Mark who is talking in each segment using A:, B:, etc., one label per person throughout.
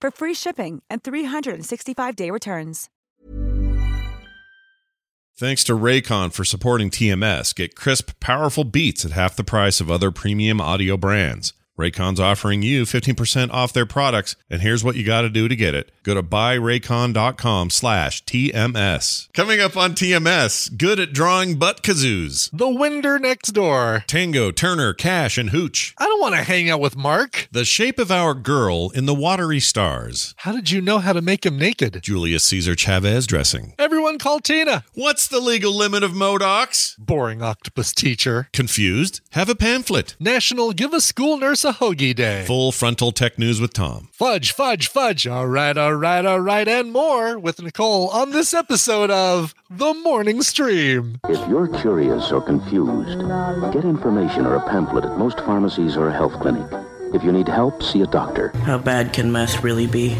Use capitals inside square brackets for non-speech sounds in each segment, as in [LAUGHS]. A: for free shipping and 365-day returns.
B: Thanks to Raycon for supporting TMS. Get crisp, powerful beats at half the price of other premium audio brands. Raycon's offering you 15% off their products, and here's what you got to do to get it. Go to buyraycon.com slash TMS. Coming up on TMS, good at drawing butt kazoos.
C: The winder next door.
B: Tango, Turner, Cash, and Hooch.
C: I don't want to hang out with Mark.
B: The shape of our girl in the watery stars.
C: How did you know how to make him naked?
B: Julius Caesar Chavez dressing.
C: Everyone call Tina.
B: What's the legal limit of Modocs?
C: Boring octopus teacher.
B: Confused? Have a pamphlet.
C: National Give a School Nurse a Hoagie Day.
B: Full frontal tech news with Tom.
C: Fudge, fudge, fudge. All right, all right, all right, and more with Nicole on this episode of The Morning Stream.
D: If you're curious or confused, get information or a pamphlet at most pharmacies or a health clinic. If you need help, see a doctor.
E: How bad can meth really be?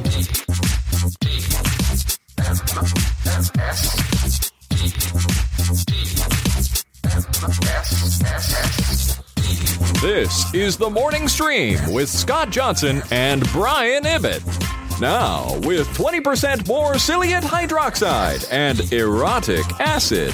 F: This is the morning stream with Scott Johnson and Brian Ibbett. Now, with 20% more psyllium hydroxide and erotic acid.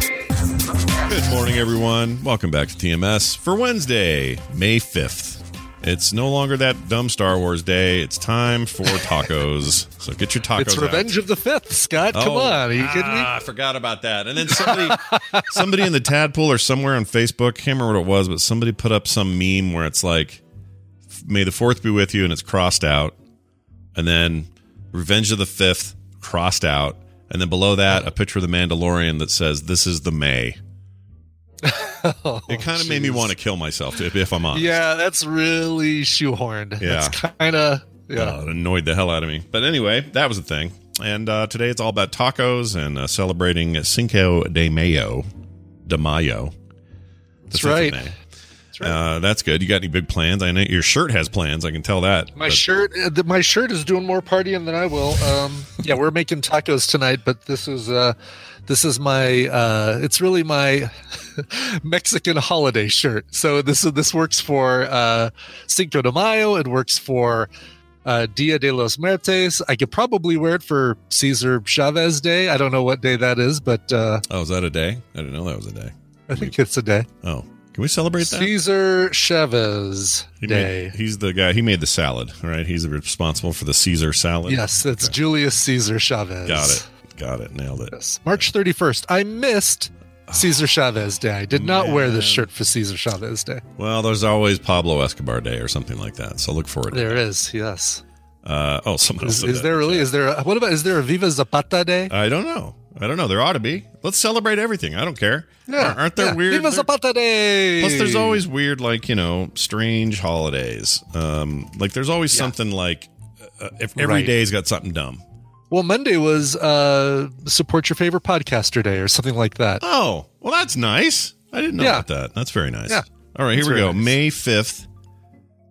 B: Good morning, everyone. Welcome back to TMS for Wednesday, May 5th. It's no longer that dumb Star Wars day. It's time
C: [LAUGHS]
B: for tacos. so get your tacos
C: It's Revenge
B: out.
C: of the Fifth, Scott. Come
B: Oh,
C: on. Are you
B: ah,
C: kidding me?
B: I forgot about that. And then
C: [LAUGHS]
B: somebody, somebody in the tadpole or somewhere on Facebook, can't remember what it was, but somebody put up some meme where it's like, "May the fourth be with you," and it's crossed out, and then "Revenge of the Fifth crossed out, and then below that, a picture of the Mandalorian that says, "This is the May." it kind of made me
C: Oh, jeez.
B: want to kill myself, if, if I'm honest.
C: Yeah, that's really shoehorned.
B: Yeah.
C: That's kind of. Yeah.
B: Uh, it annoyed the hell out of me. But anyway, that was the thing. And uh, today it's all about tacos and uh, celebrating Cinco de Mayo. De Mayo. The
C: That's
B: 5th of
C: right.
B: May.
C: That's right.
B: Uh, that's good. You got any big plans? I know your shirt has plans. I can tell that.
C: My
B: But
C: shirt, uh, th- my shirt is doing more partying than I will.
B: [LAUGHS]
C: Um, yeah, we're making tacos tonight, but this is uh, this is my uh, it's really my [LAUGHS] Mexican holiday shirt. So this is this works for uh, Cinco de Mayo. It works for uh, Dia de los Muertos. I could probably wear it for Caesar Chavez Day. I don't know what day that is, but uh,
B: Oh, is that a day? I didn't know that was a day.
C: I think it's a day.
B: Oh, can we celebrate that?
C: Caesar Chavez
B: He made-
C: Day.
B: he's the guy. He made the salad. All right. He's responsible for the Caesar salad.
C: Yes, it's Julius Caesar Chavez.
B: Got it. Got it. Nailed it.
C: Yes. March 31st. I missed Cesar Chavez Day. I did not wear this
B: Man.
C: shirt for Cesar Chavez Day.
B: Well, there's always Pablo Escobar Day or something like that. So look forward to
C: There is, yes.
B: it. Uh, oh, someone else.
C: Is,
B: did
C: is
B: that.
C: there really? Is there? A, what about? Is there a Viva Zapata Day?
B: I don't know. I don't know. There ought to be. Let's celebrate everything. I don't care. Ar- Aren't there
C: yeah.
B: weird?
C: Viva
B: there-
C: Zapata Day?
B: plus, there's always weird, like you know, strange holidays. Um, like there's always
C: Yeah.
B: something like uh, if every
C: Right.
B: day's got something dumb.
C: Well, Monday was uh, support your favorite podcaster day or something like that.
B: Oh, well, that's nice. I didn't know
C: Yeah.
B: about that. That's very nice.
C: Yeah.
B: All right, here
C: That's
B: we
C: very
B: go.
C: nice.
B: May fifth,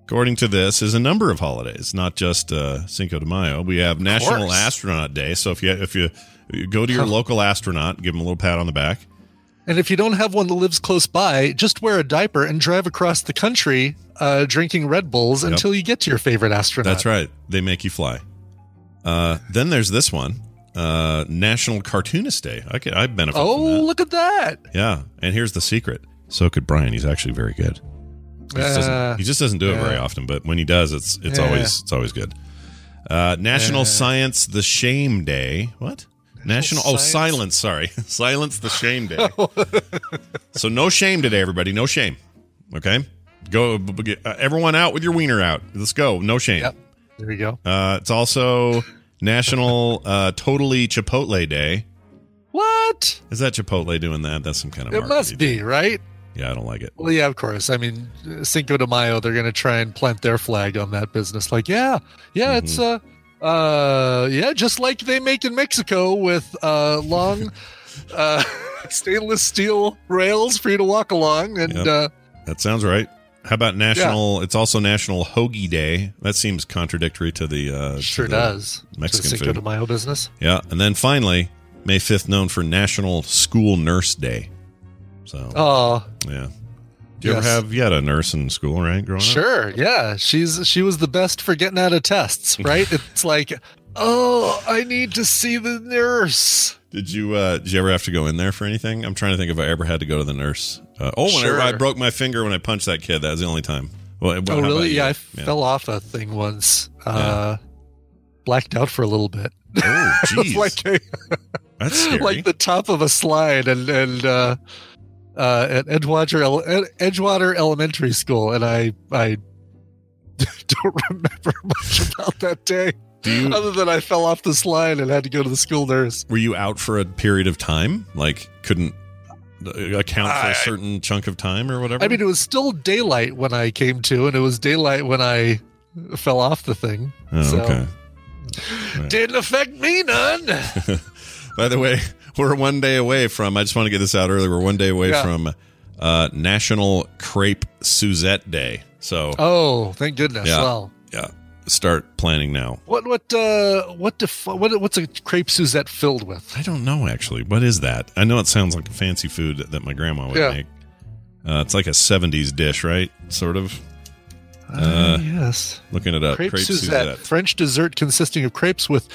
B: according to this, is a number of holidays, not just uh, Cinco de Mayo. We have National
C: course.
B: Astronaut Day. So if you if you, you go to your
C: Huh.
B: local astronaut, give him a little pat on the back.
C: And if you don't have one that lives close by, just wear a diaper and drive across the country uh, drinking Red Bulls
B: Yep.
C: until you get to your favorite astronaut.
B: That's right. They make you fly. Uh, then there's this one, uh, National Cartoonist Day. I could, I benefit
C: Oh,
B: from that.
C: look at that!
B: Yeah, and here's the secret. So could Brian. He's actually very good. He just
C: Uh,
B: doesn't, he just doesn't do it very
C: yeah.
B: often, but when he does, it's it's
C: Yeah.
B: always it's always good. Uh, National Science the Shame Day. What? National, oh
C: Science-
B: silence, sorry. [LAUGHS] silence the shame day.
C: [LAUGHS]
B: so no shame today everybody, no shame. Okay? Go b- b- get- uh, everyone out with your wiener out. Let's go. No shame.
C: Yep. There we go.
B: Uh, it's
C: [LAUGHS]
B: also National uh, Totally Chipotle Day.
C: What?
B: Is that Chipotle doing that? That's some kind of
C: It must
B: marketing
C: be, right?
B: thing. Yeah, I don't like it.
C: Well, yeah, of course. I mean, Cinco de Mayo, they're going to try and plant their flag on that business. Like, yeah, yeah, it's uh,
B: Mm-hmm.
C: uh, yeah, just like they make in Mexico with uh,
B: [LAUGHS]
C: long, uh, stainless steel rails for you to walk along, and
B: Yep.
C: uh,
B: That sounds right. How about National? It's also National Hoagie Day. That seems contradictory to the uh, to
C: sure
B: the-
C: does To the
B: Mexican
C: Cinco
B: food.
C: de Mayo business.
B: Yeah, and then finally May fifth, known for National School Nurse Day. So
C: Oh,
B: yeah, do you
C: yes.
B: ever have you had a nurse in school, right? Growing up,
C: Sure. Yeah. She's she was the best for getting out of
B: [LAUGHS]
C: tests, right? it's like, oh, I need to see the nurse.
B: Did you uh, did you ever have to go in there for anything? I'm trying to think if I ever had to go to the nurse. Uh, oh, whenever
C: Sure.
B: I broke my finger when I punched that kid, that was the only time. Well, how
C: oh,
B: about
C: really?
B: you?
C: Yeah, I fell off a thing once. Uh, blacked out for a little bit.
B: Oh,
C: [LAUGHS] It was
B: jeez,
C: like a- [LAUGHS]
B: that's scary.
C: like the top of a slide, and and uh, uh, at Edgewater Ele- Ed- Edgewater Elementary School, and I I [LAUGHS] don't remember [LAUGHS] much about that day.
B: do you,
C: Other than I fell off the slide and had to go to the school nurse.
B: were you out for a period of time like couldn't uh, account for a
C: I-
B: certain chunk of time or whatever
C: I mean, it was still daylight when I came to, and it was daylight when I fell off the thing.
B: oh,
C: so-
B: okay
C: Didn't affect me none.
B: [LAUGHS] by the way we're one day away from i just want to get this out early we're one day away
C: Yeah.
B: from uh national crepe suzette day so
C: Oh, thank goodness.
B: Yeah.
C: Well,
B: yeah start planning now
C: what what uh what def- what what's a crepe Suzette filled with?
B: i don't know actually what is that i know it sounds like a fancy food that my grandma would
C: Yeah.
B: make uh, it's like a 70s dish right sort of Uh,
C: Ah, yes,
B: looking it up
C: crepe, Suzette, French dessert consisting of crepes with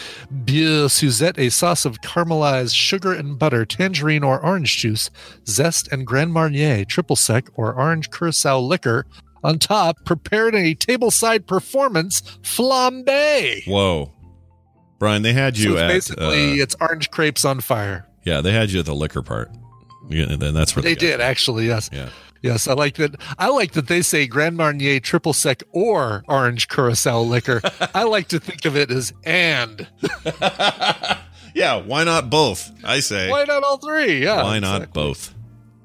C: beurre Suzette, a sauce of caramelized sugar and butter, tangerine or orange juice, zest, and Grand Marnier, triple sec or orange curacao liquor. On top, prepared in a tableside performance flambe.
B: whoa brian they had you
C: so it's
B: at
C: basically
B: uh,
C: it's orange crepes on fire.
B: Yeah, they had you at the liquor part. Yeah, and then that's where
C: They
B: got
C: did actually, yes.
B: you. Yeah,
C: Yes, I like that. I like that they say Grand Marnier, triple sec, or orange curacao
B: [LAUGHS]
C: liquor. I like to think of it as and.
B: yeah. Why not both? I say.
C: Why not all three? Yeah.
B: Why not
C: exactly.
B: both?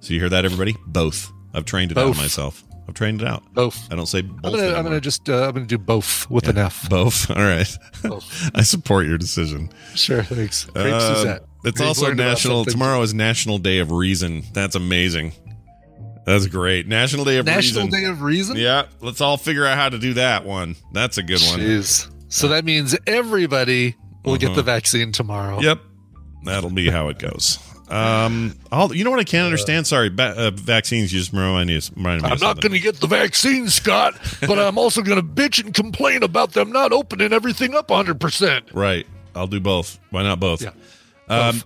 B: So you hear that, everybody? Both. I've trained it
C: Both.
B: out myself. I've trained it out.
C: Both.
B: I don't say
C: I'm
B: both.
C: gonna. I'm
B: anymore.
C: gonna just. Uh, I'm gonna do both with an F.
B: both. [LAUGHS] All right.
C: Both.
B: I support your decision.
C: Sure. Thanks. Crepe
B: Uh,
C: Suzette.
B: It's
C: We've
B: also
C: learned about
B: national.
C: something.
B: Tomorrow is National Day of Reason. That's amazing. That's great. National Day of
C: National
B: Reason.
C: Day of Reason.
B: yeah, let's all figure out how to do that one. That's a good one.
C: Jeez. So that means everybody will get
B: Uh-huh.
C: the vaccine tomorrow.
B: Yep, that'll be how it goes. Um, I'll, you know what I can't understand? Sorry, ba- uh, vaccines. You just remind me. Reminded me
C: I'm
B: of
C: not
B: something.
C: going to get the vaccine, Scott, but I'm also going to bitch and complain about them not opening everything up 100%.
B: Right. I'll do both. Why not both?
C: Yeah.
B: Um,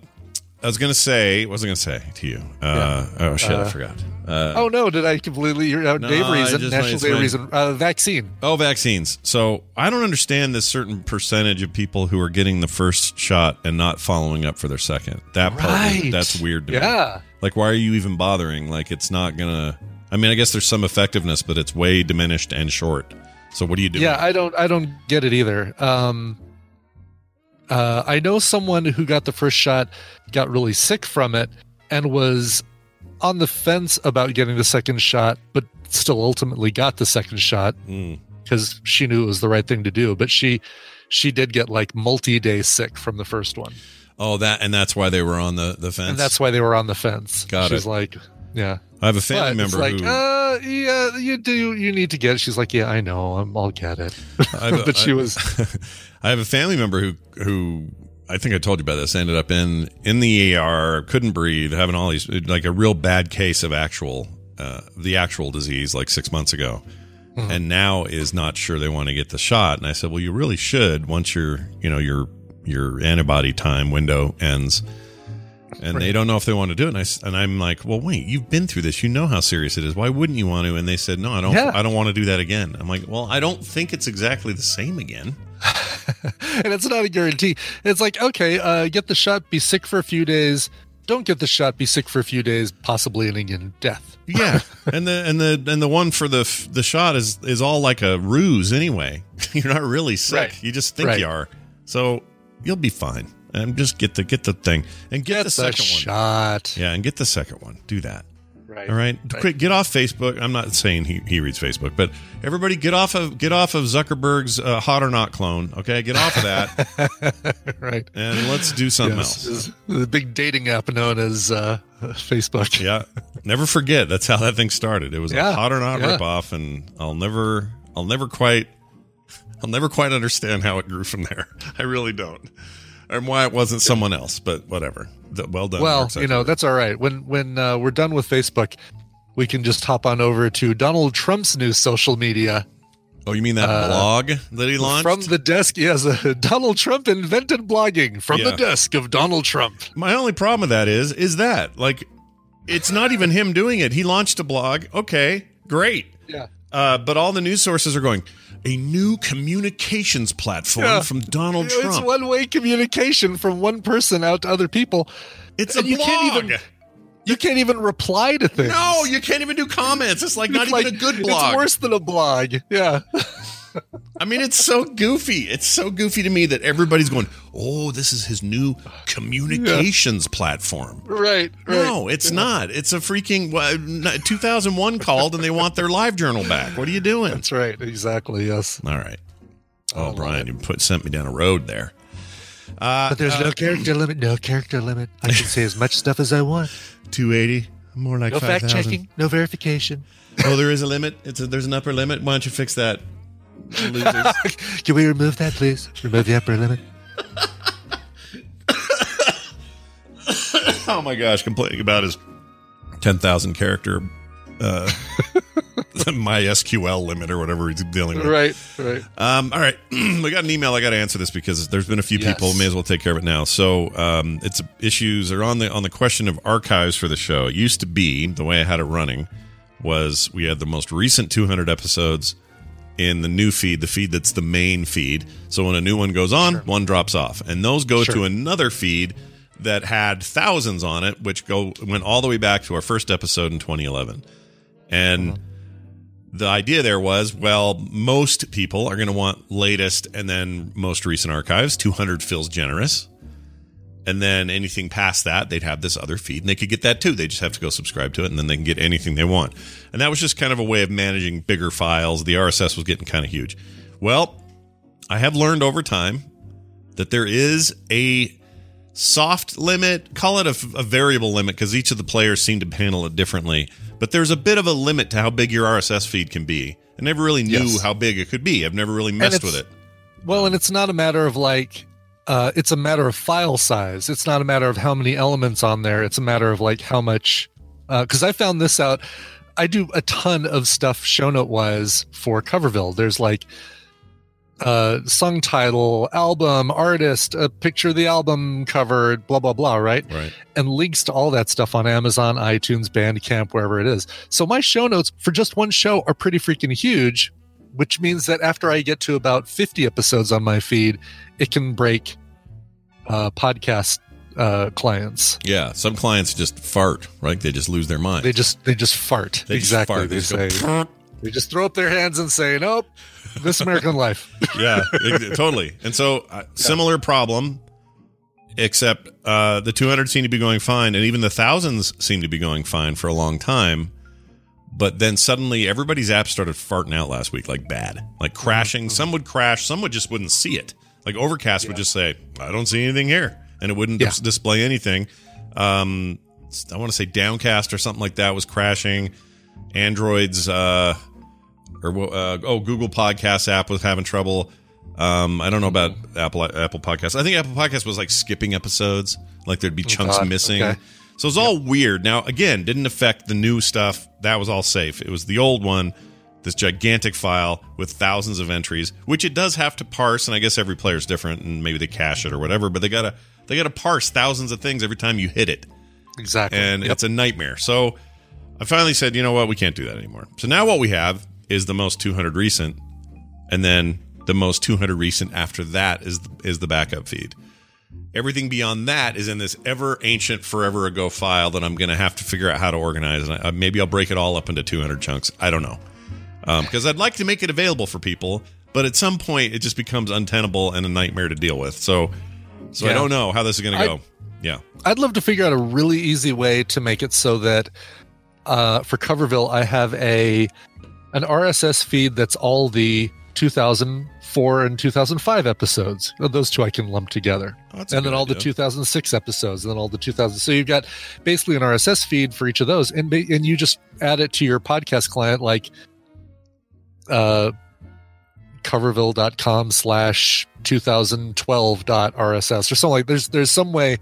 B: I was gonna say. What was I gonna say to you? Uh, Oh shit, I forgot. Uh,
C: Oh no! Did I completely? You're out.
B: No,
C: Dave
B: I
C: reason,
B: just like
C: national day
B: explain-
C: reason, uh, vaccine.
B: oh, vaccines. So I don't understand this certain percentage of people who are getting the first shot and not following up for their second. That part.
C: Right.
B: That's weird to me.
C: Yeah.
B: Like, why are you even bothering? Like, it's not gonna. I mean, I guess there's some effectiveness, but it's way diminished and short. So what do you do?
C: Yeah, I don't. I don't get it either. Um, uh, I know someone who got the first shot, got really sick from it, and was on the fence about getting the second shot, but still ultimately got the second shot
B: Mm.
C: because she knew it was the right thing to do. But she, she did get like multi-day sick from the first one,
B: Oh, that and that's why they were on the the fence.
C: and that's why they were on the fence.
B: Got
C: She's
B: it.
C: like, yeah.
B: I have a family
C: But it's
B: member
C: like,
B: who
C: uh, yeah, you do. You need to get it. She's like, yeah, I know. I'm, I'll get it.
B: I have a-
C: [LAUGHS] but she
B: I- [LAUGHS]
C: was-
B: I have a family member who who I think I told you about this. Ended up in in the ER, couldn't breathe, having all these like a real bad case of actual uh, the actual disease like six months ago, and now is not sure they want to get the shot. And I said, well, you really should once your you know your your antibody time window ends. and they don't know if they want to do it. And I s- and I'm like, well, wait, you've been through this. You know how serious it is. Why wouldn't you want to? And they said, no, I don't.
C: Yeah.
B: I don't want to do that again. I'm like, well, I don't think it's exactly the same again.
C: and it's not a guarantee. It's like, okay, uh, get the shot, be sick for a few days. Don't get the shot, be sick for a few days, possibly ending in death.
B: [LAUGHS] Yeah, and the and the and the one for the f- the shot is is all like a ruse anyway. [LAUGHS] You're not really sick.
C: Right.
B: You just think
C: Right.
B: you are. So you'll be fine. And just get the get the thing and get, the
C: The
B: second one.
C: shot.
B: Yeah, and get the second one. Do that.
C: Right.
B: All right, quick, get off Facebook. I'm not saying he, he reads Facebook, but everybody get off of get off of Zuckerberg's uh, hot or not clone. Okay, get off of that
C: [LAUGHS] right.
B: and let's do something
C: Yes,
B: else.
C: is the big dating app known as uh, [LAUGHS] Facebook.
B: Yeah, never forget that's how that thing started. It was
C: Yeah,
B: a hot or not
C: yeah.
B: ripoff, and I'll never I'll never quite I'll never quite understand how it grew from there. [LAUGHS] I really don't, and why it wasn't someone else. But whatever. Th- Well done.
C: Well,
B: Mark
C: you know
B: Zuckerberg.
C: that's all right. When when uh, we're done with Facebook, we can just hop on over to Donald Trump's new social media. Uh,
B: Oh, you mean that blog that he launched
C: From the desk, yes, [LAUGHS] Donald Trump invented blogging from
B: Yeah.
C: the desk of Donald Trump.
B: My only problem with that is, is that like, it's not even him doing it. He launched a blog. Okay, great.
C: Yeah.
B: Uh, but all the news sources are going a new communications platform
C: Yeah.
B: from Donald
C: You know,
B: Trump.
C: It's one way communication from one person out to other people.
B: It's a
C: And you
B: blog.
C: can't even you can't even reply to things.
B: no, you can't even do comments. It's like not
C: It's
B: even
C: like-
B: a good blog.
C: It's worse than a blog. Yeah.
B: I mean, it's so goofy. It's so goofy to me that everybody's going, "Oh, this is his new communications platform."
C: right. Right.
B: No, it's not. It's a freaking well, n- 2001 called, and they want their live journal back. What are you doing?
C: That's right. Exactly. Yes.
B: All right. Oh, Brian, you put sent me down a road there. Uh,
C: But there's no character limit. No character limit. I can say as much stuff as I want.
B: [LAUGHS] Two eighty, more like
C: No fact checking. No verification.
B: Oh, there is a limit. It's a, there's an upper limit. Why don't you fix that? Losers.
C: Can we remove that, please? Remove the upper limit.
B: oh my gosh, complaining about his ten thousand character, uh, [LAUGHS] my SQL limit or whatever he's dealing with.
C: Right. Right.
B: Um, all right, [CLEARS THROAT] we got an email. I got to answer this because there's been a few
C: Yes.
B: people. May as well take care of it now. So um, it's issues are on the on the question of archives for the show. It used to be the way I had it running was we had the most recent 200 episodes in the new feed, the feed that's the main feed. So when a new one goes on, one drops off, and those go to
C: Sure.
B: another feed that had thousands on it, which go went all the way back to our first episode in 2011, and the idea there was well most people are going to want latest and then most recent archives 200 feels generous and then anything past that they'd have this other feed and they could get that too they just have to go subscribe to it and then they can get anything they want and that was just kind of a way of managing bigger files the rss was getting kind of huge well i have learned over time that there is a soft limit call it a, a variable limit because each of the players seem to handle it differently but there's a bit of a limit to how big your rss feed can be i never really knew
C: Yes.
B: how big it could be i've never really messed with
C: it's-
B: it
C: Well, and it's not a matter of like, uh, it's a matter of file size. It's not a matter of how many elements on there. It's a matter of like how much. Because I found this out. I do a ton of stuff show note wise for Coverville. There's like uh, song title, album, artist, a picture of the album cover, blah, blah, blah, right?
B: Right.
C: And links to all that stuff on Amazon, iTunes, Bandcamp, wherever it is. So my show notes for just one show are pretty freaking huge, which means that after I get to about 50 episodes on my feed, it can break uh, podcast uh, clients.
B: Yeah, some clients just fart, right? They just lose their mind.
C: They just they just fart.
B: They just
C: exactly.
B: fart. They
C: They,
B: just go,
C: say
B: [LAUGHS]
C: they just throw up their hands and say, "Nope,
B: [LAUGHS]
C: this American life."
B: yeah, ex- totally. And so, uh, similar problem, except uh, the 200 seem to be going fine, and even the thousands seem to be going fine for a long time. But then suddenly, everybody's app started farting out last week, like bad, like crashing. Some would crash, some would just wouldn't see it. Like Overcast would just say, "I don't see anything here," and it wouldn't
C: Yeah.
B: dis- display anything. Um, I want to say Downcast or something like that was crashing. Android's uh, or uh, oh Google Podcast app was having trouble. Um, I don't know about Apple Apple Podcasts. I think Apple Podcast was like skipping episodes, like there'd be chunks
C: Oh, God.
B: missing.
C: Okay.
B: So it's all weird. Now again, didn't affect the new stuff. That was all safe. It was the old one this gigantic file with thousands of entries, which it does have to parse. And I guess every player's different, and maybe they cache it or whatever. But they gotta they gotta parse thousands of things every time you hit it,
C: Exactly.
B: and
C: Yep.
B: it's a nightmare. So I finally said, you know what, we can't do that anymore. So now what we have is the most 200 recent, and then the most 200 recent after that is is the backup feed. Everything beyond that is in this ever ancient, forever ago file that I'm going to have to figure out how to organize. And I, uh, maybe I'll break it all up into 200 chunks. I don't know. Because I'd like to make it available for people, but at some point it just becomes untenable and a nightmare to deal with. So, so I
C: Yeah.
B: don't know how this is going to
C: I-
B: go. Yeah.
C: I'd love to figure out a really easy way to make it so that uh, for Coverville, I have a an RSS feed that's all the 2004 and 2005 episodes. Those two I can lump together,
B: Oh,
C: and
B: that's a
C: then
B: good
C: all the
B: idea.
C: 2006 episodes, and then all the 2000. So you've got basically an RSS feed for each of those, and ba- and you just add it to your podcast client like uh, coverville.com slash 2012.rss or something like there's there's some way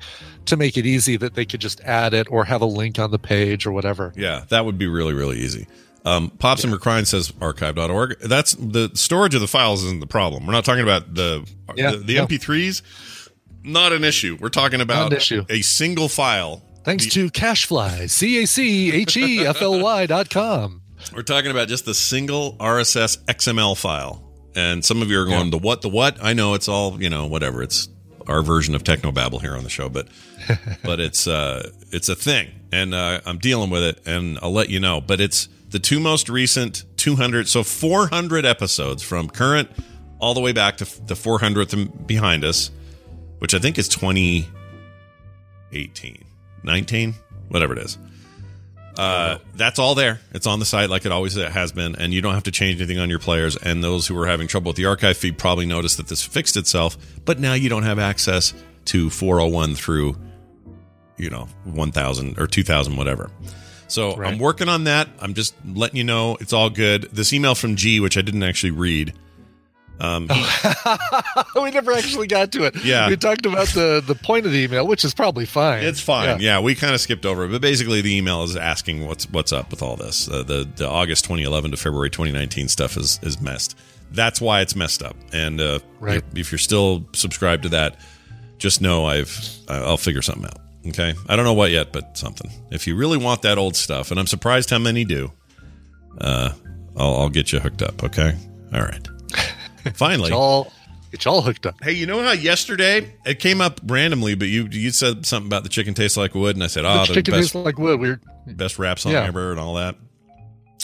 C: to make it easy that they could just add it or have a link on the page or whatever
B: Yeah, that would be really, really easy. Um, Pops and Recline says archive.org. That's the storage of the files isn't the problem. We're not talking about the
C: Yeah,
B: the, the
C: no.
B: MP3s. Not an issue. We're talking about
C: Not an issue.
B: a single file.
C: thanks to cashfly E c-a-c-h-e-f-l-y dot com
B: We're talking about just the single RSS XML file. And some of you are going the what the what? I know it's all you know whatever. It's our version of technobabble here on the show, but but it's uh it's a thing, and uh, I'm dealing with it, and I'll let you know. But it's the two most recent 200, so 400 episodes from current all the way back to f- the 400th and behind us, which I think is 2018, 19, whatever it is. Uh, that's all there. It's on the site like it always has been, and you don't have to change anything on your players. And those who were having trouble with the archive feed probably noticed that this fixed itself, but now you don't have access to 401 through, you know, 1000 or 2000, whatever. So
C: Right.
B: I'm working on that. I'm just letting you know it's all good. This email from G, which I didn't actually read. Um, he-
C: [LAUGHS] we never actually got to it
B: Yeah.
C: we talked about the the point of the email which is probably fine
B: It's fine. Yeah, we kind of skipped over it, but basically the email is asking what's what's up with all this. Uh, the the August 2011 to February 2019 stuff is is messed. That's why it's messed up. And uh,
C: Right.
B: if, if you're still subscribed to that, just know I've I- I'll figure something out. Okay, I don't know what yet, but something. If you really want that old stuff, and I'm surprised how many do,
C: [LAUGHS]
B: uh, I'll, I'll get you hooked up. Okay, all right. Finally,
C: it's all it's all hooked up
B: Hey, you know how yesterday it came up randomly, but you you said something about the chicken tastes like wood, and I said, "Ah,
C: the
B: the,
C: chicken
B: best
C: tastes like wood we're
B: best rap song
C: Yeah.
B: ever," and all that.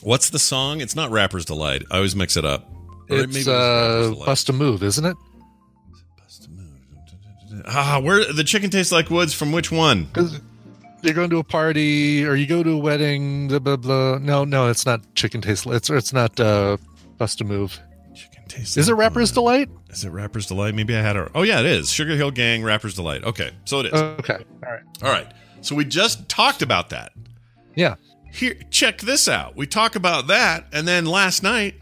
B: What's the song? It's not "Rapper's Delight." I always mix it up. Or maybe it was
C: it's uh
B: Rapper's Delight.
C: bust a move isn't it
B: Ah, where the chicken tastes like woods from which one?
C: Because you're going to a party or you go to a wedding, blah blah blah. No, no, it's not chicken taste. It's it's not uh, bust a move.
B: Chicken tastes.
C: Is it
B: like
C: Rapper's
B: wood.
C: Delight?
B: Is it "Rapper's Delight"? Maybe I had it. Oh yeah, it is. Sugar Hill Gang, "Rapper's Delight." Okay, so it is.
C: Okay, all right.
B: all right. So we just talked about that.
C: Yeah,
B: here check this out we talk about that and then last night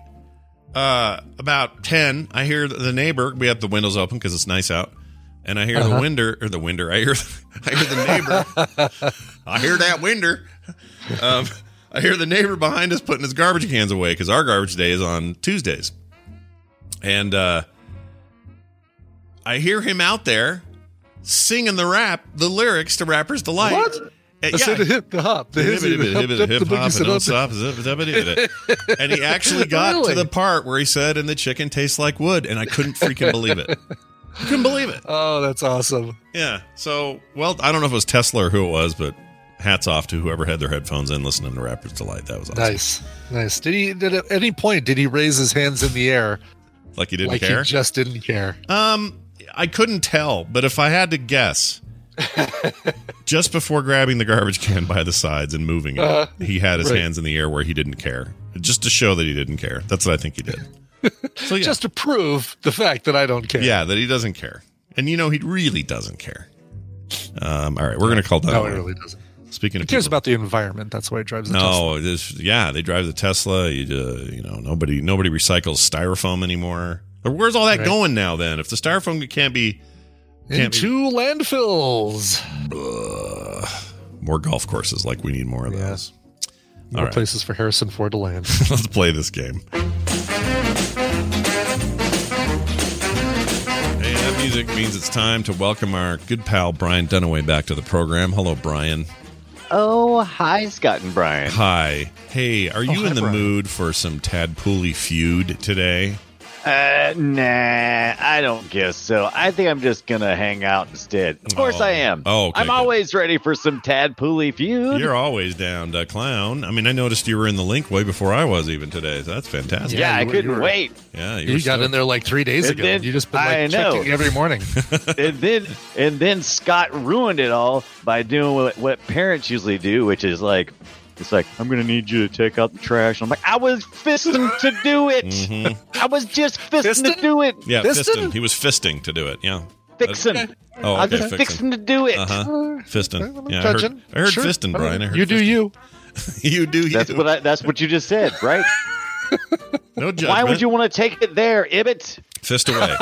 B: uh about 10 i hear the neighbor we have the windows open because it's nice out and i hear
C: Uh-huh.
B: the winder or the winder i hear [LAUGHS] i hear the neighbor
C: [LAUGHS]
B: i hear that winder um i hear the neighbor behind us putting his garbage cans away because our garbage day is on tuesdays and uh i hear him out there singing the rap the lyrics to rappers delight
C: What?
B: Uh,
C: I said the hip, the hop, the hip, the hop, the hip, the boogie, said up.
B: and he actually
C: [LAUGHS]
B: got to
C: Really?
B: the part where he said, "And the chicken tastes like wood," and I couldn't freaking believe it. I couldn't believe it.
C: Oh, that's awesome.
B: Yeah. So, well, I don't know if it was Tesla or who it was, but hats off to whoever had their headphones in listening to Rapper's Delight. That was awesome.
C: Nice, nice. Did he? Did at any point did he raise his hands in the air
B: Like you didn't
C: like
B: care.
C: he just didn't care?
B: um, I couldn't tell, but if I had to
C: [LAUGHS]
B: guess. Just before grabbing the garbage can by the sides and moving it, he had his
C: Uh-huh. right.
B: hands in the air where he didn't care, just to show that he didn't care. That's what I think he did. So yeah.
C: Just to prove the fact that I don't care.
B: Yeah, that he doesn't care. And you know, he really doesn't care. Um, all right, we're going to call that.
C: no,
B: one.
C: he really doesn't.
B: Speaking
C: He
B: of
C: cares
B: people-
C: about the environment. That's why he drives. The Tesla.
B: no, this, yeah, they drive the Tesla. You, uh, you know, nobody nobody recycles styrofoam anymore. Or Where's all that
C: Right.
B: going now? Then, if the styrofoam can't be can't be-
C: into landfills.
B: more golf courses, like we need more of
C: Yeah.
B: those.
C: More
B: right.
C: places for Harrison Ford to land.
B: [LAUGHS] Let's play this game. Hey, that music means it's time to welcome our good pal Brian Dunaway back to the program. Hello, Brian.
G: Oh, hi, Scott and Brian. Oh,
B: Hi. Hey, are you
C: hi,
B: in the
C: Brian.
B: mood for some Tadpooly feud today?
G: Uh, nah, I don't guess so. I think I'm just gonna hang out instead. Of course,
B: Oh.
G: I am.
B: Oh, okay,
G: I'm
B: good.
G: always ready for some tadpooly feud.
B: You're always down to clown. I mean, I noticed you were in the link way before I was even today. So that's fantastic.
G: yeah,
C: you
G: I
C: were-
G: couldn't
C: you were-
G: wait.
B: Yeah,
C: You
B: were
C: got
B: stoked.
C: in there like three days
G: And
C: ago.
G: then-
C: you just been
G: I
C: like
G: know.
C: checking every morning.
G: [LAUGHS] and then and then Scott ruined it all by doing what, what parents usually do, which is like, it's like I'm gonna need you to take out the trash. I'm like, I was fisting to do it.
B: Mhm.
G: I was just fisting,
C: Fisting?
G: to do it.
B: Yeah,
C: Fisting?
B: fisting. He was fisting to do it. Yeah.
G: Fixing.
B: Oh,
G: I was
B: okay,
G: just
B: fixing.
G: fixing. to do it.
B: Uh-huh. Fisting.
C: I'm
B: Yeah, I heard,
C: judging.
B: I heard
C: Sure.
B: fisting,
C: I don't
B: Brian. I
C: know.
B: heard
C: you do
B: fisting.
C: you.
B: [LAUGHS] you do you.
G: That's what I, that's what you just said, right?
B: [LAUGHS] no judgment.
G: Why would you want to take it there, Ibbot?
B: Fist
C: [LAUGHS]
B: away.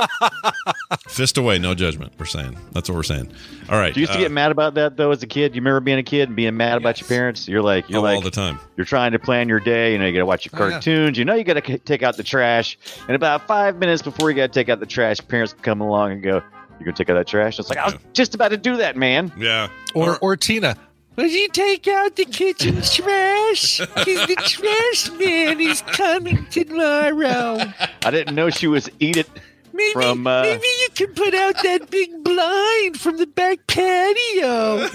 B: Fist away. No judgment. We're saying. That's what we're saying. All right.
G: Do you used to
B: uh,
G: get mad about that though as a kid? You remember being a kid and being mad about your parents? You're like, you're
B: oh,
G: like,
B: all the time.
G: you're trying to plan your day. You know, you got to watch your
C: Oh, yeah.
G: cartoons. You know, you got to c- take out the trash. And about five minutes before you got to take out the trash, parents come along and go, "You're gonna take out that trash." It's like I was just about to do that, man.
B: Yeah.
C: Or or Tina. Will you take out the kitchen trash? Because the trash man is coming tomorrow.
G: I didn't know she was
B: [LAUGHS]
G: eat it.
C: Maybe,
G: From, uh,
C: maybe you can put out that big blind from the back patio.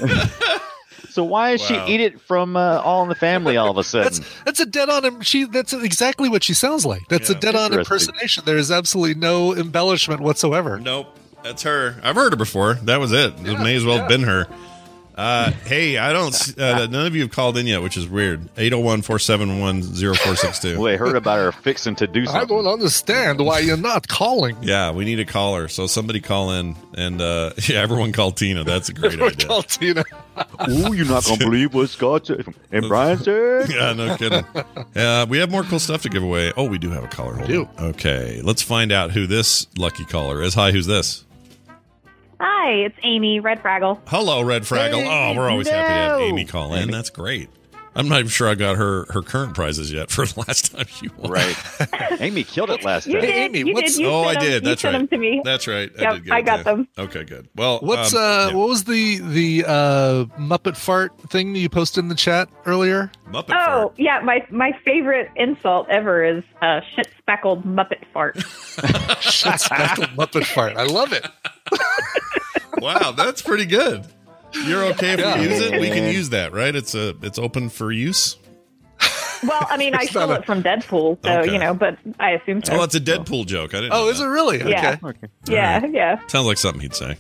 G: So why is
B: Wow.
G: she eat it from uh, All in the Family all
B: [LAUGHS]
G: of a sudden?
C: That's that's a dead on. im- She that's exactly what she sounds like. That's
B: Yeah.
C: a dead on
G: Interesting.
C: impersonation. There is absolutely no embellishment whatsoever.
B: Nope. That's her. I've heard her before. That was it. it may as well have been her. Uh, hey, I don't. s- Uh, none of you have called in yet, which is weird. 801 471
G: well,
B: 0462.
G: they heard about her fixing to do something.
C: understand why you're not calling.
B: Yeah, we need a caller. So somebody call in. And uh, [LAUGHS] yeah, everyone call Tina. That's a great
C: Or
B: idea. [LAUGHS]
C: call Tina.
G: Ooh, you're not gonna believe what Scott said. and Brian
B: [LAUGHS]
G: said.
B: yeah, no
C: [LAUGHS]
B: kidding. Uh, we have more cool stuff to give away. Oh, we do have a caller. Hold
C: do.
B: on. Okay, let's find out who this lucky caller is. Hi, who's this?
H: Hi, it's Amy Red Fraggle.
B: Hello, Red Fraggle.
G: Hey,
B: oh, we're always happy to have
G: no.
B: Amy call in. That's great. I'm not even sure I got her her current prizes yet for [LAUGHS] the last time she won. [LAUGHS]
G: Right. Amy killed it last
H: You
G: time.
H: did,
C: Amy,
H: you
C: what's-
H: did. You
B: oh, I
H: sent 'em-
B: did.
H: you
B: That's
H: sent
B: right.
H: 'em to me.
B: That's right.
H: Yep,
B: did get
H: I
B: it
H: got
B: too.
H: them.
B: Okay, good. Well,
C: What's
B: um,
C: uh?
B: yeah.
C: What was the the uh Muppet fart thing that you posted in the chat earlier?
B: [LAUGHS] Muppet
H: Oh,
B: fart.
H: yeah, my my favorite insult ever is uh, shit speckled Muppet
B: [LAUGHS]
H: fart.
C: Shit, speckled Muppet fart. I love it.
B: Wow, that's pretty good. You're okay if
C: Yeah.
B: we use it. We can use that, right? It's a it's open for use.
H: well, I mean, I
C: It's not
H: stole
C: a-
H: it from Deadpool, so
B: Okay.
H: you know, but I assume so.
B: Oh, it's a Deadpool joke. I didn't. know
C: Oh, is
B: that.
C: it really?
H: Yeah.
C: Okay.
H: yeah, yeah.
B: Sounds like something he'd say.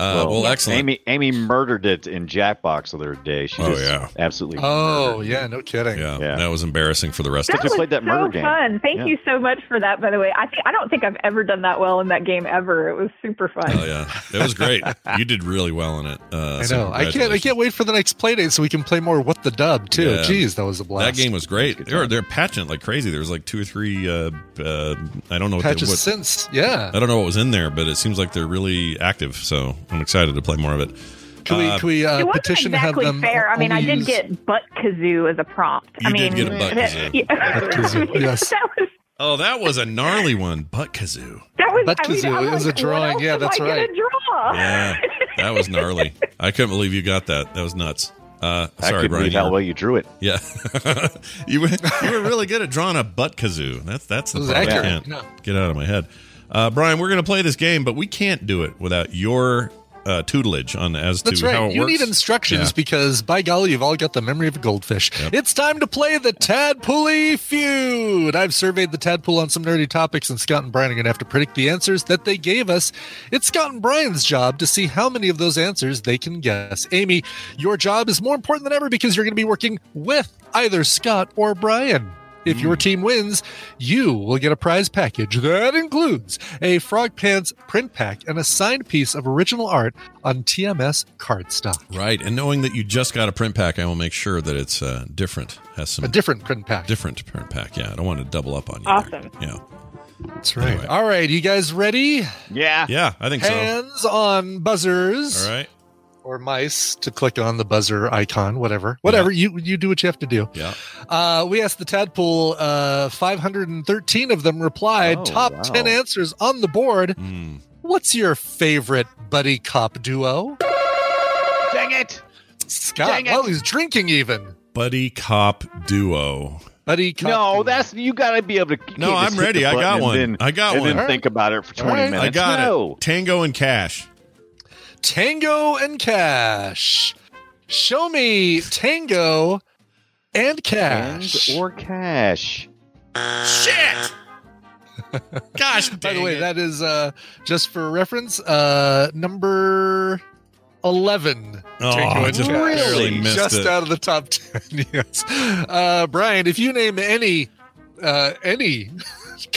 B: Uh, well, excellent.
G: Amy Amy murdered it in Jackbox the other day. She
B: Oh,
G: just
B: yeah.
G: absolutely.
C: Oh yeah, no kidding.
B: yeah,
G: Yeah.
B: that was embarrassing for the rest
H: That
B: of us.
G: you
H: was
G: played that
H: so
G: murder game.
H: fun. Thank
G: Yeah.
H: you so much for that. By the way, I think I don't think I've ever done that well in that game ever. It was super fun.
B: Oh yeah, it was great. You did really well in it. Uh,
C: I
B: so
C: know. I can't. I
B: congratulations.
C: can't wait for the next play date so we can play more. What the dub too?
B: Yeah.
C: Jeez, that was a blast.
B: That game was great. They're they're patching it like crazy. There was like two or three. Uh, uh, I don't know what, they,
C: patches
B: what
C: since. Yeah.
B: I don't know what was in there, but it seems like they're really active. So I'm excited to play more of it.
C: Can we, can we
H: it
C: uh,
H: wasn't
C: petition to have
H: exactly
C: them?
H: fair. I mean, I
C: only
H: did
C: use-
H: get butt kazoo as a prompt. I
B: You did
H: mean,
B: get a butt kazoo.
H: [LAUGHS] yeah. [LAUGHS]
C: kazoo, yes.
H: that was
B: Oh, that was a gnarly one, butt kazoo.
H: That was
C: Butt
H: I mean,
C: kazoo
H: I'm
C: is
H: like,
C: a drawing.
H: What else
C: Yeah,
H: am
C: that's
H: I gonna
C: right.
H: Draw.
B: Yeah, that was gnarly. I couldn't believe you got that. That was nuts. Uh,
G: I
B: sorry, Brian.
G: could believe
B: you
G: how
B: were-
G: well you drew it.
B: Yeah, [LAUGHS] you were you were really good at drawing a butt kazoo. That's that's the
C: It was
B: part I
C: accurate,
B: can't
C: yeah.
B: get out of my head. Uh, Brian, we're gonna play this game, but we can't do it without your uh, tutelage on as
C: That's
B: to how
C: right.
B: it
C: You
B: works.
C: need instructions
B: Yeah.
C: because, by golly, you've all got the memory of a goldfish. It's time to play the Tadpooly feud. I've surveyed the tadpool on some nerdy topics, and Scott and Brian are going to have to predict the answers that they gave us. It's Scott and Brian's job to see how many of those answers they can guess. Amy, your job is more important than ever because you're going to be working with either Scott or Brian. If your team wins, you will get a prize package that includes a Frog Pants print pack and a signed piece of original art on TMS cardstock.
B: Right, and knowing that you just got a print pack, I will make sure that it's uh, different. Has some
C: A different print pack.
B: different print pack. Yeah, I don't want to double up on you.
H: Awesome.
B: there. Yeah,
C: That's right. All right, you guys ready?
G: Yeah.
B: yeah, I think so.
C: Hands on buzzers.
B: All right.
C: or mice to click on the buzzer icon, whatever, whatever. You you do what you have to do.
B: Yeah.
C: Uh, we asked the tadpole. Uh, Five hundred and thirteen of them replied.
B: Oh,
C: Top
B: wow.
C: ten answers on the board.
B: Mm.
C: What's your favorite buddy cop duo?
G: Dang it!
C: Scott.
G: Dang it.
C: While he's drinking, even
B: Buddy cop duo.
C: buddy cop.
G: No, that's you got to be able to. you
B: No,
G: can't just
B: I'm
G: hit
B: ready.
G: the
B: I
G: button
B: got
G: and
B: one.
G: then-
B: I got
G: and
B: one.
G: then
C: All right.
G: think about it for 20
C: right.
G: minutes.
B: I got
G: no.
B: it. Tango and Cash.
C: Tango and Cash. Show me Tango and Cash.
G: And or cash.
C: [LAUGHS]
B: Shit. Gosh,
C: By the
B: dang
C: way,
B: it.
C: that is uh, just for reference, uh, number eleven.
B: Oh,
C: Tango and
B: just
C: Cash.
B: barely missed
C: just
B: it.
C: out of the top [LAUGHS] ten. yes, uh, Brian. If you name any uh, any [LAUGHS]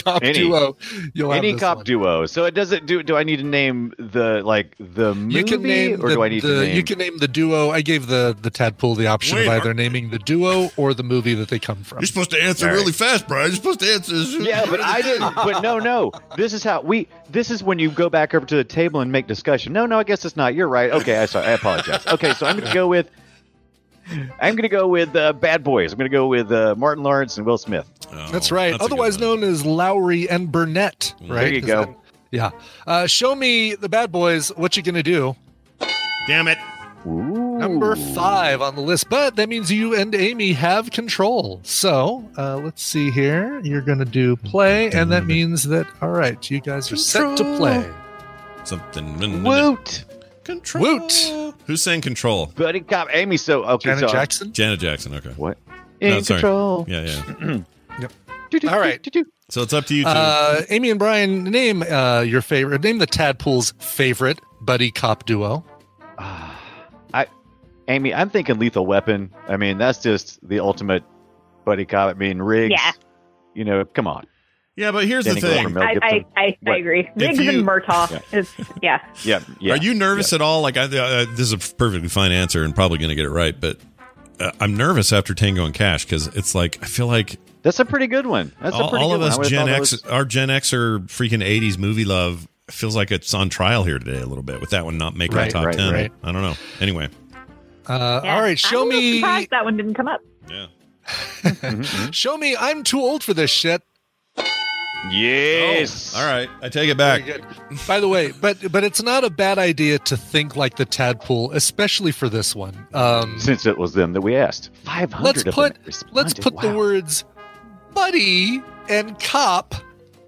C: cop
G: [LAUGHS] Any.
C: duo, you'll have
G: Any
C: this
G: cop
C: one.
G: duo. So it doesn't do. Do I need to name the like the movie,
C: You can name
G: or
C: the,
G: do I need
C: the-
G: to name?
C: you can name the duo. I gave the the tadpole the option
B: Wait,
C: of
B: are-
C: either naming the duo or the movie that they come from.
B: You're supposed to answer
G: All right.
B: really fast, Brian. You're supposed to answer.
E: [LAUGHS]
B: as soon as-
G: yeah,
C: [LAUGHS]
G: but I didn't. But no, no. This is how we. This is when you go back over to the table and make discussion. No, no. I guess it's not. You're right. Okay, I sorry. I apologize. Okay, so I'm going to go with. I'm going to go with uh, Bad Boys. I'm going to go with uh, Martin Lawrence and Will Smith.
B: Oh,
C: That's right.
B: a good
C: Otherwise
B: one.
C: known as Lowry and Burnett. Right.
G: There you
C: 'Cause
G: go.
C: then- yeah. Uh, show me the bad boys. What you gonna do?
B: Damn it.
G: Ooh.
C: Number five on the list, but that means you and Amy have control. So uh, let's see here. You're gonna do play, and that means that all right, you guys are set to play.
B: Something.
G: Woot,
B: Control.
C: Woot.
B: Who's saying control?
G: buddy cop. Amy. So okay.
C: Janet
G: so uh,
C: Jackson.
B: Janet Jackson. Okay.
G: What? In
B: No, sorry.
G: control.
B: Yeah, yeah.
G: Do-do,
C: All right.
G: do-do.
B: So it's up to you two.
C: Uh, Amy and Brian, name uh, your favorite. Name the tadpole's favorite buddy cop duo.
G: Ah, I, Amy, I'm thinking Lethal Weapon. I mean, that's just the ultimate buddy cop. I mean, Riggs.
H: Yeah.
G: You know, come on.
B: yeah, but here's the
G: Danny Glover,
B: thing.
G: Mel
H: I, I,
G: Gibson.
H: I, I
G: What?
H: agree. Diggs
B: you-
H: and Murtaugh is yeah.
G: Yeah, yeah.
B: Are you nervous at all? Like, I, uh, this is a perfectly fine answer and probably going to get it right, but uh, I'm nervous after Tango and Cash because it's like I feel like
G: That's a pretty good one. That's a
B: all,
G: pretty
B: all
G: good
B: of
G: one.
B: us
G: I would've
B: Gen
G: thought that
B: X,
G: was-
B: our Gen Xer freaking '80s movie love feels like it's on trial here today a little bit with that one not making
C: Right,
B: the top
G: right,
B: ten.
C: right.
B: I don't know. Anyway,
C: Uh,
H: yeah.
C: All right,
H: I'm
C: show
H: a little
C: me.
H: Surprised that one didn't come up.
B: yeah.
C: Mm-hmm. Show me I'm too old for this shit.
G: yes.
B: Oh, all right, I take it back.
C: Very good. By the way, but but it's not a bad idea to think like the tadpole, especially for this one. Um,
G: Since it was them that we asked, five
C: let's
G: hundred.
C: put let's put the words buddy and cop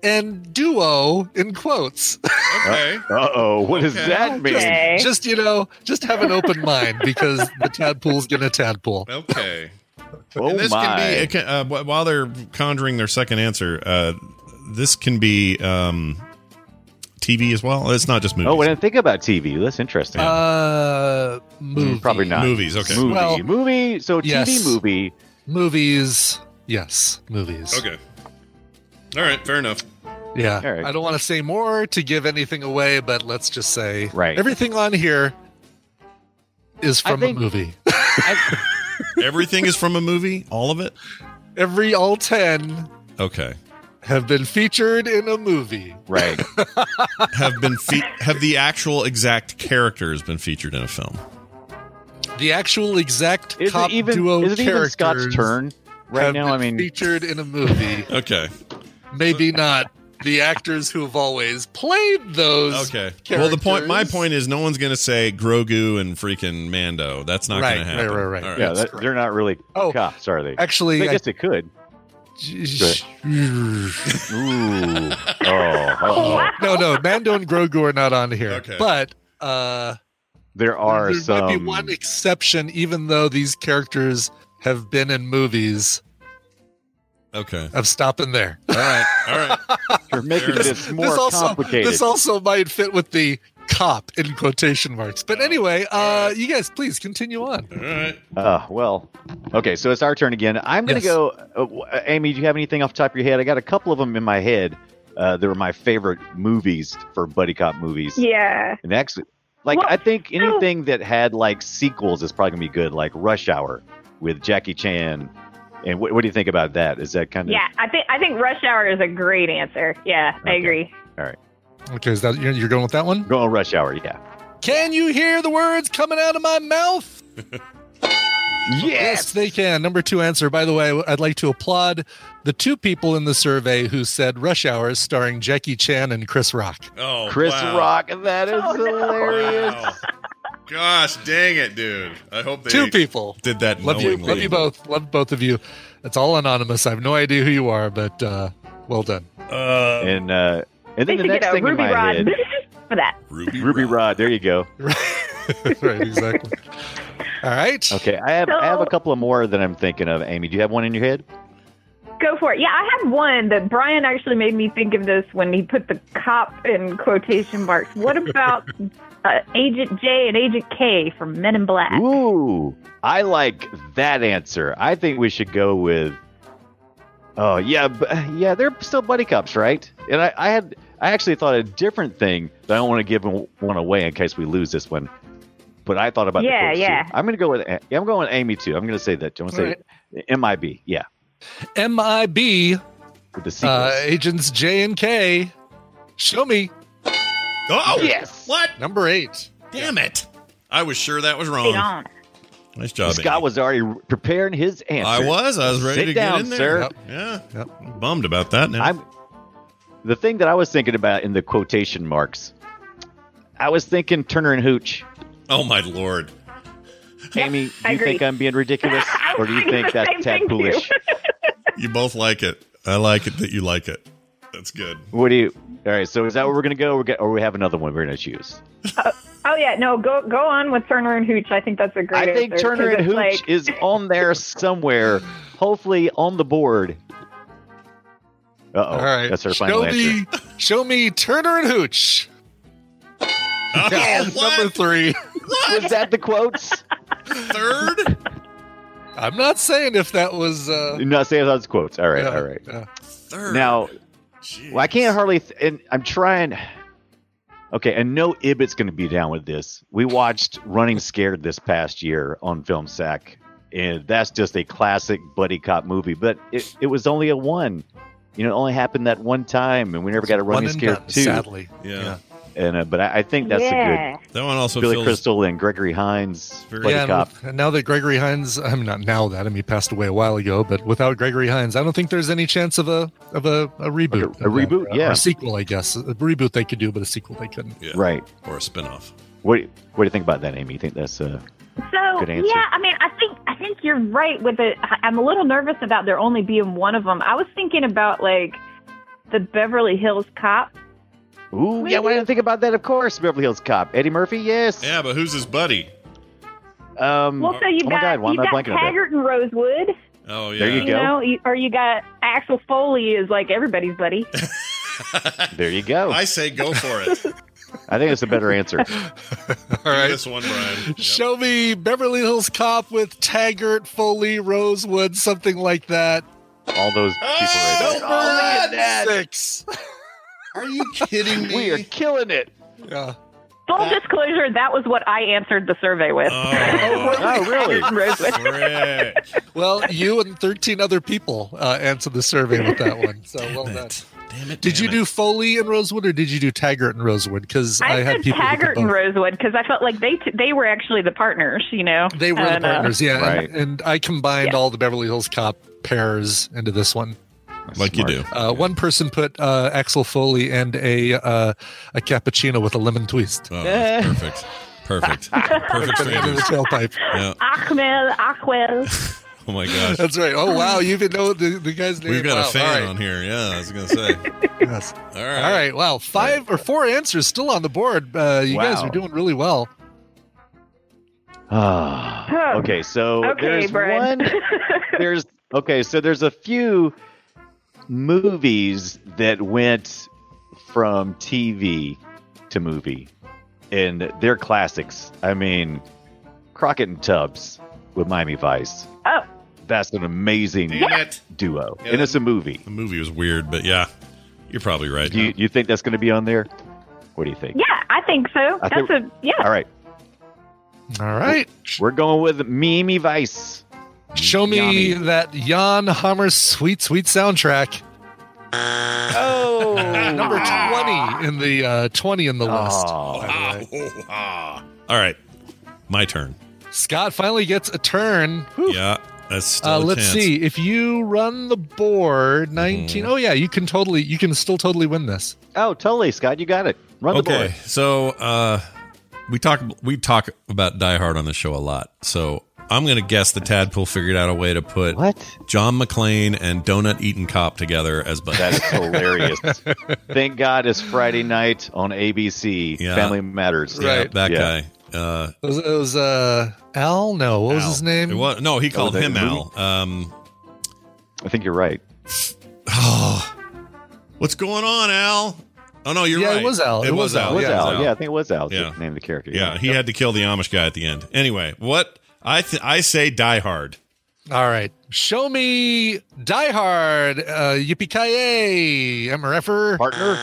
C: and duo in quotes.
B: Okay.
G: Uh oh, what does that mean?
H: Okay.
C: just you know, just have an open mind because
G: [LAUGHS]
C: the tadpole's gonna tadpole.
B: Okay.
G: Oh
B: and [LAUGHS] this
G: my!
B: can be it can- uh, wh- while they're conjuring their second answer. Uh, this can be um, TV as well. It's not just movies.
G: oh, I didn't think about TV. That's interesting.
C: Uh, movie,
G: Mm, Probably not
B: Movies, okay.
G: Movie,
C: Well,
G: movie. So TV
C: yes.
G: movie.
C: movies. Yes, movies.
B: okay. All right, fair enough.
C: Yeah.
G: All right.
C: I don't want to say more to give anything away, but let's just say
G: Right.
C: everything on here is
G: I
C: from
G: think-
C: a movie.
G: I-
B: Everything is from a movie. All of it.
C: Every all 10
B: Okay.
C: have been featured in a movie.
G: right.
B: [LAUGHS] Have been fe- have the actual exact characters been featured in a film?
C: The actual exact
G: Is
C: cop
G: it even,
C: duo
G: is it even
C: characters
G: Scott's turn right
C: have
G: now? I
C: been
G: mean,
C: featured in a movie.
B: Okay.
C: Maybe not the actors who have always played those.
B: Okay.
C: Characters.
B: Well, the point, my point is, no one's going to say Grogu and freaking Mando. That's not
C: Right,
B: going to happen.
C: right, right, right.
B: All
G: yeah,
C: that's
G: that,
C: correct.
G: they're not really
C: Oh,
G: cops, are they?
C: Actually,
G: I
C: I,
G: guess they could. Ooh. oh.
C: [LAUGHS]
G: uh-oh.
C: no, no, Mando and Grogu are not on here.
B: Okay.
C: But uh,
G: There are
C: there
G: some.
C: might be one exception, even though these characters have been in movies.
B: Okay.
C: I'm stopping there.
B: All right. All right.
C: [LAUGHS]
G: You're making
B: This-
G: this more
C: also
G: complicated.
C: this also might fit with the cop in quotation marks. But anyway, uh, you guys, please continue on.
B: All right.
G: uh, well, okay, so it's our turn again. I'm going to
C: Yes.
G: go. Uh, w- uh, Amy, do you have anything off the top of your head? I got a couple of them in my head. Uh, they were my favorite movies for buddy cop movies.
H: Yeah.
G: And actually, like
H: Well,
G: I think
H: no.
G: anything that had like sequels is probably gonna be good, like Rush Hour with Jackie Chan. And what, what do you think about that? Is that kind of
H: Yeah, I think I think rush hour is a great answer. Yeah, I
G: Okay.
H: agree.
C: Okay, is that you're, you're going with that one?
G: going Rush Hour? Yeah.
C: Can you hear the words coming out of my mouth? Yes. they can. Number two answer. By the way, I'd like to applaud the two people in the survey who said Rush Hour is starring Jackie Chan and Chris Rock.
B: Oh,
G: Chris
B: wow.
G: Rock, that
C: Oh,
G: is hilarious.
B: Wow. Gosh, dang it, dude. I hope they
C: two people.
B: did that
C: Love you.
B: knowingly.
C: Love you both. Love both of you. It's all anonymous. I have no idea who you are, but uh, well done.
B: Uh,
G: And uh, and
H: They
G: then the
H: should get
G: next
H: a
G: thing in
H: ruby
G: my
H: rod
G: head,
H: [LAUGHS] for that.
B: Ruby,
G: Ruby Rod. There you go.
C: [LAUGHS] right, exactly. all right.
G: Okay, I have I have a
H: So-
G: couple of more that I'm thinking of. Amy, do you have one in your head?
H: Go for it. Yeah, I had one that Brian actually made me think of this when he put the cop in quotation marks. What about [LAUGHS] uh, Agent J and Agent K from Men in
G: [LAUGHS]
H: Black?
G: Ooh, I like that answer. I think we should go with. Oh yeah, b- yeah, they're still buddy cops, right? And I, I had I actually thought a different thing that I don't want to give w- one away in case we lose this one. But I thought about the
H: Yeah,
G: kids,
H: yeah.
G: Too. I'm gonna go with A- yeah, I'm going with Amy too. I'm gonna say that. too. I'm gonna say MIB. Yeah,
C: MIB
G: with the sequels.
C: uh, agents J and K. Show me
B: Oh,
G: Yes.
B: What?
C: number eight.
B: Damn it. I was sure that was
H: Stay
B: wrong.
H: on.
B: Nice job.
G: Scott
B: Andy.
G: was already preparing his answer.
B: I was. I was ready
G: Sit
B: to
G: down,
B: get in there.
G: sir.
C: Yep.
B: Yeah.
C: Yep.
B: I'm bummed about that now.
G: I'm the thing that I was thinking about in the quotation marks. I was thinking Turner and Hooch.
B: oh, my Lord.
G: Amy, do
H: I
G: you think
H: agree.
G: I'm being ridiculous,
H: [LAUGHS] I
G: or do you
H: was thinking the
G: think that's tad
H: same thing, too.
G: foolish?
B: [LAUGHS] You both like it. I like it that you like it. That's good.
G: What do you? All right, so is that where we're gonna go? We're gonna, or we have another one we're gonna choose?
H: Oh yeah, no, go go on with Turner and Hooch. I think that's a great.
G: I think
H: answer,
G: Turner
H: 'cause it's
G: and Hooch
H: like-
G: is on there somewhere, hopefully on the board. Uh oh,
C: All right.
G: that's our final
C: show
G: answer.
C: me,
G: [LAUGHS]
C: show me Turner and Hooch.
B: Oh,
C: Yes,
B: what?
C: [LAUGHS] number three.
G: Was that the quotes?
B: Third?
C: I'm not saying if that was. Uh,
G: no, say those quotes. All right,
C: yeah,
G: all right.
C: yeah.
B: Third.
G: Now,
B: Jeez.
G: Well, I can't hardly. Th- and I'm trying. Okay, and no Ibbot's going to be down with this. We watched Running Scared this past year on Film Sack, and that's just a classic buddy cop movie. But it, it was only a one. You know, it only happened that one time, and we never got a
C: One
G: Running
C: and
G: Scared
C: done,
G: two.
C: sadly.
B: Yeah.
G: And uh, but I, I think that's
H: yeah.
G: a
B: That one also
G: good. Billy
B: feels.
G: Crystal and Gregory Hines
B: Very-
G: buddy
C: yeah, and
G: cop.
C: with- and now that Gregory Hines, I'm not now that I mean he passed away a while ago, but without Gregory Hines, I don't think there's any chance of a of a, a reboot,
G: a reboot,
C: Or a
G: yeah.
C: sequel, I guess. A reboot they could do, but a sequel they couldn't.
B: Yeah.
G: Right.
B: Or a spinoff.
G: What What do you think about that, Amy? You think that's uh?
H: So
G: Good answer.
H: yeah, I mean, I think I think you're right with it. I- I'm a little nervous about there only being one of them. I was thinking about like the Beverly Hills Cop.
G: Ooh, yeah. Why didn't I think about that? Of course, Beverly Hills Cop, Eddie Murphy. Yes.
B: Yeah, but who's his buddy?
G: Um,
H: Well, so you
G: oh my
H: got
G: God, why
H: you
G: am I
H: got
G: blanking on that?
H: Taggart and Rosewood,
B: Oh, yeah.
G: There
H: you
B: [LAUGHS]
G: go.
H: know, you- or you got Axel Foley is like
B: [LAUGHS]
H: everybody's buddy.
G: There you go.
B: I
G: I,
B: say go for
G: [LAUGHS]
B: it. Do
G: think it's a better answer. [SIGHS]
C: All right.
B: This one, Brian. Yep.
C: [LAUGHS] Show me Beverly Hills Cop with Taggart, Foley, Rosewood, something like that.
G: All those people right there. Oh,
B: Number
C: Six.
B: Are you kidding me?
G: [LAUGHS] We are killing it.
C: Yeah.
H: Full disclosure, that was what I answered the survey
C: [LAUGHS]
H: with. [LAUGHS]
B: Oh,
G: [LAUGHS] Oh, really?
H: Rosewood.
B: frick.
C: Well, you and 13 other people uh, answered the survey with that one. So well
B: Damn
C: done.
B: it. Damn it.
C: Did you
B: damn
C: do
B: it.
C: Foley and Rosewood, or did you do Taggart and Rosewood? Because I,
H: I,
C: had
H: said
C: people. who did
H: Taggart and
C: both.
H: Rosewood because I felt like they t- they were actually the partners, you know.
C: They were
H: And,
C: the
H: uh,
C: partners, yeah.
G: Right.
C: And, and I combined all the Beverly Hills Cop pairs into this one.
B: Like you do.
G: Smart.
C: Uh, One person put uh, Axel Foley and a uh, a cappuccino with a lemon twist.
B: Oh, that's
C: [LAUGHS]
B: perfect. Perfect. Perfect
C: Put it into the
B: strangers.
C: tailpipe.
B: Yeah.
H: Achmel,
C: [LAUGHS]
H: Achwell.
B: Oh, my gosh.
C: That's right. Oh wow, you even know the, the guy's name.
B: We've got
C: Wow.
B: a fan
C: All
B: on
C: right.
B: here. Yeah, I was going to say.
C: [LAUGHS] Yes.
B: All right.
C: All right. Wow. Five or four answers still on the board. Uh, you guys
G: Wow.
C: are doing really well.
G: Ah. okay, so
H: Okay,
G: there's
H: Brian.
G: one. There's okay, so there's a few movies that went from TV to movie, and they're classics. I mean, Crockett and Tubbs with Miami Vice.
H: Oh.
G: That's an amazing
B: Damn it.
G: duo,
B: Yeah,
G: and
B: that-
G: it's a movie.
B: The movie was weird, but yeah, you're probably right.
G: Do you, you think that's going to be on there? What do you think?
H: yeah, I think so.
G: I
H: That's
G: think-
H: a yeah.
G: All right,
C: All right.
G: we're going with Mimi Vice.
C: Show me
G: Yummy.
C: that Jan Hammer's sweet, sweet soundtrack.
G: Oh,
C: [LAUGHS] number twenty in the uh, twenty in the list.
B: Ah, oh, ah. Oh. All right, my turn.
C: Scott finally gets a turn.
B: Yeah, that's still a
C: Uh, let's
B: chance. Mm-hmm.
C: see if you run the board 19 oh yeah you can totally you can still totally win this
G: oh totally scott you got it run the
B: okay,
G: board
B: so uh, we talk we talk about Die Hard on the show a lot. So I'm gonna guess the tadpole figured out a way to put
G: what
B: John McClane and Donut Eating Cop together as buddies. [LAUGHS]
G: that's hilarious thank god it's friday night on abc
B: Yeah.
G: family matters
B: yeah,
C: right.
B: that
G: Yeah.
B: guy. Uh,
C: it was, it was uh al no what was
B: Al.
C: his name
B: It was, no, he called
G: Oh, that
B: him Al. Um,
G: i think you're right
B: oh, [SIGHS] what's going on, Al? Oh no, you're
C: Yeah, it
B: right.
C: was Al. It was
G: it
C: Al.
G: was
B: Yeah,
G: al yeah i think it was al
B: Yeah.
G: yeah. the name of the character
B: Yeah, he had to kill the Amish guy at the end. Anyway, what I th- I say Die Hard.
C: all right show me die hard uh yippee mrfer
G: partner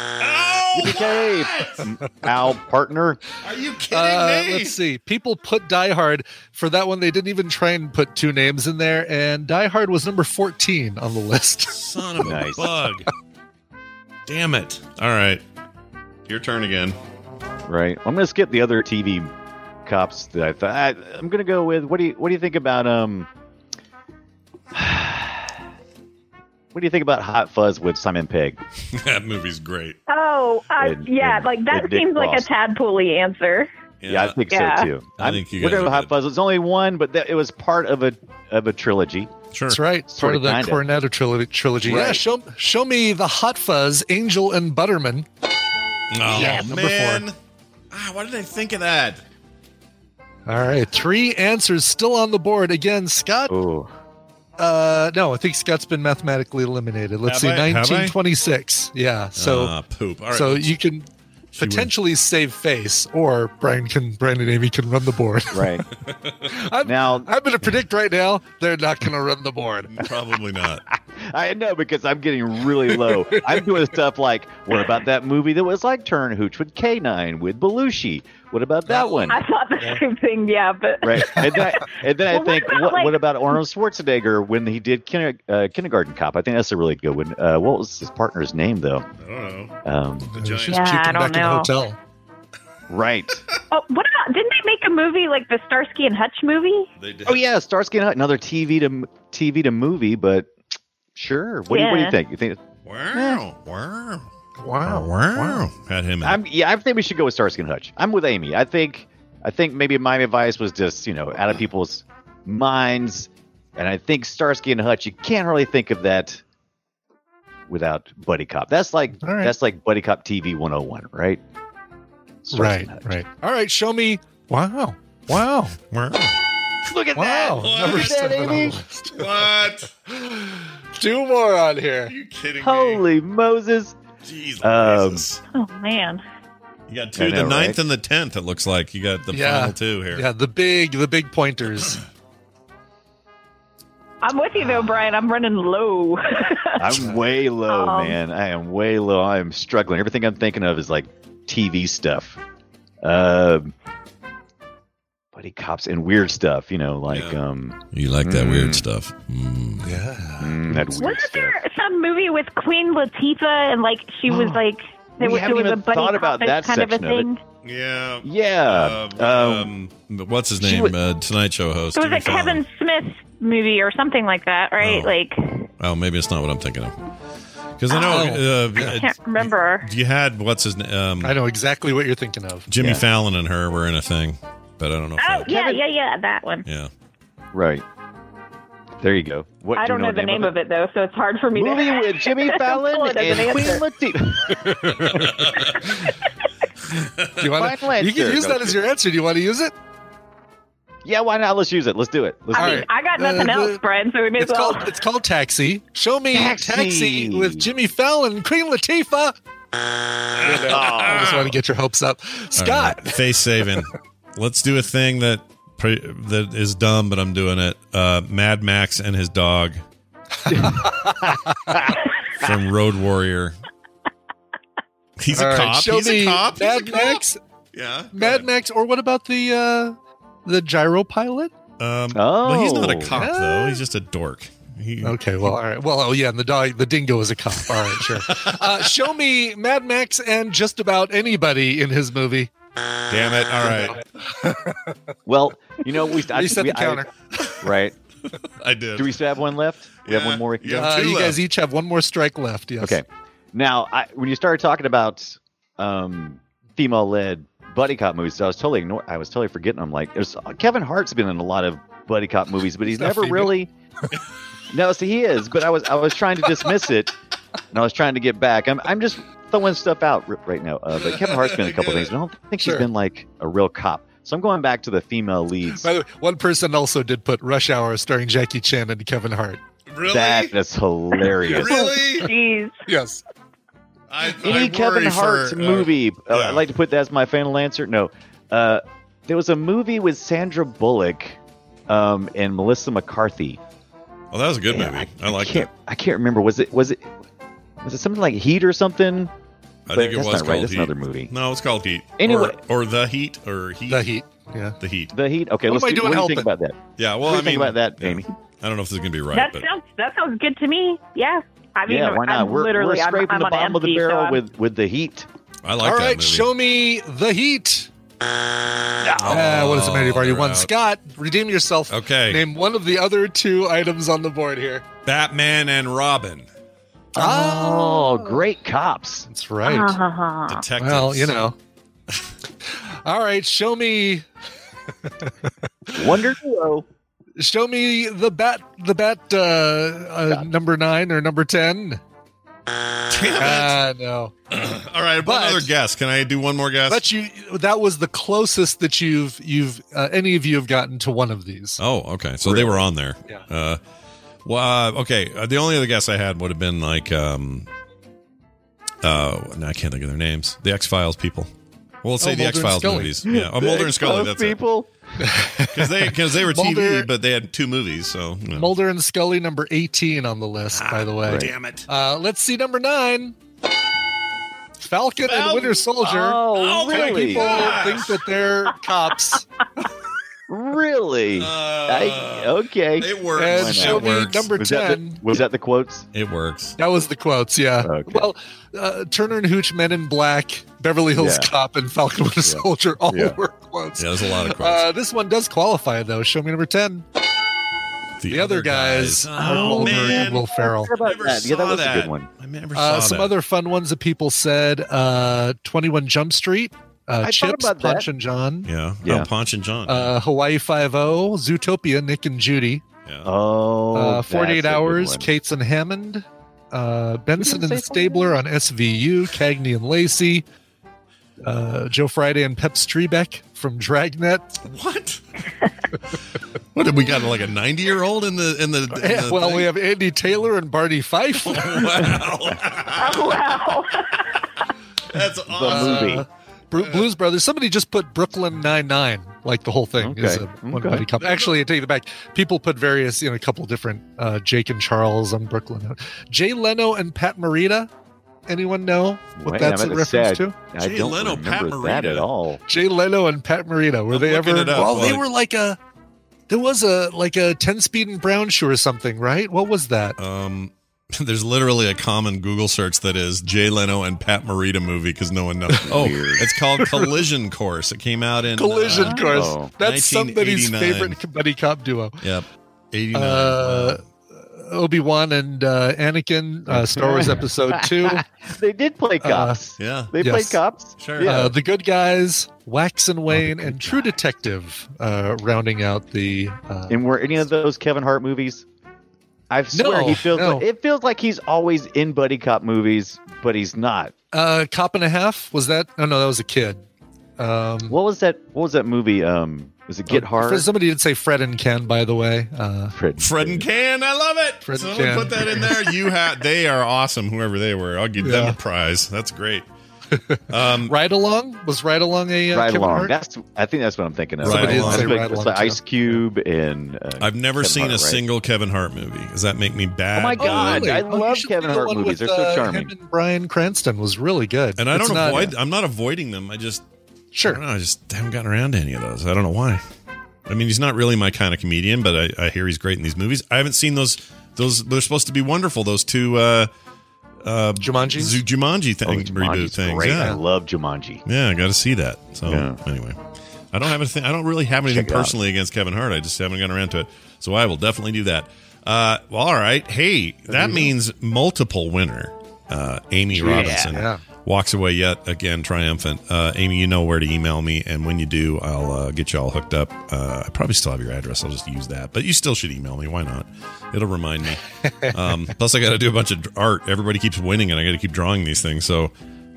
B: Oh,
G: PK al partner
B: are you kidding
C: uh, let's see. People put Die Hard for that one. They didn't even try and put two names in there, and Die Hard was number fourteen on the list.
B: Son of
G: Nice.
B: a bug. [LAUGHS] Damn it. All right. Your turn again.
G: Right. I'm gonna skip the other TV cops that I thought. I, I'm gonna go with what do you what do you think about um. [SIGHS] What do you think about Hot Fuzz with Simon Pegg?
B: [LAUGHS] that movie's great.
H: Oh, uh,
G: And-
H: yeah,
G: and-
H: like that
G: and Nick
H: seems like a
G: Frost.
H: tadpooley answer.
G: Yeah, I think
H: Yeah.
G: so too.
B: I
G: I'm-
B: think you
G: we're
B: guys
G: gonna
B: are
G: go Hot
B: good.
G: Fuzz. It's only one, but that, it was part of a of a trilogy.
B: sure.
C: That's right.
G: Sorta,
C: Part of the
G: kinda.
C: Cornetto trilogy. trilogy. Yeah.
G: Right.
C: Show show me the Hot Fuzz, Angel, and Butterman.
B: Oh,
C: Yeah, number four.
B: man. Ah, why did I think of that?
C: All right, three answers still on the board. Again, Scott.
G: Ooh,
C: Uh, no, I think Scott's been mathematically eliminated.
B: Have
C: Let's see,
B: I? Have I?
C: nineteen twenty-six. Yeah, so
B: Ah, poop. All right.
C: so
B: let's-
C: you can
B: win.
C: potentially save face, or Brian can Brian and Amy can run the board. [LAUGHS]
G: [LAUGHS] right.
C: I'm,
G: Now-
C: I'm going to predict right now they're not going to run the board.
B: Probably not.
G: [LAUGHS] I know because I'm getting really low. I'm doing stuff like, what about that movie that was like Turn Hooch with K9 with Belushi? What about that one?
H: I thought the same thing, yeah, but
G: right? And then, I- and then
H: Well,
G: I
H: what
G: think,
H: about,
G: what,
H: Oh like-
G: what about Arnold Schwarzenegger when he did kinder, uh, Kindergarten Cop? I think that's a really good one. Uh, what was his partner's name, though?
B: I don't know.
G: Um,
B: The giant-
H: Yeah, I don't
C: in the
H: know.
C: hotel.
G: right.
H: oh, what about? Didn't they make a movie like the Starsky and Hutch movie?
B: They did.
G: Oh yeah, Starsky and Hutch, another TV to m- TV to movie, but sure. What, do, you, what do you
H: Yeah.
G: think? You think?
B: Wow. Wow.
C: Wow.
B: Wow. Had him in.
G: I'm, yeah, I think we should go with Starsky and Hutch. I'm with Amy. I think, I think maybe my advice was just you know out of people's minds, and I think Starsky and Hutch. You can't really think of that without Buddy Cop. That's like
C: All right.
G: that's like Buddy Cop TV 101, right? Starsky
C: Right,
G: and Hutch.
C: right. All right, show me. Wow. Wow.
B: Wow.
G: Look at
C: Wow.
G: that.
B: Look
C: Number
B: at that,
C: seven on the
G: Amy.
C: list.
B: What?
C: Two more on here.
B: Are you kidding me?
G: Holy Moses.
B: Jesus.
G: Um,
H: Oh man,
B: you got two,
G: I
B: the
G: know,
B: ninth
G: right?
B: and the tenth, it looks like. You got the
C: Yeah.
B: final two here.
C: Yeah, the big, the big pointers.
H: I'm with you though, Brian. I'm running low. [LAUGHS]
G: I'm way low,
H: Um,
G: man. I am way low. I am struggling. Everything I'm thinking of is like TV stuff. Um buddy cops and weird stuff, you know, like
B: Yeah.
G: um
B: You like that
G: Mm.
B: weird stuff. Mm.
C: yeah.
G: mm,
H: [LAUGHS]
G: that weird
H: Wasn't
G: stuff.
H: there some movie with Queen Latifah and like she
G: [GASPS]
H: was like there
G: We
H: was, there
G: haven't
H: was a
G: even
H: buddy
G: thought
H: cop
G: about that
H: kind of a
G: section of it.
H: thing?
B: Yeah.
G: Yeah.
B: Uh,
G: um,
B: um, what's his
G: she
B: name?
G: was-
B: uh, Tonight Show host.
H: It was
B: Jimmy
H: a Kevin
B: Fallon.
H: Smith movie or something like that, right?
B: Oh.
H: Like
B: Oh, maybe it's not what I'm thinking of. Because I know uh,
H: I
B: uh,
H: can't remember.
B: you had what's his name?
C: Oh. I
B: Um,
C: know exactly what you're thinking of. Ah.
B: Jimmy
G: Yeah.
B: Fallon and her were in a thing, but I don't know. If
H: Oh
B: that,
H: yeah,
G: Kevin-
H: yeah, yeah, that one.
B: yeah.
G: right. There you go. What
H: I
G: do you
H: don't know, the name
G: it?
H: of it though, so it's hard for me
G: Movie
H: to [LAUGHS]
G: with Jimmy
H: pull
G: Fallon
H: it as an
G: and Queen
H: answer.
G: Latifah.
H: [LAUGHS]
C: Do you, wanna,
G: Final
C: you can
G: answer.
C: use that as your answer. Do you want to use it?
G: Yeah, why not? Let's use it. Let's do it. Let's
H: I
G: do
H: mean,
G: it.
H: I got
C: Uh,
H: nothing
C: the-
H: else, Brian, so we may as
C: It's
H: well.
C: called it's called Taxi. Show me
G: Taxi.
C: Taxi, with Jimmy Fallon, Queen
B: [LAUGHS]
C: Latifah.
B: Oh.
C: I just want to get your hopes up, Scott.
B: Ah. All right. face
C: [LAUGHS]
B: saving. Let's do a thing that pre- that is dumb, but I'm doing it. Uh, Mad Max and his
C: [LAUGHS]
B: dog from Road Warrior. He's
C: All
B: a
C: right,
B: cop.
C: Show
B: He's
C: me
B: a cop. He's a
C: Mad
B: cop.
C: Max.
B: Yeah. go
C: Mad
B: ahead.
C: Max. Or what about the uh, the gyro pilot?
B: Um, [LAUGHS]
G: Oh.
B: well, he's not a cop
C: Oh.
B: though. He's just a dork. He-
C: Okay, well, all right. Well, oh yeah, and the dog, the dingo is a cop. All right,
B: [LAUGHS]
C: sure. uh, show me Mad Max and just about anybody in his movie.
B: Damn it! All right,
G: Well, you know, we I,
C: Reset
G: we-
C: the
G: I-
C: counter.
G: right?
B: [LAUGHS] I did.
G: Do we still have one left? We have
B: Yeah.
G: one more.
B: Yeah.
C: Uh,
B: Two
C: you
B: left.
C: guys each have one more strike left. Yes.
G: Okay. Now, I, when you started talking about um, female-led buddy cop movies, I was totally ignore- I was totally forgetting. I'm like, there's uh, Kevin Hart's been in a lot of buddy cop movies, but he's,
C: not
G: never
C: female.
G: really. no, see, he is, but I was I was trying to dismiss it, and I was trying to get back. I'm I'm just throwing stuff out r- right now. Uh, but Kevin Hart's been in a couple
B: Get
G: things, but I don't think
C: Sure.
G: he's been like a real cop. So I'm going back to the female leads.
C: By the way, one person also did put Rush Hour starring Jackie Chan and Kevin Hart.
B: really?
G: That is hilarious.
B: really?
H: Jeez.
G: [LAUGHS]
C: Yes.
B: I,
G: Any
B: I
G: Kevin
B: worry
G: Hart
B: for, uh,
G: movie. uh,
B: yeah.
G: I'd like to put that as my final answer. No. Uh, there was a movie with Sandra Bullock um, and Melissa McCarthy.
B: Oh, that was a good
G: Man,
B: movie. I, like
G: can't,
B: it.
G: I can't remember. Was it was it was it something like Heat or something?
B: I
G: but
B: think it was
G: that's not
B: called
G: right. That's
B: Heat.
G: another movie.
B: No, it's called Heat.
G: Anyway.
B: or, or the Heat, or Heat,
C: The Heat. Yeah.
B: the Heat.
G: The Heat. Okay,
C: What
G: let's
C: am I
G: do,
C: doing
G: what do you think
C: helping?
G: about that?
B: Yeah.
G: what
B: Well,
G: do
B: I
G: you
B: mean,
G: think about that,
B: yeah.
G: Amy?
B: I don't know if this is gonna be right,
H: that
B: but
H: sounds that sounds good to me. Yeah. I mean,
G: yeah, why not?
H: I'm
G: we're,
H: literally
G: we're
H: I'm-
G: scraping
H: I'm,
G: the
H: on
G: bottom of the
H: empty, so
G: barrel
H: I'm-
G: with with the Heat.
B: I like
C: all
B: that
C: right,
B: movie.
C: show me The Heat. Ah, what is the matter? You've already
B: they're
C: won.
B: out.
C: Scott, redeem yourself.
B: Okay.
C: Name one of the other two items on the board here.
B: Batman and Robin.
G: Oh, great cops.
C: That's right.
H: Uh-huh.
B: Detectives.
C: Well,
B: [LAUGHS]
C: you know. All right, show me
G: [LAUGHS] Wonder Duo.
C: show me the bat the bat uh, uh number 9 or number 10. Ah, no.
B: [CLEARS THROAT] All right, one
C: But-
B: other guess. Can I do one more guess?
C: But you that was the closest that you've you've uh, any of you have gotten to one of these.
B: oh, okay. So they were on there.
C: Yeah.
B: Uh, well, uh, okay. Uh, the only other guess I had would have been like, um, uh, no, I can't think of their names. The X Files people. Well, let's
C: Oh,
B: say the
C: Mulder
B: X
C: and
B: Files
C: Scully.
G: [LAUGHS]
B: movies. Yeah, oh, Mulder and Scully.
G: Those
B: That's it.
G: people.
B: Because they because they were
C: Mulder-
B: TV, but they had two movies. So you know.
C: Mulder and Scully number 18 on the list by the way.
B: Ah, Damn it!
C: Uh, let's see number 9. Falcon and
B: Fal-
C: Winter Soldier.
G: Oh,
B: Oh,
C: Ten
G: really?
C: People
B: Gosh.
C: think that they're cops.
G: Really? I,
B: Uh,
G: okay.
B: It works.
C: and
G: It
C: show me
B: works.
C: number
G: Was that,
C: 10.
G: the, was that the quotes?
B: It works.
C: That was the quotes, yeah.
G: Okay.
C: Well, uh, Turner and Hooch, Men in Black, Beverly Hills
G: Yeah.
C: Cop, and Falcon Winter Soldier all
G: Yeah.
C: were quotes.
B: Yeah, there's a lot of quotes.
C: Uh, this one does qualify, though. Show me number 10. The other guys are
B: Oh
C: Mulder
B: man!
C: and Will Ferrell.
G: What about
B: Never
G: that? Yeah, that
B: saw
G: was a good one.
B: I never
C: Uh,
B: saw
C: some
B: that.
C: other fun ones that people said uh, 21 Jump Street, uh,
G: thought
C: Chips,
G: about that.
C: Punch and John,
B: Yeah.
G: Yeah.
B: Oh, Punch and
G: [LAUGHS]
B: John.
C: uh, Hawaii Five-O, Zootopia, Nick and Judy,
B: yeah.
G: Oh,
C: uh, 48
G: that's a good
C: Hours,
G: one.
C: Cates and Hammond, uh,
G: didn't
C: Benson
G: say
C: and Stabler on SVU, Cagney and Lacey, uh, Joe Friday and Pep Strebeck from Dragnet.
B: What? what did we got? Like a ninety-year-old in the in the. In
C: Eh,
B: the
C: [LAUGHS] well, we
B: thing?
C: have Andy Taylor and
B: [LAUGHS]
C: Barney Fife.
B: Wow,
H: Oh, wow.
B: that's
G: The
B: awesome.
G: movie.
C: Uh, Bru- Blues Brothers. Somebody just put Brooklyn Nine Nine. Like the whole thing is a
G: Okay,
C: one
G: okay.
C: buddy cop. Actually, I take it back. People put various, you know, a couple different uh, Jake and Charles on Brooklyn. Jay Leno and Pat Morita. Anyone know what
G: Wait,
C: that's
G: I'm
C: a
G: at
C: reference
G: the sad-
C: to?
G: I
B: Jay
G: don't
B: Leno, Pat
G: remember that
B: Morita.
G: at all.
C: Jay Leno and Pat Morita. Were
B: I'm
C: they ever?
B: looking it up
C: Well, they
B: while-
C: were like a. There was a like a ten speed and brown shoe or something, right? What was that?
B: Um, [LAUGHS] there's literally a common Google search that is Jay Leno and Pat Morita movie because no one knows. Oh, it's called Collision Course. It came out in
C: Collision
B: uh,
G: Oh.
C: course. That's somebody's
B: 1989.
C: favorite buddy cop duo.
B: Yep, eighty nine.
C: Uh, Obi Wan and uh, Anakin, uh, Star Wars
G: [LAUGHS]
C: Episode Two, Uh,
G: They did play cops.
B: yeah.
G: They
C: yes.
G: played cops.
B: Sure.
G: Yeah.
C: uh, The Good Guys, Wax and Wayne,
G: Good
C: and True Detective, uh, rounding out the. Uh,
G: and were any of those Kevin Hart movies? I swear he feels.
C: no.
G: Like, it feels like he's always in buddy cop movies, but he's not.
C: uh, Cop and a Half was that? Oh no, that was a kid. Um,
G: What was that? What was that movie? Um, was it Get
C: oh,
G: Hard?
C: Somebody did say Fred and Ken, by the way. Uh,
G: Fred.
B: Fred and Can, I love it.
C: Fred and
B: Someone
C: Ken.
B: put that in there.
C: [LAUGHS]
B: You had they are awesome. Whoever they were, I'll give them
C: Yeah.
B: a prize. That's
C: [LAUGHS]
B: great. Um,
C: Ride Along was Ride Along a uh,
G: Ride
C: Kevin
G: along.
C: Hart?
G: That's. I think that's what I'm thinking of.
B: Somebody
G: Ride
B: did
G: Along.
B: say
G: It's like-
C: Ride
G: it's
C: Along,
G: like
C: too.
G: Ice Cube and. Uh,
B: I've never
G: Kevin
B: seen
G: Hart,
B: a
G: right?
B: single Kevin Hart movie. Does that make me bad?
G: Oh my
C: Oh,
G: God,
C: really?
G: I
C: Oh, you
G: love
C: should
G: Kevin
C: do the
G: Hart
C: one with,
G: movies. They're so
C: uh,
G: charming.
C: Him and Brian Cranston was really good.
B: And I
C: It's
B: don't
C: not-
B: avoid. I'm not avoiding them. I just I,
C: Sure.
B: don't know, I just haven't gotten around to any of those. I don't know why. I mean, he's not really my kind of comedian, but I, I hear he's great in these movies. I haven't seen those Those they're supposed to be wonderful. Those two uh, uh,
C: Jumanji
B: Zu- Jumanji thing
G: Oh,
B: reboot
G: Jumanji's
B: things.
G: great. I
B: Yeah,
G: love Jumanji.
B: yeah, I got to see that. So
G: Yeah.
B: anyway, I don't have anything. I don't really have anything
G: Check it out.
B: personally against Kevin Hart. I just haven't gotten around to it. So I will definitely do that. Uh, well, all right. Hey, that means multiple winner. Uh, Amy
G: Yeah.
B: Robinson
C: Yeah.
B: walks away yet again triumphant. Uh, Amy, you know where to email me, and when you do, I'll uh, get you all hooked up. Uh, I probably still have your address. I'll just use that, but you still should email me. Why not? It'll remind me.
G: [LAUGHS]
B: Um, plus, I got to do a bunch of art. Everybody keeps winning, and I got to keep drawing these things. So,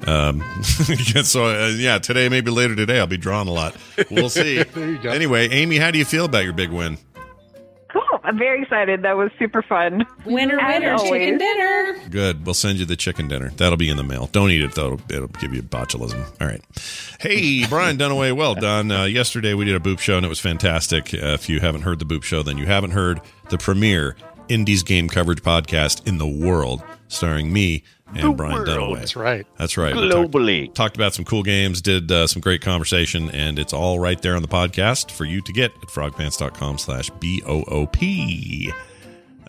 B: um, [LAUGHS] yeah, so uh, yeah, today maybe later today I'll be drawing a lot. We'll see.
C: [LAUGHS] There you go.
B: Anyway, Amy, how do you feel about your big win?
H: Cool. I'm very excited. That was super fun.
I: Winner,
H: As
I: winner, chicken
H: always.
I: dinner.
B: Good. We'll send you the chicken dinner. That'll be in the mail. Don't eat it though. It'll give you botulism. All right.
C: [LAUGHS]
B: Hey, Brian Dunaway. Well done. Uh, yesterday we did a boop show and it was fantastic. Uh, if you haven't heard the boop show, then you haven't heard the premier Indies game coverage podcast in the world, starring me and Brian Dunaway.
C: That's right.
B: That's right. We talked-
G: Globally.
B: talked about some cool games, did uh, some great conversation, and it's all right there on the podcast for you to get at frogpants.com slash B-O-O-P.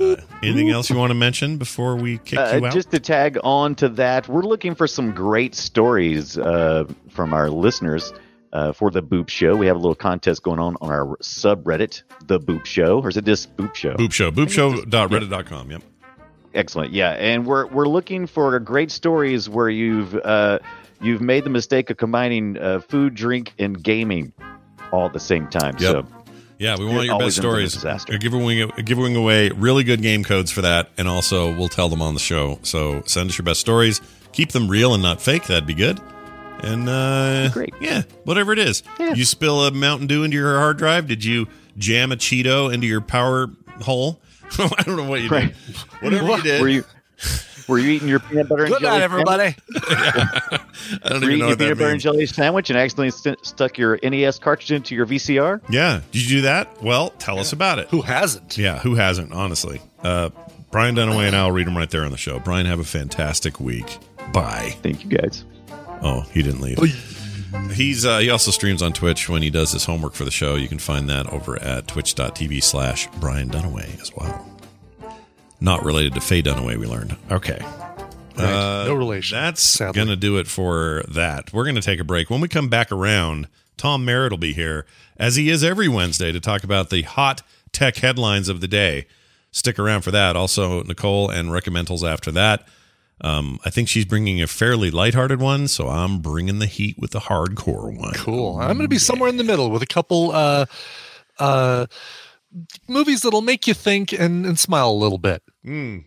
B: Uh, anything else you want to mention before we kick
G: Uh,
B: you out?
G: just to tag on to that, we're looking for some great stories uh, from our listeners uh, for the Boop Show. We have a little contest going on on our subreddit, the Boop Show, or is it just Boop Show?
B: Boop show. Boopshow.reddit.com. Yep.
G: Excellent. Yeah, and we're we're looking for great stories where you've uh, you've made the mistake of combining uh, food, drink, and gaming all at the same time.
B: Yep.
G: So
B: Yeah, we
G: You're
B: want your best
G: always in for the
B: stories.
G: disaster.
B: We're giving, giving away really good game codes for that, and also we'll tell them on the show. So send us your best stories. Keep them real and not fake. That'd be good. And uh,
G: Great.
B: yeah, whatever it is. You spill a Mountain Dew into your hard drive? Did you jam a Cheeto into your power hole? I don't know what you
G: Right.
B: did. Whatever you did.
G: were you were you eating your peanut butter and
C: Good
G: jelly
C: night,
G: sandwich?
C: everybody.
G: [LAUGHS]
B: I don't
G: Were you
B: even know what
G: eating your
B: that
G: peanut butter and
B: means.
G: jelly sandwich and accidentally st- stuck your NES cartridge into your VCR?
B: [LAUGHS] Yeah. Did you do that? Well, tell us about it.
C: Who hasn't?
B: Yeah, who hasn't, honestly? Uh, Brian Dunaway and I'll read them right there on the show. Brian, have a fantastic week. Bye.
G: Thank you guys.
B: Oh, he didn't leave. He's uh, he also streams on Twitch when he does his homework for the show. You can find that over at twitch.tv slash Brian Dunaway as well. Not related to Faye Dunaway, we learned. Okay.
C: Right. no relation.
B: Uh, That's
C: sadly.
B: going to do it for that. We're going to take a break. When we come back around, Tom Merritt will be here, as he is every Wednesday, to talk about the hot tech headlines of the day. Stick around for that. Also, Nicole and recommendals after that. Um, I think she's bringing a fairly lighthearted one, so I'm bringing the heat with the hardcore one.
C: cool. I'm going to be somewhere in the middle with a couple uh, uh, movies that'll make you think and, and smile a little bit.
G: Hmm.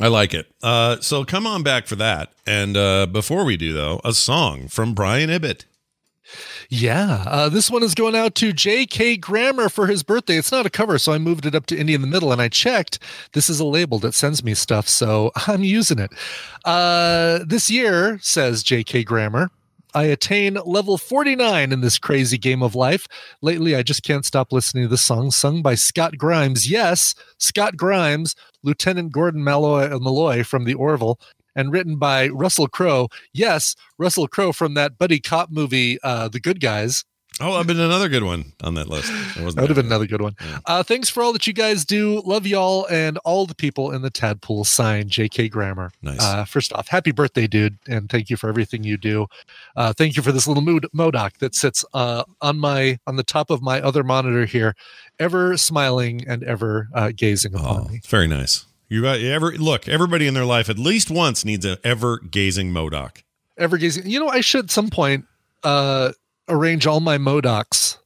B: I like it. Uh, so come on back for that. And uh, before we do, though, a song from Brian Ibbett.
C: Yeah, uh, this one is going out to J.K. Grammar for his birthday. It's not a cover, so I moved it up to Indie in the Middle, and I checked. This is a label that sends me stuff, so [LAUGHS] I'm using it. Uh, this year, says J.K. Grammar, I attain level 49 in this crazy game of life. Lately, I just can't stop listening to the song sung by Scott Grimes. Yes, Scott Grimes, Lieutenant Gordon Malloy, Malloy from The Orville, and written by Russell Crowe. Yes, Russell Crowe from that buddy cop movie, uh, The Good Guys.
B: Oh, I've been another good one on that list. That wasn't
C: That would have
B: bad.
C: been another good one.
B: Yeah.
C: Uh, thanks for all that you guys do. Love y'all and all the people in the tadpole sign, JK Grammar.
B: Nice.
C: Uh, first off, happy birthday, dude. And thank you for everything you do. Uh, thank you for this little mood Modoc that sits uh, on my on the top of my other monitor here, ever smiling and ever uh, gazing upon
B: Oh,
C: me.
B: it's very nice. You got you ever look? Everybody in their life at least once needs an ever gazing Modoc.
C: ever gazing. You know, I should at some point uh arrange all my Modocs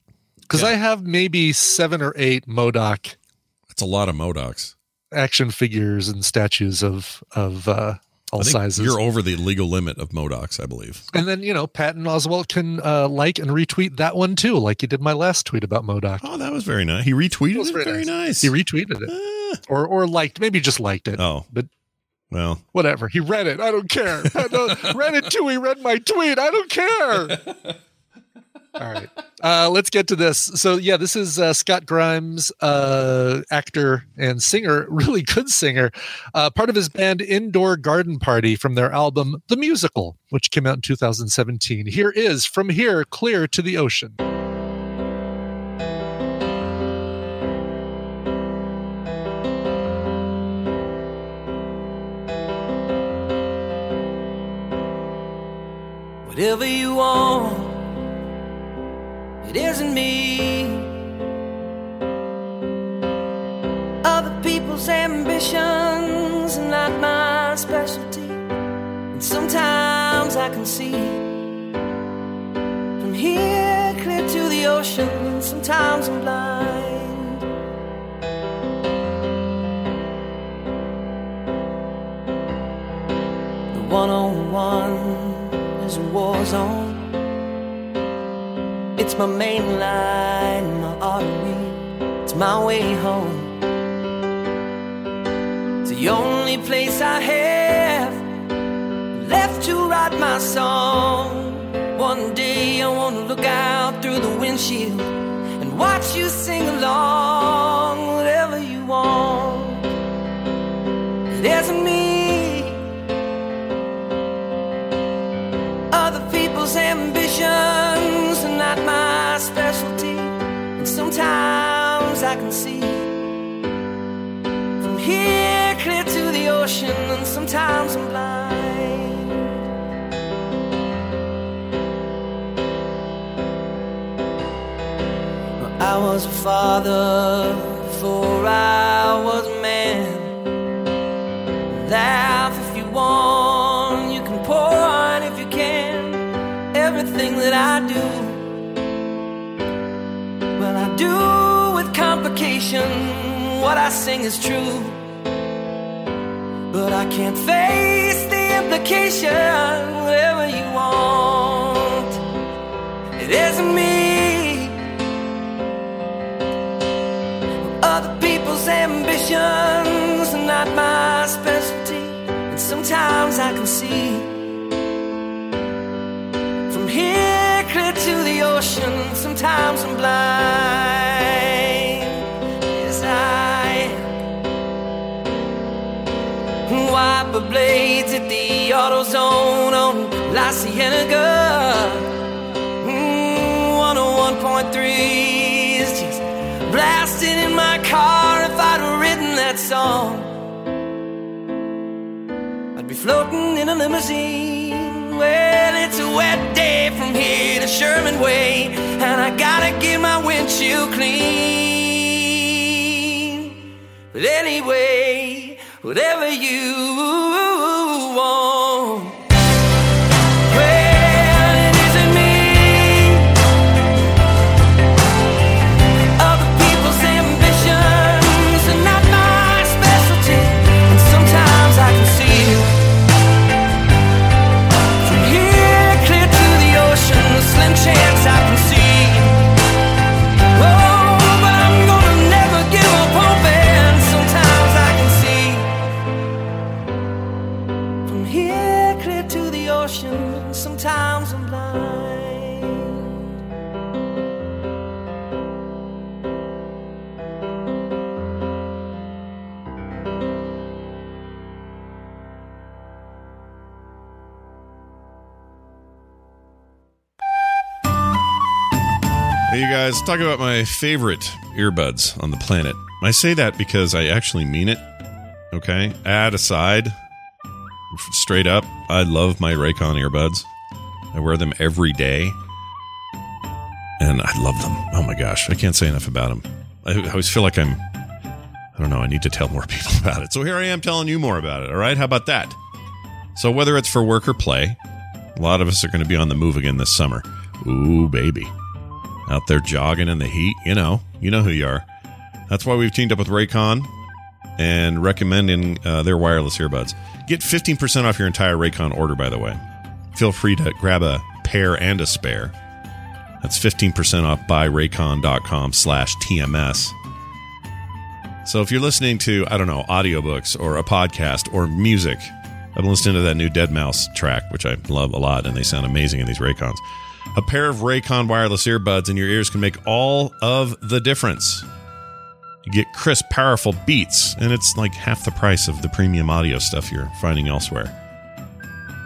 C: because
B: Yeah.
C: I have maybe seven or eight Modoc
B: That's a lot of Modocs.
C: action figures and statues of of uh all
B: I think
C: sizes.
B: You're over the legal limit of Modocs, I believe.
C: and then you know, Patton Oswalt can uh, like and retweet that one too, like he did my last tweet about Modoc.
B: Oh, that was very nice. He retweeted
C: That was
B: it. Very,
C: very
B: nice.
C: He retweeted it,
B: Ah.
C: or or liked, maybe just liked it.
B: oh,
C: But
B: well,
C: whatever, he read it. I don't care. I don't, read it too. He read my tweet. I don't care. All right. Uh, let's get to this. So, yeah, this is uh, Scott Grimes, uh, actor and singer, [LAUGHS] really good singer, uh, part of his band Indoor Garden Party from their album The Musical, which came out in 2017. Here is From Here Clear to the Ocean.
I: Whatever you want, it isn't me. Other people's ambitions are not my specialty. And sometimes I can see from here clear to the ocean, and sometimes I'm blind. The one on one is a war zone. It's my main line, my artery. It's my way home. It's the only place I have left to write my song. One day I wanna look out through the windshield and watch you sing along. Whatever you want, it isn't me. Other people's ambitions are not my specialty. And sometimes I can see from here clear to the ocean, and sometimes I'm blind. I was a father before I was a man. Laugh if you want, you can pour on if you can. Everything that I do, well, I do with complication. What I sing is true, but I can't face the implication. Whatever you want, it isn't me. Other people's ambitions are not my specialty. And sometimes I can see from here clear to the ocean. Sometimes I'm blind. Yes, I wipe the blades at the AutoZone on La Cienega. Mm, 101.3 is just blasting in my car. If I'd have written that song, I'd be floating in a limousine. Well, it's a wet day from here to Sherman Way, and I gotta get my windshield clean. But anyway, whatever you want. Well, it isn't me. Other people's ambitions are not my specialty, and sometimes I can see you from here clear to the ocean. A slim chance I can see you. Oh, but I'm gonna never give up hoping. Sometimes I can see from here clear to the ocean. Sometimes I'm blind.
B: Hey, you guys, talk about my favorite earbuds on the planet. I say that because I actually mean it. Okay? Ad aside, f- straight up, I love my Raycon earbuds. I wear them every day. And I love them. Oh my gosh, I can't say enough about them. I I always feel like I'm, I don't know, I need to tell more [LAUGHS] people about it. So here I am telling you more about it. All right? How about that? So whether it's for work or play, a lot of us are going to be on the move again this summer. Ooh, baby out there jogging in the heat. You know, you know who you are. That's why we've teamed up with Raycon and recommending uh, their wireless earbuds. Get 15% off your entire Raycon order, by the way. Feel free to grab a pair and a spare. That's 15% off by raycon.com slash TMS. So if you're listening to, I don't know, audiobooks or a podcast or music, I've been listening to that new Dead Mouse track, which I love a lot, and they sound amazing in these Raycons. A pair of Raycon wireless earbuds in your ears can make all of the difference. You get crisp, powerful beats, and it's like half the price of the premium audio stuff you're finding elsewhere.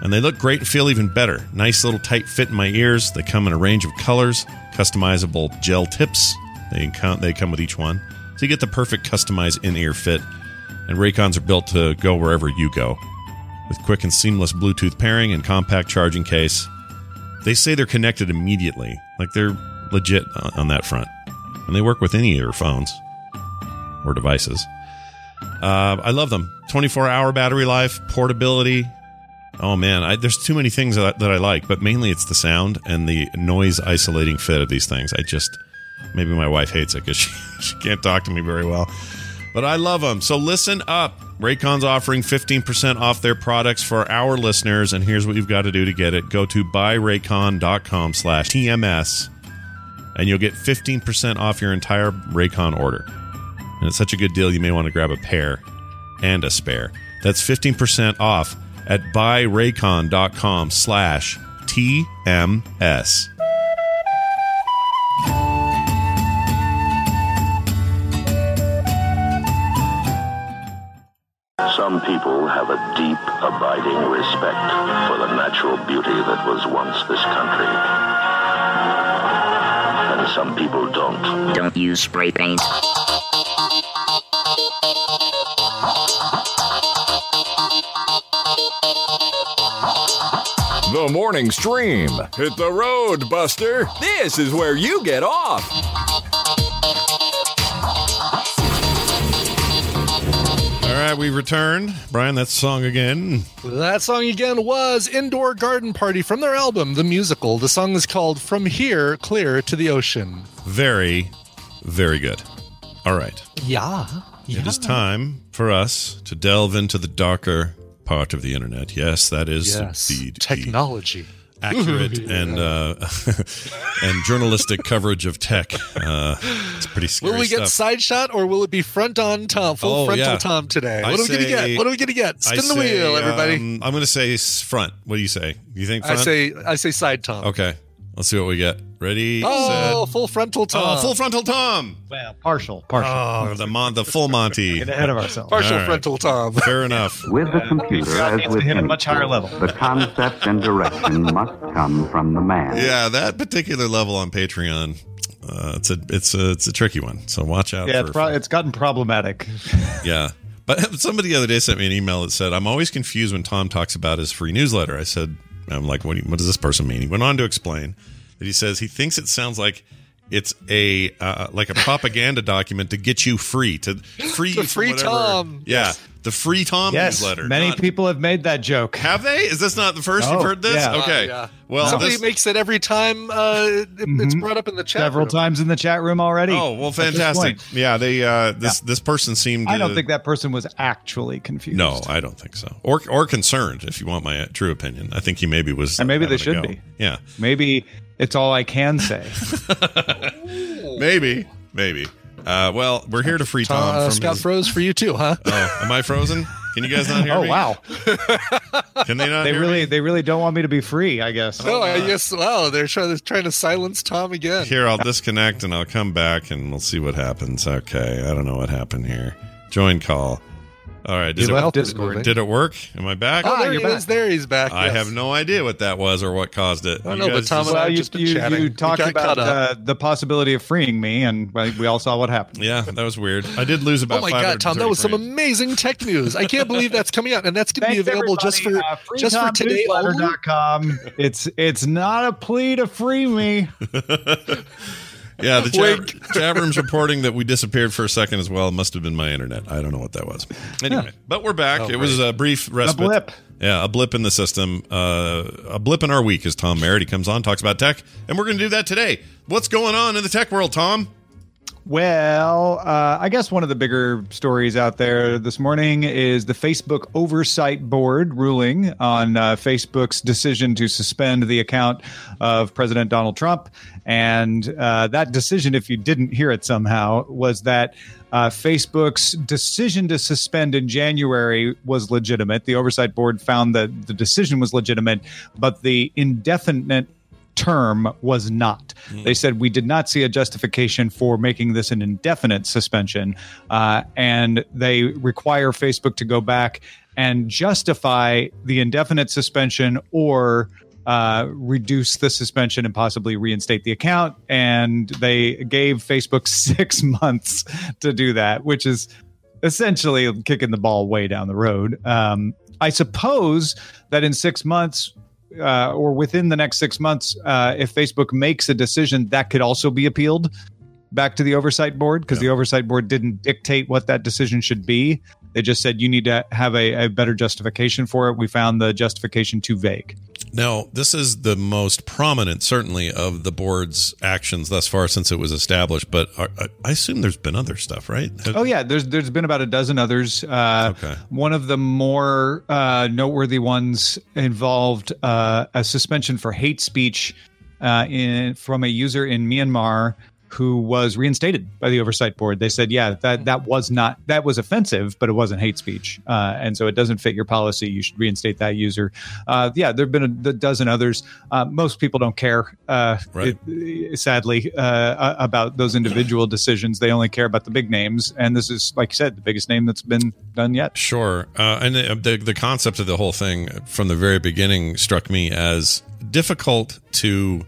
B: And they look great and feel even better. Nice little tight fit in my ears. They come in a range of colors, customizable gel tips. They come, they come with each one. So you get the perfect customized in ear fit. And Raycons are built to go wherever you go. With quick and seamless Bluetooth pairing and compact charging case, They say they're connected immediately, like they're legit on on that front, and they work with any of your phones or devices. Uh, I love them. 24 hour battery life, portability. Oh man, I, there's too many things that, that I like, but mainly it's the sound and the noise isolating fit of these things. I just, maybe my wife hates it because [LAUGHS] she, she can't talk to me very well, but I love them. So listen up. Raycon's offering 15% off their products for our listeners, and here's what you've got to do to get it. Go to buyraycon.com slash TMS, and you'll get 15% off your entire Raycon order. And it's such a good deal, you may want to grab a pair and a spare. That's 15% off at buyraycon.com slash TMS.
D: Some people have a deep, abiding respect for the natural beauty that was once this country. And some people don't. Don't use spray paint.
F: The morning stream. Hit the road, Buster. This is where you get off.
B: All right, we returned. Brian, that song again.
C: That song again was Indoor Garden Party from their album, The Musical. The song is called From Here Clear to the Ocean.
B: Very, very good. All right.
C: Yeah.
B: It is time for us to delve into the darker part of the internet. Yes, that is
C: Yes.
B: indeed the
C: Technology.
B: accurate
C: Ooh,
B: and
C: [LAUGHS] yeah.
B: uh, [LAUGHS] and journalistic coverage of tech. Uh, it's pretty scary
C: Will we get
B: stuff.
C: side shot or will it be front on Tom, full
B: Oh,
C: frontal
B: yeah.
C: Tom today?
B: I
C: What are we going to
B: say-
C: get? What are we going to get?
B: I
C: Spin the
B: say,
C: wheel, everybody.
B: um, I'm going to say s- front. What do you say? You think
C: I
B: front?
C: say I say side Tom.
B: Okay. Let's see what we get. Ready?
C: Oh, full frontal
B: set.
C: Tom.
B: Oh, full frontal Tom.
J: Well, partial, partial.
B: Oh, the mon- the full Monty.
J: Get ahead of ourselves.
B: All
C: Partial
B: right.
C: frontal
B: [LAUGHS]
C: Tom.
B: Fair enough.
D: With the computer, as with
J: hit a
D: any
J: much higher
D: tool,
J: level.
D: the concept and direction must come from the man.
B: Yeah, that particular level on Patreon, uh, it's a it's a it's a tricky one. So watch out.
J: Yeah,
B: for,
J: it's, pro- it's gotten problematic.
B: yeah. But [LAUGHS] somebody the other day sent me an email that said, "I'm always confused when Tom talks about his free newsletter." I said, "I'm like, what, do you, what does this person mean?" He went on to explain that he says he thinks it sounds like it's a uh, like a propaganda document to get you free to [LAUGHS] free
C: The
B: you from
C: free
B: whatever-
C: Tom.
B: Yeah, the free Tom
J: yes,
B: newsletter.
J: many
B: not-
J: people have made that joke.
B: have they? Is this not the first
J: Oh,
B: you've heard this?
J: yeah.
B: Okay.
C: Yeah.
B: Well,
C: Somebody
B: this,
C: makes it every time uh, it- it's brought up in the chat.
J: Mm-hmm. Several
C: room.
J: times in the chat room already.
B: oh well,
J: this
B: fantastic.
J: point.
B: Yeah, they uh, this this person seemed.
J: I
B: uh,
J: don't think that person was actually confused.
B: No, I don't think so. Or or concerned, if you want my uh, true opinion. I think he maybe was.
J: And maybe
B: having
J: they
B: a go.
J: should be.
B: Yeah,
J: Maybe it's all I can say.
B: maybe, maybe. Uh, well, we're here to free
C: Tom,
B: [LAUGHS] Tom.
C: uh,
B: from
C: Scott
B: his-
C: froze for you too, huh?
B: oh, am I frozen? Can you guys
C: [LAUGHS]
B: not hear
J: oh
B: me?
J: wow,
B: Can they not?
J: they
B: hear
J: really
B: me?
J: they really don't want me to be free. I guess.
C: No, Oh, I guess. Wow, they're trying to trying to silence Tom again.
B: Here, I'll disconnect and I'll come back and we'll see what happens. Okay, I don't know what happened here. Join call. All right,
J: You
B: did, it,
J: left
C: Health is
J: Discord.
C: moving.
B: did it work? Am I back?
C: Oh, there
J: you're
C: he is. There he's back.
B: I
C: yes.
B: have no idea what that was or what caused it.
C: I don't
B: You
C: know, but
B: guys
C: Tom
B: just-
C: and I-
J: Well,
C: I've
J: you,
C: just been
J: you,
C: chatting.
J: you
C: We
J: talked
C: got
J: about
C: caught
J: uh,
C: up.
J: the possibility of freeing me, and well, we all saw what happened.
B: yeah, that was weird. I did lose about.
C: Oh my god, Tom, that was some
B: 530 frames.
C: amazing tech news. I can't believe that's coming out, and that's going to be
J: Thanks,
C: available just for
J: everybody. Uh,
C: [LAUGHS]
J: free
C: just for
J: Tom
C: today.
J: newsletter
C: only?
J: dot com. It's it's not a plea to
C: [LAUGHS]
J: free me.
B: Yeah, the
C: Wink.
B: chat, chat room's reporting that we disappeared for a second as well. It must have been my internet. I don't know what that was. Anyway, but we're back. it was a brief respite.
J: blip.
B: Yeah, a blip in the system. Uh, a blip in our week is Tom Merritt. He comes on, talks about tech, and we're going to do that today. What's going on in the tech world, Tom?
J: Well, uh, I guess one of the bigger stories out there this morning is the Facebook Oversight Board ruling on uh, Facebook's decision to suspend the account of President Donald Trump. And uh, that decision, if you didn't hear it somehow, was that uh, Facebook's decision to suspend in January was legitimate. The Oversight Board found that the decision was legitimate, but the indefinite term was not. They said we did not see a justification for making this an indefinite suspension, uh, and they require Facebook to go back and justify the indefinite suspension or. Uh, reduce the suspension and possibly reinstate the account. And they gave Facebook [LAUGHS] six months to do that, which is essentially kicking the ball way down the road. Um, I suppose that in six months, uh, or within the next six months, uh, if Facebook makes a decision, that could also be appealed back to the oversight board because the oversight board didn't dictate what that decision should be. They just said you need to have a, a better justification for it. We found the justification too vague.
B: Now, this is the most prominent, certainly, of the board's actions thus far since it was established. But are, I- I assume there's been other stuff, right?
J: Oh yeah, there's there's been about a dozen others. Uh, One of the more uh, noteworthy ones involved uh, a suspension for hate speech uh, in, from a user in Myanmar who was reinstated by the oversight board. They said, yeah, that that was not that was offensive, but it wasn't hate speech, uh, and so it doesn't fit your policy. You should reinstate that user. Uh, yeah, there've been a, a dozen others. Uh, most people don't care. Uh,
B: Right.
J: it- sadly, uh, about those individual decisions. They only care about the big names, and this is, like you said, the biggest name that's been done yet.
B: Sure. Uh, and the, the, the concept of the whole thing from the very beginning struck me as difficult to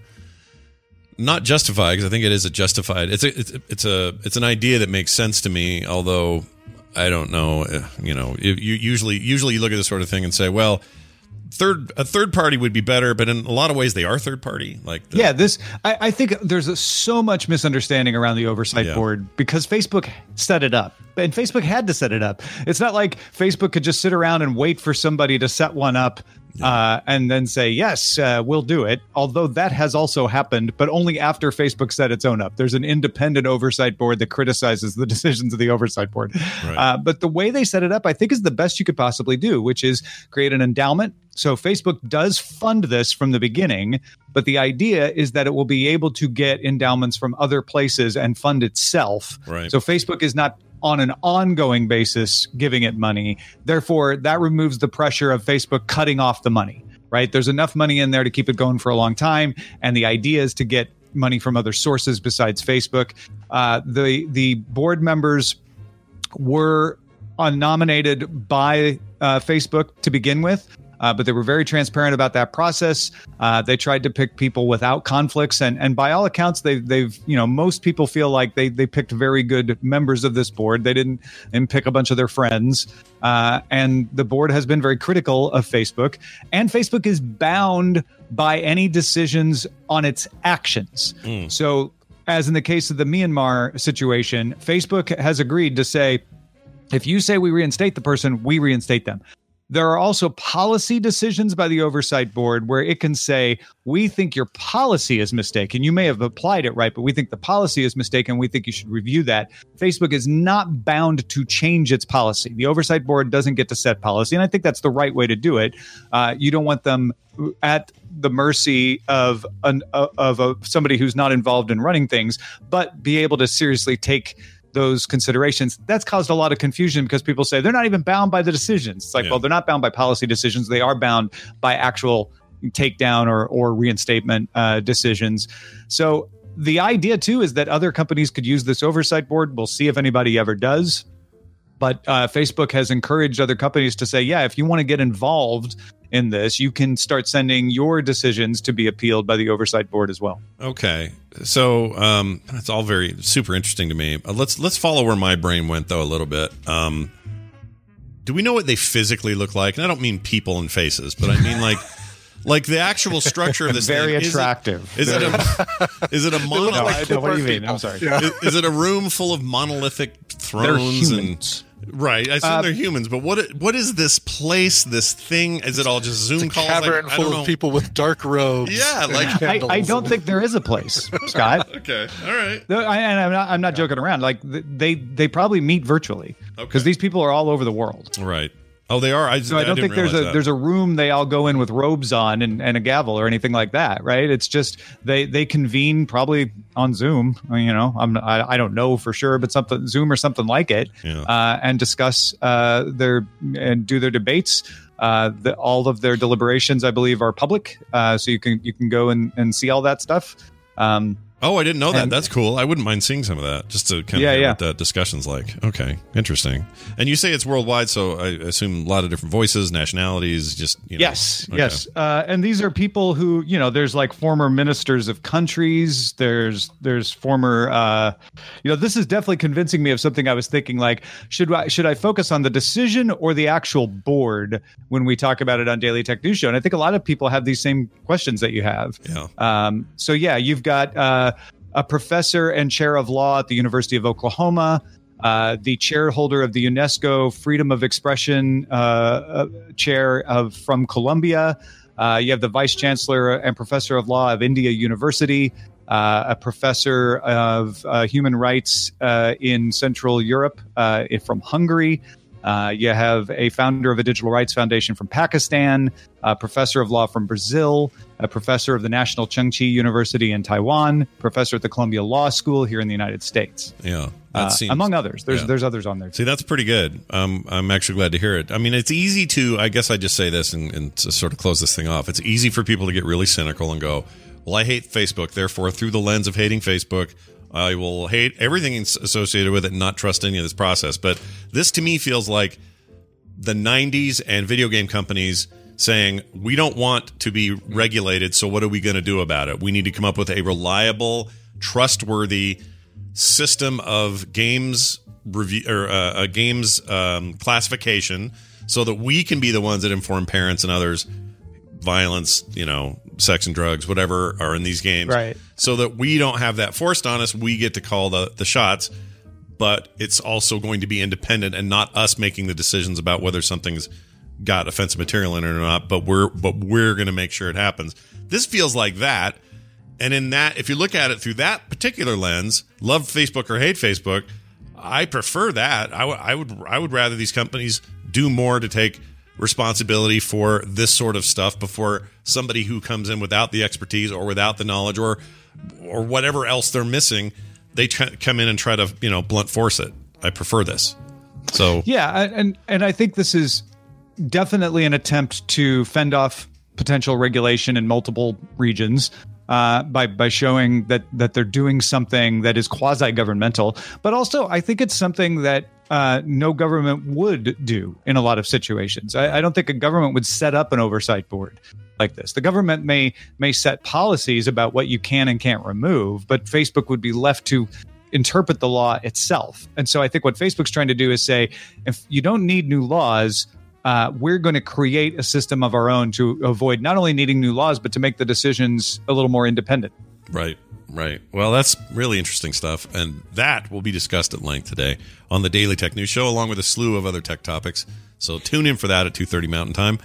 B: not justify because I think it is a justified. It's a it's, it's a it's an idea that makes sense to me. Although I don't know, uh, you know, you, you usually usually you look at this sort of thing and say, well, third a third party would be better, but in a lot of ways they are third party. Like the,
J: yeah, this I, I think there's a, so much misunderstanding around the oversight board because Facebook set it up, and Facebook had to set it up. It's not like Facebook could just sit around and wait for somebody to set one up. Uh, and then say yes, uh, we'll do it. Although that has also happened, but only after Facebook set its own up. There's an independent oversight board that criticizes the [LAUGHS] decisions of the oversight board. Uh, but the way they set it up, I think, is the best you could possibly do, which is create an endowment. So Facebook does fund this from the beginning, but the idea is that it will be able to get endowments from other places and fund itself.
B: Right.
J: So Facebook is not on an ongoing basis giving it money. Therefore, that removes the pressure of Facebook cutting off the money. Right? There's enough money in there to keep it going for a long time, and the idea is to get money from other sources besides Facebook. Uh, the the board members were uh, nominated by uh, Facebook to begin with. Uh, but they were very transparent about that process. Uh, they tried to pick people without conflicts, and and by all accounts, they they've you know most people feel like they they picked very good members of this board. They didn't and pick a bunch of their friends. Uh, and the board has been very critical of Facebook, and Facebook is bound by any decisions on its actions. So, as in the case of the Myanmar situation, Facebook has agreed to say if you say we reinstate the person, we reinstate them. There are also policy decisions by the oversight board where it can say, We think your policy is mistaken. You may have applied it right, but we think the policy is mistaken. We think you should review that. Facebook is not bound to change its policy. The oversight board doesn't get to set policy. And I think that's the right way to do it. Uh, you don't want them at the mercy of an, uh, of a, somebody who's not involved in running things, but be able to seriously take those considerations. That's caused a lot of confusion because people say they're not even bound by the decisions. It's like, well, they're not bound by policy decisions. They are bound by actual takedown or or reinstatement uh, decisions. So the idea too is that other companies could use this oversight board. We'll see if anybody ever does. But uh, Facebook has encouraged other companies to say, yeah, if you want to get involved in this, you can start sending your decisions to be appealed by the oversight board as well.
B: Okay, so um, that's all very super interesting to me. Uh, let's let's follow where my brain went though a little bit. Um, do we know what they physically look like? And I don't mean people and faces, but I mean like like the actual structure of this.
J: Very
B: thing. Is it-
J: attractive.
B: Is it a [LAUGHS] is it a
J: look
B: monolithic?
J: like No, I know what you mean. I'm sorry. Yeah.
B: Is, is it a room full of monolithic thrones
J: humans.
B: and? Right, I assume
J: Uh,
B: they're humans, but what what is this place? This thing? Is it all just Zoom calls? Like,
C: Cavern
B: I don't
C: full
B: know.
C: of people with dark robes.
B: Yeah, like-
C: [LAUGHS] and
J: I, I
C: candles.
J: don't think there is a place, Scott.
B: [LAUGHS] Okay, all right.
J: No, I, and I'm not, I'm not joking around. Like th- they, they probably meet virtually because these people are all over the world.
B: Right. Oh, they are. I,
J: So I don't
B: didn't
J: think there's a
B: realize that.
J: there's a room they all go in with robes on and, and a gavel or anything like that, right? It's just they they convene probably on Zoom. I mean, You know, I'm I, I don't know for sure, but something Zoom or something like it, uh, and discuss uh, their and do their debates. Uh, the, all of their deliberations, I believe, are public, uh, so you can you can go and, and see all that stuff. Um,
B: Oh, I didn't know that.
J: And-
B: That's cool. I wouldn't mind seeing some of that just to kind of
J: Yeah,
B: hear
J: yeah.
B: what that discussion's like. Okay, interesting. And you say it's worldwide, so I assume a lot of different voices, nationalities, just you know.
J: Yes,
B: Okay.
J: yes. Uh, and these are people who, you know, there's like former ministers of countries. There's there's former, uh, you know, this is definitely convincing me of something I was thinking. Like, should I should I focus on the decision or the actual board when we talk about it on Daily Tech News Show? And I think a lot of people have these same questions that you have.
B: Yeah.
J: Um, so yeah, you've got uh, a professor and chair of law at the University of Oklahoma, uh, the chair holder of the UNESCO Freedom of Expression uh, uh, chair of from Columbia. Uh, you have the vice chancellor and professor of law of India University, uh, a professor of uh, human rights uh, in Central Europe uh, from Hungary. Uh, you have a founder of a digital rights foundation from Pakistan, a professor of law from Brazil, a professor of the National Chung-Chi University in Taiwan, professor at the Columbia Law School here in the United States,
B: Yeah.
J: uh, among others. There's there's others on there.
B: See, that's pretty good. Um, I'm actually glad to hear it. I mean, it's easy to, I guess I just say this and, and to sort of close this thing off. It's easy for people to get really cynical and go, well, I hate Facebook. Therefore, through the lens of hating Facebook, I will hate everything that's associated with it and not trust any of this process. But this to me feels like the 90s and video game companies saying we don't want to be regulated so what are we going to do about it we need to come up with a reliable trustworthy system of games review or uh, a games um, classification so that we can be the ones that inform parents and others violence you know sex and drugs whatever are in these games
J: Right.
B: so that we don't have that forced on us we get to call the the shots but it's also going to be independent and not us making the decisions about whether something's got offensive material in it or not but we're but we're going to make sure it happens this feels like that and in that if you look at it through that particular lens love facebook or hate facebook i prefer that I w- I would i would rather these companies do more to take responsibility for this sort of stuff before somebody who comes in without the expertise or without the knowledge or or whatever else they're missing they try, come in and try to you know blunt force it i prefer this so
J: Yeah, I- and and I think this is definitely an attempt to fend off potential regulation in multiple regions uh, by by showing that that they're doing something that is quasi governmental, but also I think it's something that. Uh, no government would do in a lot of situations. I, I don't think a government would set up an oversight board like this. The government may may set policies about what you can and can't remove, but Facebook would be left to interpret the law itself. And so I think what Facebook's trying to do is say, if you don't need new laws, uh, we're going to create a system of our own to avoid not only needing new laws, but to make the decisions a little more independent.
B: Right, right. Well, that's really interesting stuff, and that will be discussed at length today on the Daily Tech News Show, along with a slew of other tech topics. So tune in for that at two thirty Mountain Time.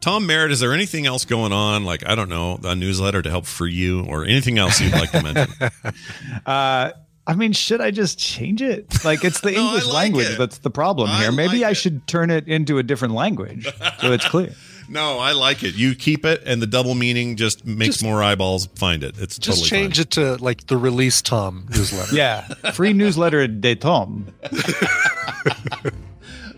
B: Tom Merritt, is there anything else going on? Like I don't know, a newsletter to help free you, or anything else you'd like to mention?
J: Uh, I mean, should I just change it? Like, it's [LAUGHS] the English language that's the problem here. Maybe I should turn it into a different language so it's clear.
B: no, I like it. You keep it, and the double meaning just makes more eyeballs find it. It's
C: Just
B: totally
C: change it to like the release Tom newsletter.
J: yeah, free newsletter de Tom.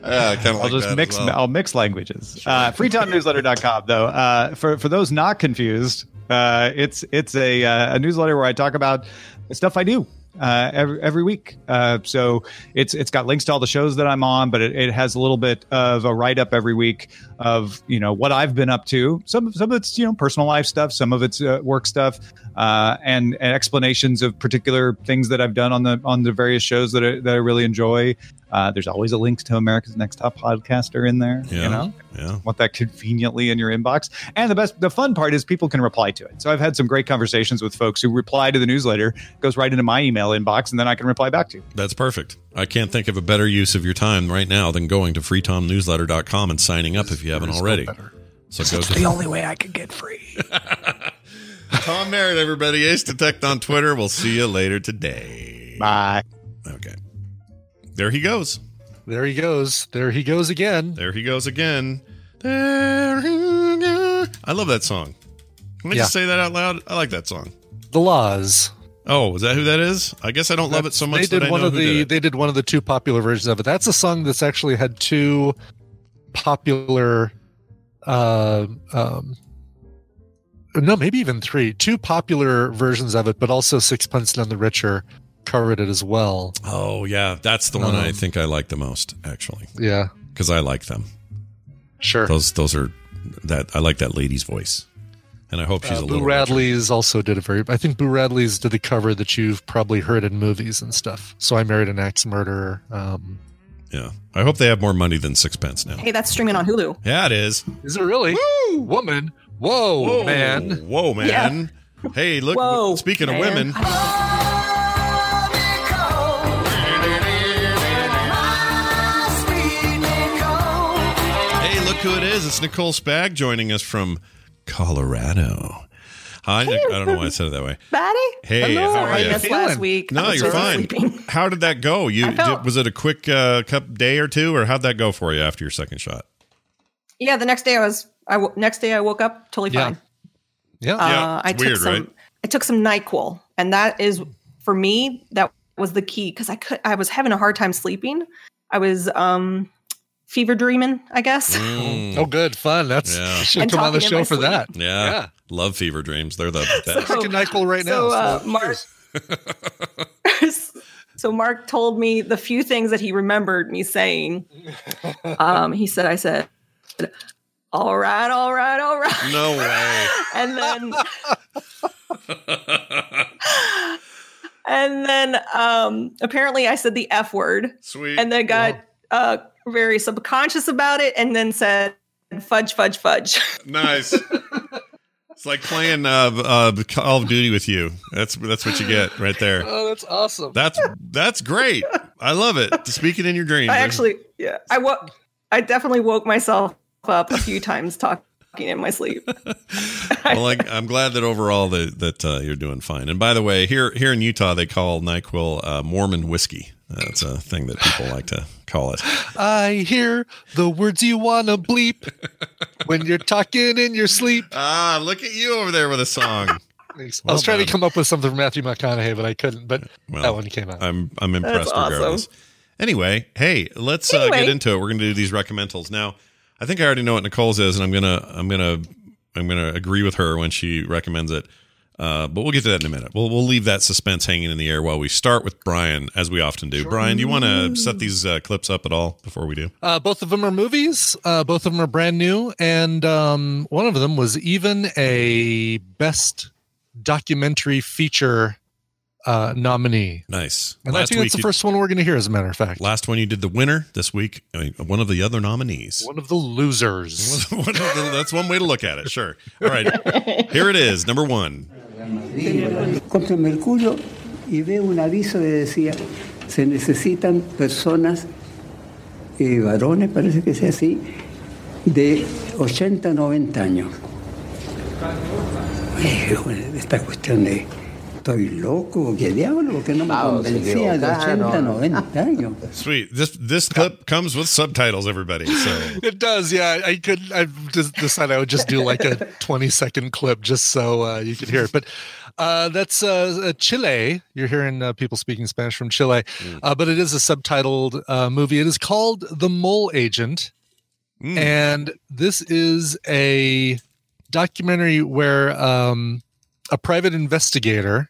B: Yeah, I kinda like
J: I'll just
B: that as
J: mix.
B: well.
J: I'll mix languages. Uh, freetownnewsletter.com, though. Uh, for for those not confused, uh, it's it's a uh, a newsletter where I talk about the stuff I do uh, every every week. Uh, so it's it's got links to all the shows that I'm on, but it, it has a little bit of a write up every week of you know what I've been up to. Some some of it's you know personal life stuff, some of it's uh, work stuff, uh, and, and explanations of particular things that I've done on the on the various shows that I, that I really enjoy. Uh, there's always a link to America's Next Top Podcaster in there.
B: Yeah.
J: You know,
B: Yeah.
J: want that conveniently in your inbox. And the best, the fun part is people can reply to it. So I've had some great conversations with folks who reply to the newsletter, goes right into my email inbox, and then I can reply back to you.
B: That's perfect. I can't think of a better use of your time right now than going to freetomnewsletter.com and signing up if you haven't already. So go to
K: The only way I could get free.
B: Tom Merritt, everybody. Ace Detect on Twitter. We'll see you later today.
J: Bye.
B: Okay. There he goes.
C: There he goes. There he goes again.
B: There he goes again. There he goes. I love that song. Can I
C: Yeah.
B: just say that out loud? I like that song.
C: The Laws.
B: Oh, is that who that is? I guess I don't love it so much
C: They did
B: that I
C: one
B: know
C: of
B: who did
C: the
B: it.
C: they did one of the two popular versions of it. That's a song that's actually had two popular uh, um, no, maybe even three, two popular versions of it, but also Sixpence None the Richer covered it as well.
B: Oh yeah, that's the one I think I like the most, actually.
C: Uh-huh. Yeah.
B: because I like them.
C: Sure.
B: Those those are that I like that lady's voice, and I hope she's
C: Uh,
B: a
C: Boo
B: little.
C: Radley's also did a very. I think Boo Radley's did the cover that you've probably heard in movies and stuff. So I married an axe murderer. Um,
B: yeah, I hope they have more money than sixpence now.
L: Hey, that's streaming on Hulu.
B: Yeah, it is.
C: Is it really? Woman. Whoa, man.
B: Whoa, man. Hey, look. speaking of
C: man.
B: women, hey, look who it is. It's Nicole Spag joining us from Colorado. Hi, Nic- I don't know why I said it that way.
L: Batty?
B: Hey,
L: Hello.
B: how are
L: I
B: you?
L: missed last week. I
B: No,
L: was
B: you're
L: sort of
B: fine.
L: sleeping. [LAUGHS]
B: How did that go? You
L: I felt-
B: did, was it a quick uh, cup day or two, or how'd that go for you after your second shot?
L: Yeah, the next day I was. I w- next day I woke up totally
B: Yeah.
L: fine.
C: Yeah,
L: Uh,
B: yeah.
L: I
B: It's
L: took
B: weird,
L: some-
B: right?
L: I took some Nyquil, and that is for me that was the key because I could. I was having a hard time sleeping. I was um fever dreaming, I guess. [LAUGHS]
C: Oh, good fun. That's
B: yeah.
C: should
L: And
C: come on the
L: talking in
C: show
L: my
C: for
L: sleep.
C: that.
B: Yeah.
C: Yeah.
B: Love fever dreams. They're the best.
L: [LAUGHS] So-
C: Taking Nyquil right
L: so,
C: now.
L: uh,
C: so-
L: Mark, so Mark told me the few things that he remembered me saying. Um, he said, "I said, all right, all right, all right,"
B: no
L: [LAUGHS]
B: way.
L: and then and then um, apparently I said the f word.
B: Sweet.
L: And then got uh, very subconscious about it, and then said, "Fudge, fudge, fudge."
B: nice. It's like playing uh, uh, Call of Duty with you. That's that's what you get right there.
C: [LAUGHS] oh, that's awesome.
B: That's that's great. I love it. To speak it in your dreams.
L: I actually, yeah, I wo- I definitely woke myself up a few times talking in my sleep.
B: well, I, I'm glad that overall that that uh, you're doing fine. And by the way, here here in Utah, they call Nyquil uh, Mormon whiskey. That's a thing that people like to call it.
C: I hear the words you wanna bleep when you're talking in your sleep.
B: Ah, look at you over there with a song.
C: [LAUGHS] I was
B: Well
C: trying to
B: done.
C: come up with something from Matthew McConaughey, but I couldn't. But that one came out.
B: I'm I'm
C: That's
B: impressed
C: awesome.
B: regardless. Anyway, hey, let's uh, get
C: Anyway.
B: into it. We're going to do these recommendals now. I think I already know what Nicole's is, and I'm gonna I'm gonna I'm gonna agree with her when she recommends it. Uh, but we'll get to that in a minute. We'll we'll leave that suspense hanging in the air while we start with Brian, as we often do. Brian, do you want to set these uh, clips up at all before we do?
C: Uh, both of them are movies. Uh, both of them are brand new, and um, one of them was even a best documentary feature uh, nominee.
B: Nice.
C: And I think that's the
B: you-
C: first one we're going to hear, as a matter of fact.
B: Last one you did the winner. This week, I mean, one of the other nominees.
C: One of the losers.
B: [LAUGHS] One of the- that's one way to look at it. Sure. All right. Here it is. Number one.
M: Compro en Mercurio y veo un aviso que decía, se necesitan personas, eh, varones parece que sea así, de 80, 90 años. Y dije, "Bueno, esta cuestión de, ¿estoy loco? ¿Qué diablo? ¿Por qué no me
N: Vamos,
M: convencía de
N: equivocaron.
M: 80, 90 años?
B: Sweet. This this clip comes with subtitles, everybody.
C: [LAUGHS]
B: So
C: It does, yeah. I could. I just decided I would just do like a twenty-second clip just so uh, you could hear it. But uh, that's uh, uh, Chile. You're hearing uh, people speaking Spanish from Chile, uh, but it is a subtitled uh, movie. It is called The Mole Agent, and this is a documentary where um, a private investigator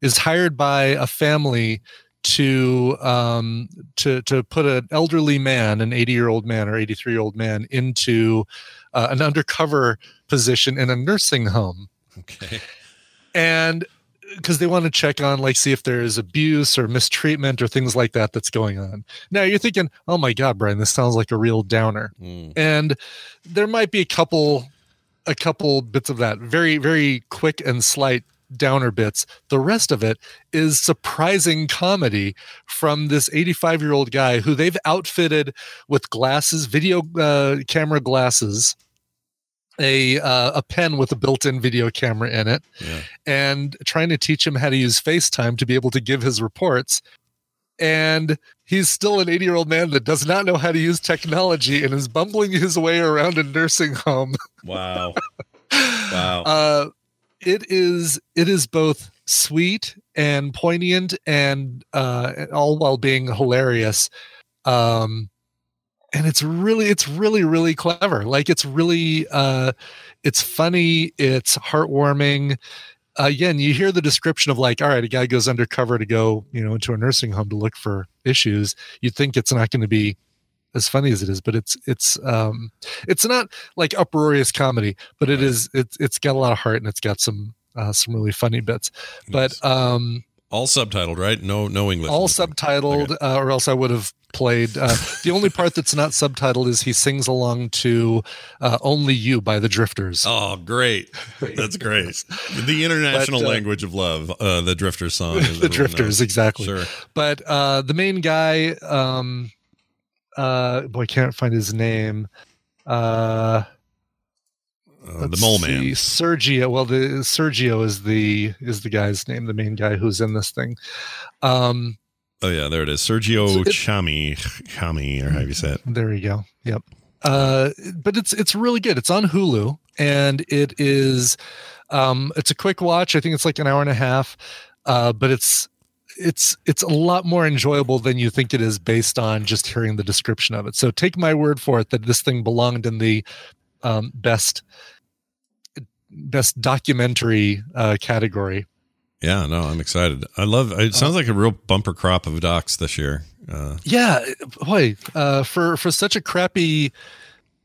C: is hired by a family to um to to put an elderly man an 80 year old man or 83 year old man into uh, an undercover position in a nursing home
B: okay
C: and because they want to check on like see if there's abuse or mistreatment or things like that that's going on now you're thinking oh my god brian this sounds like a real downer and there might be a couple a couple bits of that very very quick and slight downer bits the rest of it is surprising comedy from this 85 year old guy who they've outfitted with glasses video uh, camera glasses a uh, a pen with a built-in video camera in it and trying to teach him how to use FaceTime to be able to give his reports and he's still an 80 year old man that does not know how to use technology and is bumbling his way around a nursing home [LAUGHS]
B: wow, wow.
C: uh, it is it is both sweet and poignant and uh, all while being hilarious. Um, and it's really it's really really clever like it's really uh it's funny it's heartwarming uh, again you hear the description of like all right a guy goes undercover to go you know into a nursing home to look for issues you'd think it's not going to be as funny as it is but it's it's um it's not like uproarious comedy but it is it's it's got a lot of heart and it's got some uh, some really funny bits but um
B: all subtitled, right? No, no English.
C: all subtitled, uh, or else I would have played. Uh, the only part that's not subtitled is he sings along to uh, "Only You" by the Drifters.
B: Oh, great! That's great. [LAUGHS] The international
C: But, uh,
B: language of love, uh, the Drifters
C: [LAUGHS]
B: song. as
C: the
B: everyone
C: Drifters,
B: knows.
C: exactly.
B: Sure.
C: But uh, the main guy, um, uh, boy, I can't find his name. Uh,
B: Uh, the mole man.
C: Sergio. Well, the Sergio is the is the guy's name, the main guy who's in this thing. Um,
B: Oh yeah, there it is. Sergio Chami, Chami, or how you say it.
C: There you go. Yep. Uh, but it's it's really good. It's on Hulu, and it is um, it's a quick watch. I think it's like an hour and a half, uh, but it's it's it's a lot more enjoyable than you think it is based on just hearing the description of it. So take my word for it that this thing belonged in the um, best best documentary uh, category.
B: Yeah, no, I'm excited. I love. It sounds like a real bumper crop of docs this year. Uh,
C: Yeah, boy, uh, for for such a crappy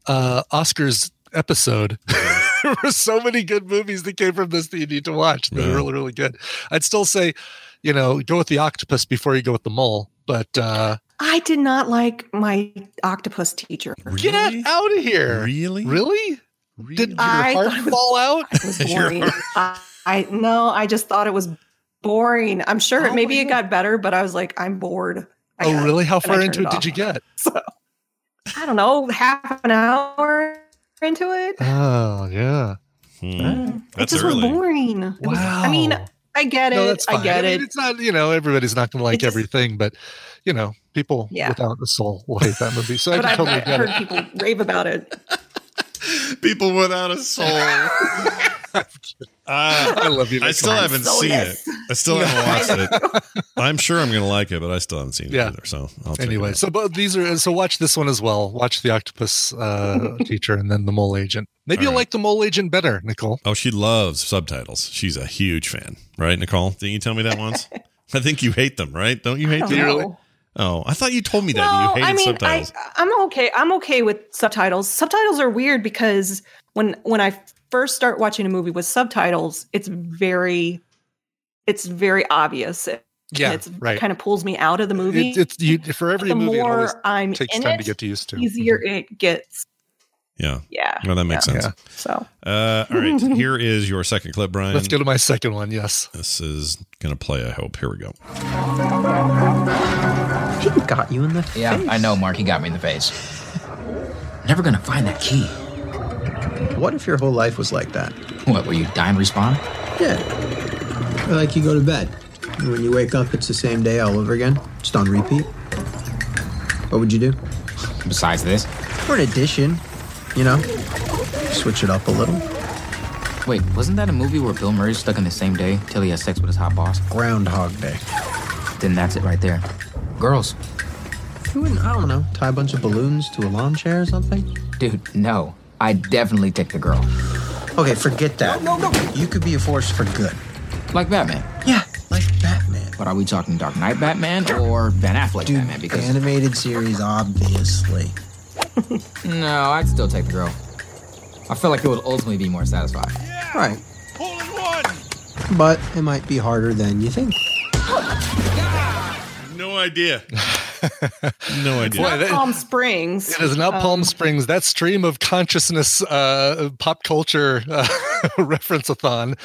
C: uh, Oscars episode, [LAUGHS] there were so many good movies that came from this that you need to watch. They're
B: Yeah.
C: really really good. I'd still say, you know, go with the octopus before you go with the mole. But uh,
L: I did not like my octopus teacher.
C: get out of here!
B: Really,
C: really? Did your
L: I
C: heart
L: thought it was-
C: fall out?
B: [LAUGHS]
L: It was boring. I, I no, I just thought it was boring. I'm sure it maybe it got better, but I was like, I'm bored. I got
C: oh,
L: it.
C: really? How
L: And I
C: far
L: turned
C: into it did
L: off.
C: you
L: [LAUGHS]
C: get?
L: I don't know, half an hour into it.
C: Oh, yeah.
B: Mm.
L: it just was boring. It was- I mean, I get it.
C: No, that's fine.
L: I get
C: mean,
L: it.
C: It's not, you know, everybody's not going to like everything, but you know, people
L: Yeah.
C: without a soul will hate that movie. So I
L: But
C: can
L: I've
C: totally
L: I've
C: get
L: heard
C: it.
L: people rave about it.
C: [LAUGHS]
B: People without a [LAUGHS] soul.
C: I love
L: [LAUGHS]
C: you.
B: I still
C: Nicole.
B: haven't seen it. I
L: Oh,
B: still haven't watched it. [LAUGHS] I'm sure I'm gonna like it, but I still haven't seen it
C: Yeah.
B: either. So I'll check it
C: Anyway,
B: out.
C: so but these are so watch this one as well. Watch the octopus
L: [LAUGHS]
C: uh, teacher and then the mole agent. Maybe
B: All
C: you'll
B: right.
C: like the mole agent better, Nicole.
B: Oh, she loves subtitles. She's a huge fan, right, Nicole? Didn't you tell me that
L: [LAUGHS]
B: once? I think you hate them, right? Don't you hate
L: don't
B: them?
L: know.
B: Oh, I thought you told me that
L: No,
B: you hated
L: I mean,
B: subtitles.
L: I, I'm okay. I'm okay with subtitles. Subtitles are weird because when when I first start watching a movie with subtitles, it's very it's very obvious. It,
C: Yeah,
L: it's
C: right.
L: kind of pulls me out of the movie.
C: It, it's you for every
L: the
C: movie. it
L: more
C: always
L: I'm
C: takes
L: in
C: time
L: it,
C: to get to used to. Mm-hmm. [LAUGHS]
L: easier it gets.
B: yeah.
L: Yeah.
B: Well, that makes sense.
L: So
B: Uh, all right. Here is your second clip, Brian.
C: Let's go to my second one. Yes.
B: This is going to play, I hope. Here we go.
N: He got you in the face. Yeah, I know, Mark. He got me in the face. Never gonna find that key. What if your whole life was like that? What, were you dime respawn?
O: Yeah. Like you go to bed. And when you wake up, it's the same day all over again. Just on repeat. What would you do?
N: Besides this?
O: Or an addition, you know? Switch it up a little.
N: Wait, wasn't that a movie where Bill Murray's stuck in the same day till he has sex with his hot boss?
O: Groundhog Day.
N: Then that's it right there. Girls.
O: You wouldn't, I don't know, tie a bunch of balloons to a lawn chair or something?
N: Dude, no. I definitely take the girl.
O: Okay, forget that. No, no, no. You could be a force for good.
N: Like Batman.
O: Yeah, like Batman.
N: But are we talking Dark Knight Batman or Ben Affleck
O: Dude,
N: Batman? Because.
O: animated series, obviously.
N: No, I'd still take the girl. I feel like it would ultimately be more satisfying.
O: Right. But it might be harder than you think.
B: No
C: [LAUGHS]
B: idea. no idea.
C: Boy, that-
L: Palm Springs.
C: It is not
L: Um,
C: Palm Springs. That stream of consciousness, uh, pop culture uh, [LAUGHS] reference-a-thon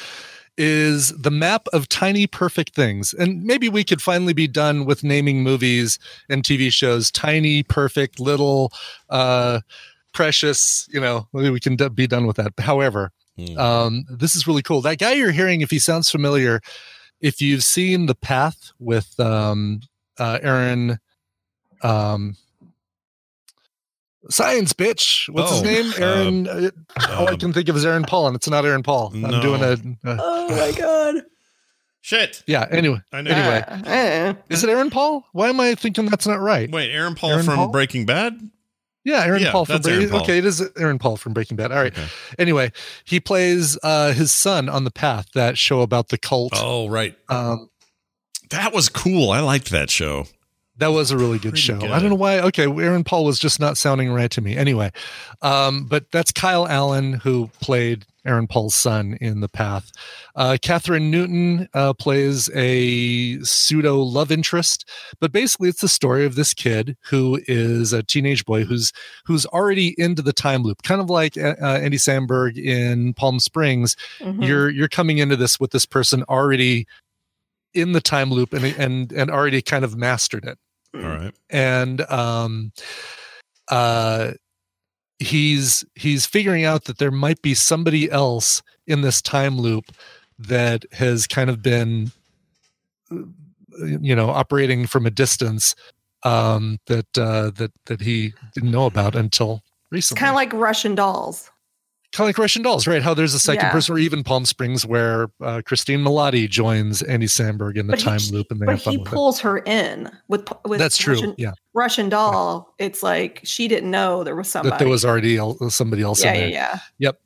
C: is the map of tiny perfect things. And maybe we could finally be done with naming movies and TV shows tiny, perfect, little, uh, precious. You know, maybe we can d- be done with that. However, um, this is really cool. That guy you're hearing, if he sounds familiar, if you've seen The Path with um, uh, Aaron. Um, Science bitch. What's
B: Oh,
C: his name?
B: uh,
C: Aaron. Uh, all I
B: um,
C: can think of is Aaron Paul, and it's not Aaron Paul. I'm
B: No.
C: doing a. a
L: Oh my god.
B: Shit.
C: yeah. Anyway.
B: I know.
C: Anyway.
L: Eh.
C: is it Aaron Paul? Why am I thinking that's not right?
B: Wait, Aaron Paul
C: Aaron
B: from
C: Paul?
B: Breaking Bad?
C: Yeah, Aaron
B: Yeah,
C: Paul from
B: that's Aaron
C: Breaking
B: Paul.
C: Okay, it is Aaron Paul from Breaking Bad. All right. Anyway, he plays uh, his son on the path, that show about the cult.
B: Oh, right.
C: Um,
B: that was cool. I liked that show.
C: That was a really good show. I don't know why. Okay, Aaron Paul was just not sounding right to me. Anyway, um, but that's Kyle Allen who played Aaron Paul's son in The Path. Uh, Catherine Newton uh, plays a pseudo love interest, but basically it's the story of this kid who is a teenage boy who's who's already into the time loop, kind of like uh, uh, Andy Samberg in Palm Springs.
P: Mhm.
C: You're you're coming into this with this person already in the time loop and and and already kind of mastered it
B: All right.
C: and um uh he's he's figuring out that there might be somebody else in this time loop that has kind of been uh, you know operating from a distance um that uh that that he didn't know about until
L: It's
C: recently
L: kind of like Russian dolls.
C: kind of like Russian Dolls, right? How there's a second
L: Yeah.
C: person, or even Palm Springs, where uh, Christine Milotti joins Andy Sandberg in the
L: But he-
C: time loop, and they
L: but
C: have fun
L: he
C: with it.
L: pulls her in with p- with
C: That's true,
L: Russian,
C: yeah.
L: Russian doll. It's like she didn't know there was somebody.
C: that there was [LAUGHS] already el- somebody else
L: Yeah,
C: in
L: yeah,
C: there.
L: yeah.
C: Yep.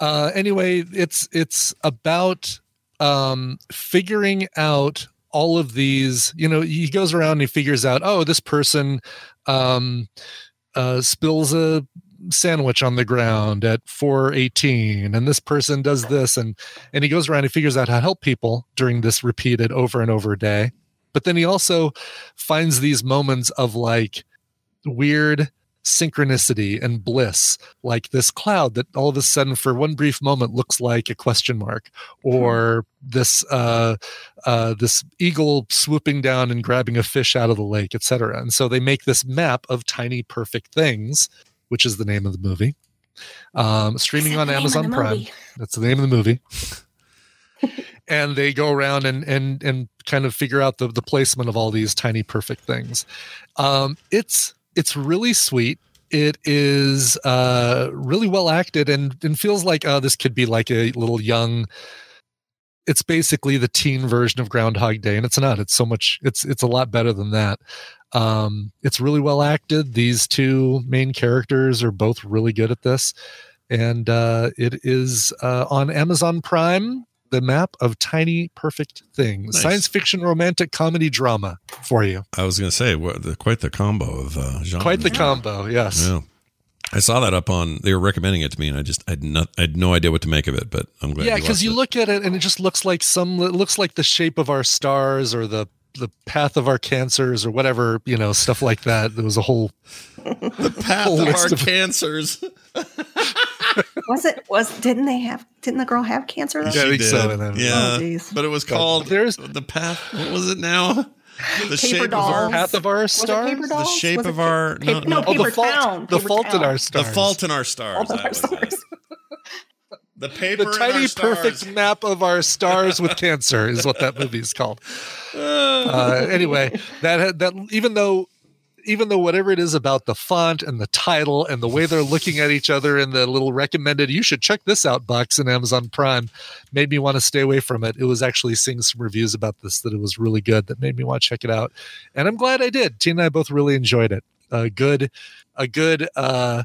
C: Uh, anyway, it's it's about um, figuring out all of these. You know, he goes around and he figures out. Oh, this person um, uh, spills a sandwich on the ground at 418 and this person does this and and he goes around and figures out how to help people during this repeated over and over a day but then he also finds these moments of like weird synchronicity and bliss like this cloud that all of a sudden for one brief moment looks like a question mark or this uh uh this eagle swooping down and grabbing a fish out of the lake etc and so they make this map of tiny perfect things which is the name of the movie um streaming on amazon prime that's the name of the movie and they go around and and and kind of figure out the the placement of all these tiny perfect things. Um, it's it's really sweet. It is uh, really well acted and and feels like uh, this could be like a little young. It's basically the teen version of Groundhog Day, and it's not. It's so much. It's it's a lot better than that. Um, it's really well acted. These two main characters are both really good at this, and uh, it is uh, on Amazon Prime. The map of tiny perfect things,
B: Nice.
C: science fiction, romantic comedy, drama for you.
B: I was going to say, what, the, quite the combo of uh, genres.
C: Quite the combo, yes.
B: Yeah. I saw that up on. They were recommending it to me, and I just I had not I had no idea what to make of it. But I'm glad.
C: yeah
B: you
C: because
B: watched
C: you
B: it.
C: look at it and it just looks like some it looks like the shape of our stars or the the path of our cancers or whatever you know stuff like that there was a whole
B: the path
C: whole
B: of
C: list
B: our
C: of-
B: cancers.
L: [LAUGHS] was it was didn't they have didn't the girl have cancer?
B: She
L: though?
C: think so,
B: did.
C: and then-
B: yeah,
C: Oh, geez.
B: but it was called there's the path. What was it now? The
L: Paper
B: shape of
L: dolls.
B: our
C: path of our
L: Was it
C: stars
L: paper
B: the
L: dolls?
B: shape
L: Was it
B: of our
L: pa- no,
C: Oh, the
L: Paper
C: fault
L: Town,
C: the
L: Paper
C: fault in
L: Town.
C: our stars
B: The fault in our stars.
L: Fault in
B: that
L: Our
B: was it. [LAUGHS] The paper.
C: the
B: in
C: tiny
B: our stars.
C: perfect map of our stars with cancer is what that movie is called uh, anyway, that had- that even though even though whatever it is about the font and the title and the way they're looking at each other and the little recommended you should check this out box in Amazon Prime made me want to stay away from it. It was actually seeing some reviews about this that it was really good that made me want to check it out, and I'm glad I did. Tina and I both really enjoyed it. A good, a good uh,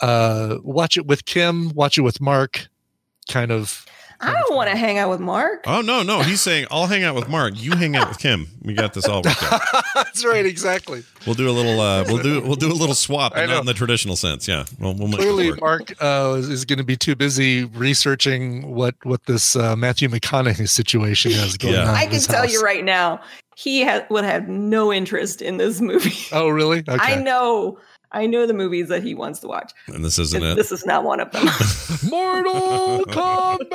C: uh, watch it with Kim, watch it with Mark, kind of
L: I don't want to hang out with Mark.
B: Oh no, no. He's saying I'll hang out with Mark. You hang out with Kim. We got this all worked out.
C: [LAUGHS] That's right, exactly.
B: We'll do a little. Uh, we'll do. We'll do a little swap,
C: [LAUGHS] I
B: but
C: know.
B: not in the traditional sense. Yeah. We'll, we'll make it
C: Clearly,
B: work.
C: Mark uh, is- is going to be too busy researching what what this uh, Matthew McConaughey situation is going on.
L: I
C: in
L: can
C: his
L: tell you
C: house.
L: right now, he ha- would have no interest in this movie.
C: Oh, really? Okay.
L: I know, I know the movies that he wants to watch.
B: And this isn't
L: And
B: it.
L: This is not one of
B: [LAUGHS]
L: them.
C: Mortal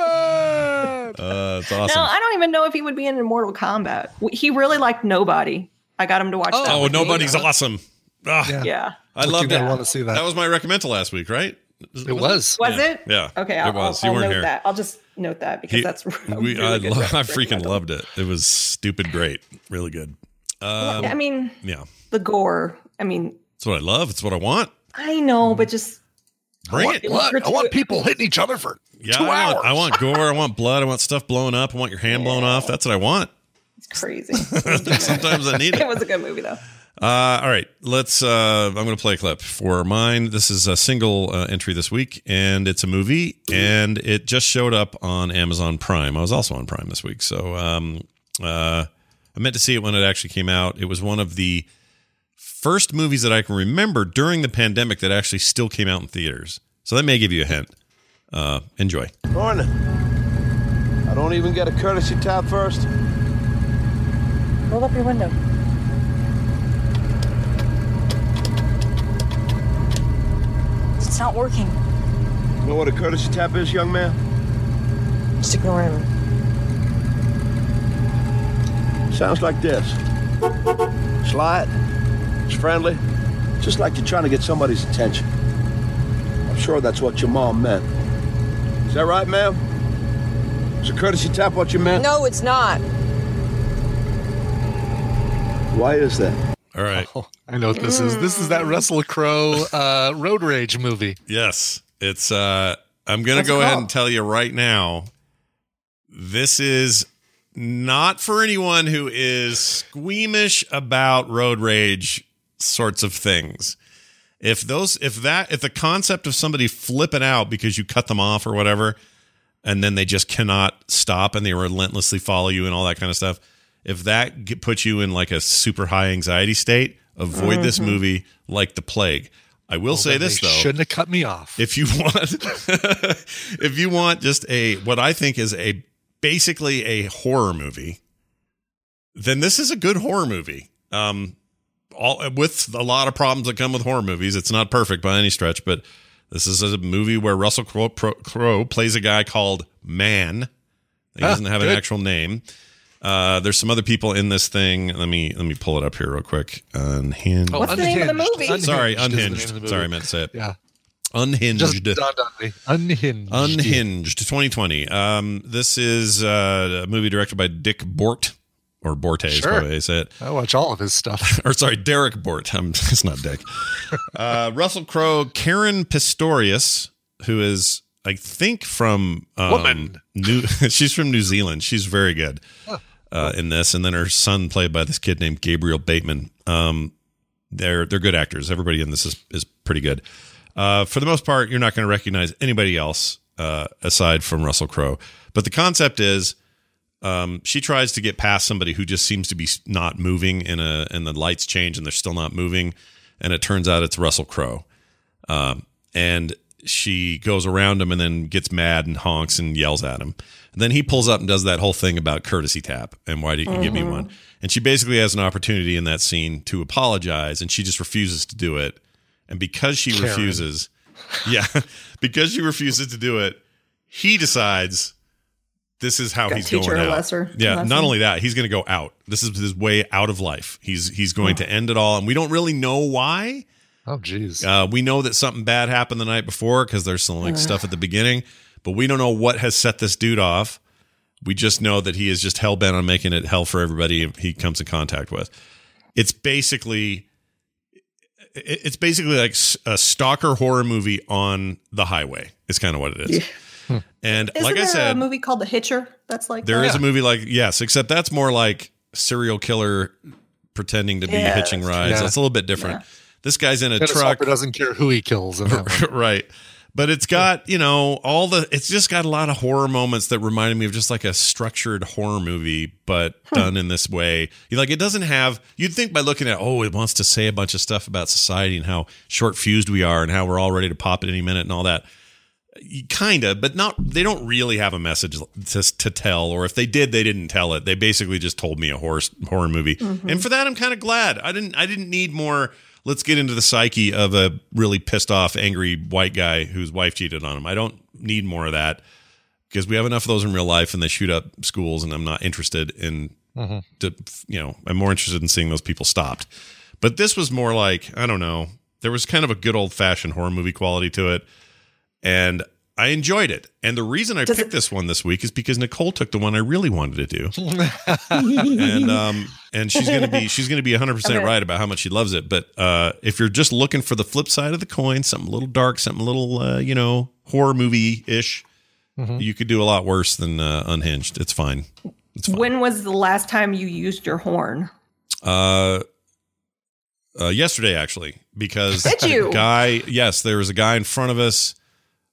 C: Kombat.
B: Uh, it's awesome.
L: No, I don't even know if he would be in Mortal Kombat. W- He really liked Nobody. I got him to watch. that
B: oh,
L: with me.
B: nobody's awesome. Ah,
L: Yeah.
B: I loved
C: think
B: it.
C: I wanna see that.
B: That was my recommendal last week, right? It
C: was.
L: Was
B: yeah.
L: it?
B: Yeah.
L: Okay,
B: it
L: I'll,
B: was.
L: I'll,
B: you
L: I'll
B: weren't
L: note
B: here.
L: that. I'll just note that because
B: He-
L: that's. a
B: [LAUGHS] we,
L: really
B: I,
L: good
B: lo-
L: rec-
B: I freaking
L: recommendal.
B: loved it. It was stupid great. Really good. Um,
L: I mean,
B: yeah.
L: the gore. I mean,
B: It's what I love. It's what I want.
L: I know, but just
B: Bring
L: want
B: it.
L: blood. I want
C: people hitting each other for
B: Yeah, I want, I want gore. I want blood. I want stuff blown up. I want your hand blown off. That's what I want. [LAUGHS]
L: it's crazy.
B: Sometimes I need it.
L: [LAUGHS] was a good movie though.
B: Uh, all right, let's. Uh, I'm going to play a clip for mine. This is a single uh, entry this week, and it's a movie, and it just showed up on Amazon Prime. I was also on Prime this week, so um, uh, I meant to see it when it actually came out. It was one of the first movies that I can remember during the pandemic that actually still came out in theaters. So that may give you a hint. Uh, enjoy.
P: Morning. I don't even get a courtesy tab first.
Q: Roll up your window. It's not working.
P: You know what a courtesy tab is, young man?
Q: Just ignore him.
P: Sounds like this. It's light. It's friendly. Just like you're trying to get somebody's attention. I'm sure that's what your mom meant. Is that right, ma'am? Is a courtesy tap what you meant?
Q: No, it's not.
P: Why is that?
B: All right.
C: Oh, I know what this is. This is that
L: Mm.
C: Russell Crowe uh, road rage movie.
B: Yes, it's. uh I'm gonna
C: What's it
B: go ahead and
C: called?
B: tell you right now. This is not for anyone who is squeamish about road rage sorts of things. If those, if that, if the concept of somebody flipping out because you cut them off or whatever, and then they just cannot stop and they relentlessly follow you and all that kind of stuff, if that get, puts you in like a super high anxiety state, avoid this
C: Mhm.
B: movie like the plague. I will say
C: then
B: this
C: they
B: though,
C: shouldn't have cut me off.
B: if you [LAUGHS] want [LAUGHS] if you want just a what i think is a basically a horror movie then this is a good horror movie um all with a lot of problems that come with horror movies it's not perfect by any stretch but this is a movie where russell crowe Crowe plays a guy called man he
E: Ah,
B: doesn't have an
E: good.
B: actual name uh, there's some other people in this thing. Let me let me pull it up here real quick. Unhinged.
C: Oh, What's the name of the Unhinged. movie?
B: Sorry,
C: Unhinged is the name of
B: unhinged.
C: the movie.
B: Sorry, I meant to say it.
C: Yeah.
B: Unhinged.
C: Just dawned on me. Unhinged.
B: Unhinged 2020. Um, this is uh, a movie directed by Dick Bort or Borte is
C: Sure.
B: probably how you say it.
C: I watch all of his stuff.
B: [LAUGHS] or sorry, Derek Bort. [LAUGHS] I'm, it's not Dick. uh, Russell Crowe, Karen Pistorius, who is I think from um,
C: Woman.
B: New, [LAUGHS] she's from New Zealand. She's very good uh, in this, and then her son played by this kid named Gabriel Bateman. Um, they're they're good actors. Everybody in this is is pretty good. Uh, for the most part, you're not going to recognize anybody else uh, aside from Russell Crowe. But the concept is, um, she tries to get past somebody who just seems to be s- not moving, in a and the lights change and they're still not moving, and it turns out it's Russell Crowe. Um, and she goes around him and then gets mad and honks and yells at him. And then he pulls up and does that whole thing about courtesy tap and why didn't you give me
E: Mhm.
B: one? And she basically has an opportunity in that scene to apologize and she just refuses to do it. And because she
E: Karen.
B: refuses, [LAUGHS] yeah, because she refuses to do it, he decides this is how
L: Gotta
B: he's
L: teach her
B: going
L: a
B: out.
L: lesser
B: yeah,
L: lesson.
B: not only that, he's going to go out. This is his way out of life. He's he's going to end it all, and we don't really know why.
C: Oh, jeez.
B: Uh, we know that something bad happened the night before because there's some like
C: Ugh.
B: stuff at the beginning, but we don't know what has set this dude off. We just know that he is just hell bent on making it hell for everybody he comes in contact with. It's basically, it- it's basically like s- a stalker horror movie on the highway. Is kind of what it is. And
L: Isn't
B: like
L: there
B: I said,
L: a movie called The Hitcher? That's like
B: there
L: that?
B: is a movie like yes, except that's more like serial killer pretending to be
L: Yeah,
B: hitching
L: that's
B: rides.
C: true.
B: That's a little bit different. This guy's in a
C: Dennis
B: truck,
C: Hopper doesn't care who
B: [LAUGHS]
C: he kills. In that one.
B: right? But it's got you know all the. It's just got a lot of horror moments that reminded me of just like a structured horror movie, but done in this way. You like it doesn't have. You'd think by looking at oh, it wants to say a bunch of stuff about society and how short fused we are and how we're all ready to pop at any minute and all that kind of but not they don't really have a message to, to tell or if they did they didn't tell it they basically just told me a horror horror movie
E: Mhm.
B: and for that i'm kind of glad i didn't i didn't need more let's get into the psyche of a really pissed off angry white guy whose wife cheated on him i don't need more of that because we have enough of those in real life and they shoot up schools and i'm not interested in
E: Mhm.
B: to, you know i'm more interested in seeing those people stopped but this was more like i don't know there was kind of a good old fashioned horror movie quality to it and I enjoyed it. And the reason I picked this one this week is because Nicole took the one I really wanted to do, and um, and she's gonna be she's gonna be 100 percent
E: Okay.
B: right about how much she loves it. But uh, if you're just looking for the flip side of the coin, something a little dark, something a little uh, you know horror movie ish,
L: Mhm.
B: you could do a lot worse than uh, Unhinged. It's fine.
L: When was the last time you used your horn?
B: Uh, uh, yesterday actually because
L: Did you?
B: guy yes there was a guy in front of us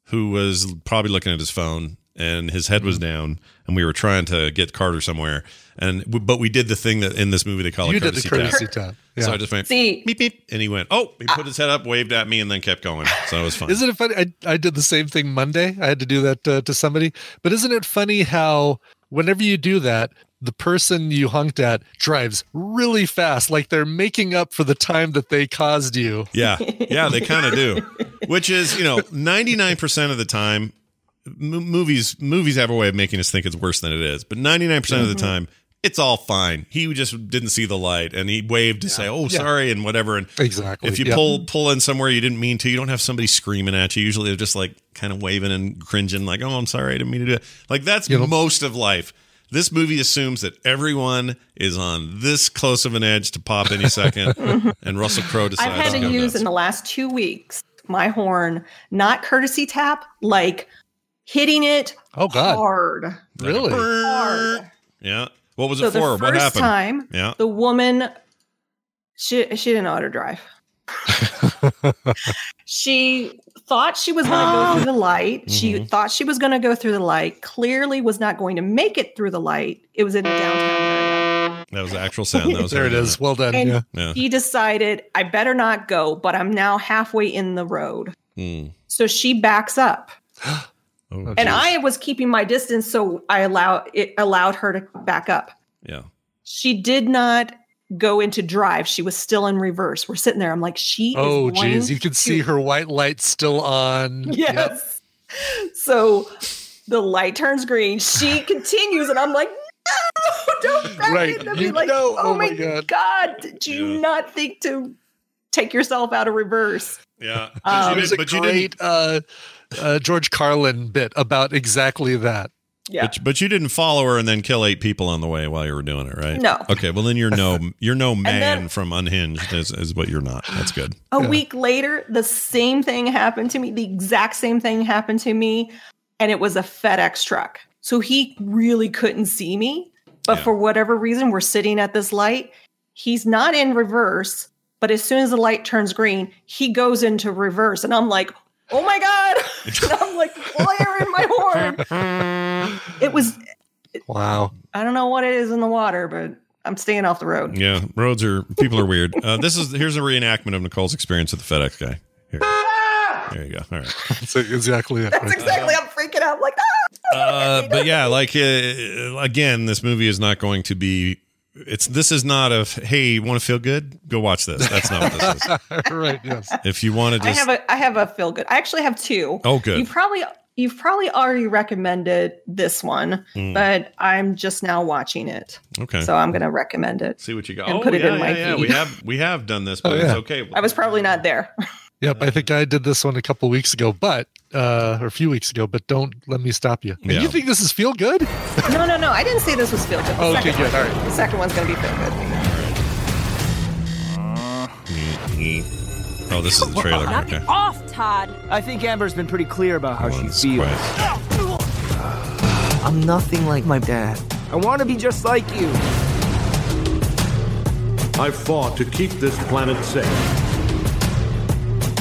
B: who was probably looking at his phone and his head
C: Mm-hmm.
B: was down and we were trying to get Carter somewhere and but we did the thing that in this movie they call
C: You
B: it
C: did
B: courtesy
C: the courtesy
B: tap.
C: tap,
B: so
C: yeah.
B: I just went
L: See,
B: beep beep and he went oh he put his head up waved at me and then kept going so it was fun
C: Isn't it funny? I, I did the same thing Monday. I had to do that uh, to somebody. But isn't it funny how whenever you do that, the person you honked at drives really fast, like they're making up for the time that they caused you.
B: Yeah, yeah, they kind of do. Which is, you know, ninety nine percent of the time, m- movies movies have a way of making us think it's worse than it is. But ninety nine percent of the
C: Mhm.
B: time, it's all fine. He just didn't see the light, and he waved to say, "Oh,
C: Yeah.
B: sorry," and whatever. And
C: Exactly,
B: if you
C: yeah.
B: pull pull in somewhere you didn't mean to, you don't have somebody screaming at you. Usually, they're just like kind of waving and cringing, like, "Oh, I'm sorry, I didn't mean to do that." Like that's most of life. This movie assumes that everyone is on this close of an edge to pop any second,
C: [LAUGHS]
B: and Russell Crowe decides.
L: I've had
B: to
L: to
B: go
L: use
B: nuts.
L: in the last two weeks my horn, not courtesy tap, like hitting it
B: Oh, God.
L: hard.
B: Like a Really?
L: Hard.
B: Yeah. What was
L: so
B: it for?
L: The first
B: what happened?
L: time,
B: Yeah.
L: the woman, she, she didn't know how
B: [LAUGHS]
L: to drive. she thought she was going to
B: [GASPS]
L: go through the light.
B: Mm-hmm.
L: She thought she was going to go through the light. Clearly was not going to make it through the light. It was in downtown
B: That was the [LAUGHS] actual sound. That was
C: There it is. Well done.
L: And
C: yeah.
L: She decided, I better not go, but I'm now halfway in the road.
B: Mm.
L: So she backs up.
B: Oh,
L: and I was keeping my distance, so I allow it allowed her to back up.
B: Yeah.
L: She did not go into drive. She was still in reverse. We're sitting there. I'm like, she is
C: Oh,
L: going
C: geez.
L: [LAUGHS]
C: You can see her white light still on. Yep.
L: Yes. So the light turns
C: [LAUGHS]
L: green. She continues, and I'm like, no, don't back
C: Right.
L: in. I'd
C: You
L: be like,
C: know-
L: oh, my god, did you
C: Yeah.
L: not think to take yourself out of reverse? [LAUGHS]
B: Yeah.
L: Um,
C: There's a
L: But you
C: great
L: didn't-
C: uh, uh, George Carlin bit about exactly that.
L: Yeah.
B: But, but you didn't follow her and then kill eight people on the way while you were doing it, right?
L: No.
B: Okay. Well, then you're
C: [LAUGHS]
B: no you're no man
L: then-
B: from Unhinged is, is what you're not. That's good.
L: A week later, the same thing happened to me. The exact same thing happened to me, and it was a FedEx truck. So he really couldn't see me. But for whatever reason, we're sitting at this light. He's not in reverse, but as soon as the light turns green, he goes into reverse. And I'm like, oh my God. [LAUGHS] and I'm like, blaring my horn. It was,
C: Wow.
L: I don't know what it is in the water, but I'm staying off the road.
B: Yeah. Roads are people are weird. Uh, this is here's a reenactment of Nicole's experience with the FedEx guy. Here. There you go. All right.
C: [LAUGHS] That's exactly it.
L: That's exactly, I'm freaking out. I'm like,
C: [LAUGHS]
L: ah.
B: uh, but yeah, like uh, again, this movie is not going to be. It's this is not a hey, want to feel good? Go watch this. That's not what this is.
C: right. [LAUGHS] Yes.
B: If you want to
L: I
B: just
L: have a I have a feel good. I actually have two.
B: Oh, good.
L: You probably you've probably already recommended this one,
B: Mm.
L: but I'm just now watching it.
B: Okay.
L: So I'm gonna recommend it.
B: see what you got.
L: and
B: oh,
L: put it
B: yeah,
L: in my
B: yeah, yeah. We
L: feed.
B: have we have done this, but
C: Oh,
B: it's
C: yeah.
B: okay.
L: I was probably not there. [LAUGHS]
C: Yep, I think I did this one a couple weeks ago, but uh, or a few weeks ago. But don't let me stop you. And
B: Yeah.
C: You think this is feel good? Oh,
L: no, no, no. I didn't say this was feel good. The
C: Okay,
L: second
C: good.
L: one-
C: All right.
L: The second one's gonna be feel good.
B: Oh, this is the trailer.
E: Knock
B: Okay.
E: it off, Todd. I think Amber's been pretty clear about how she feels. I'm nothing like my dad. I want to be just like
B: [LAUGHS]
E: you.
R: I fought to keep this planet safe.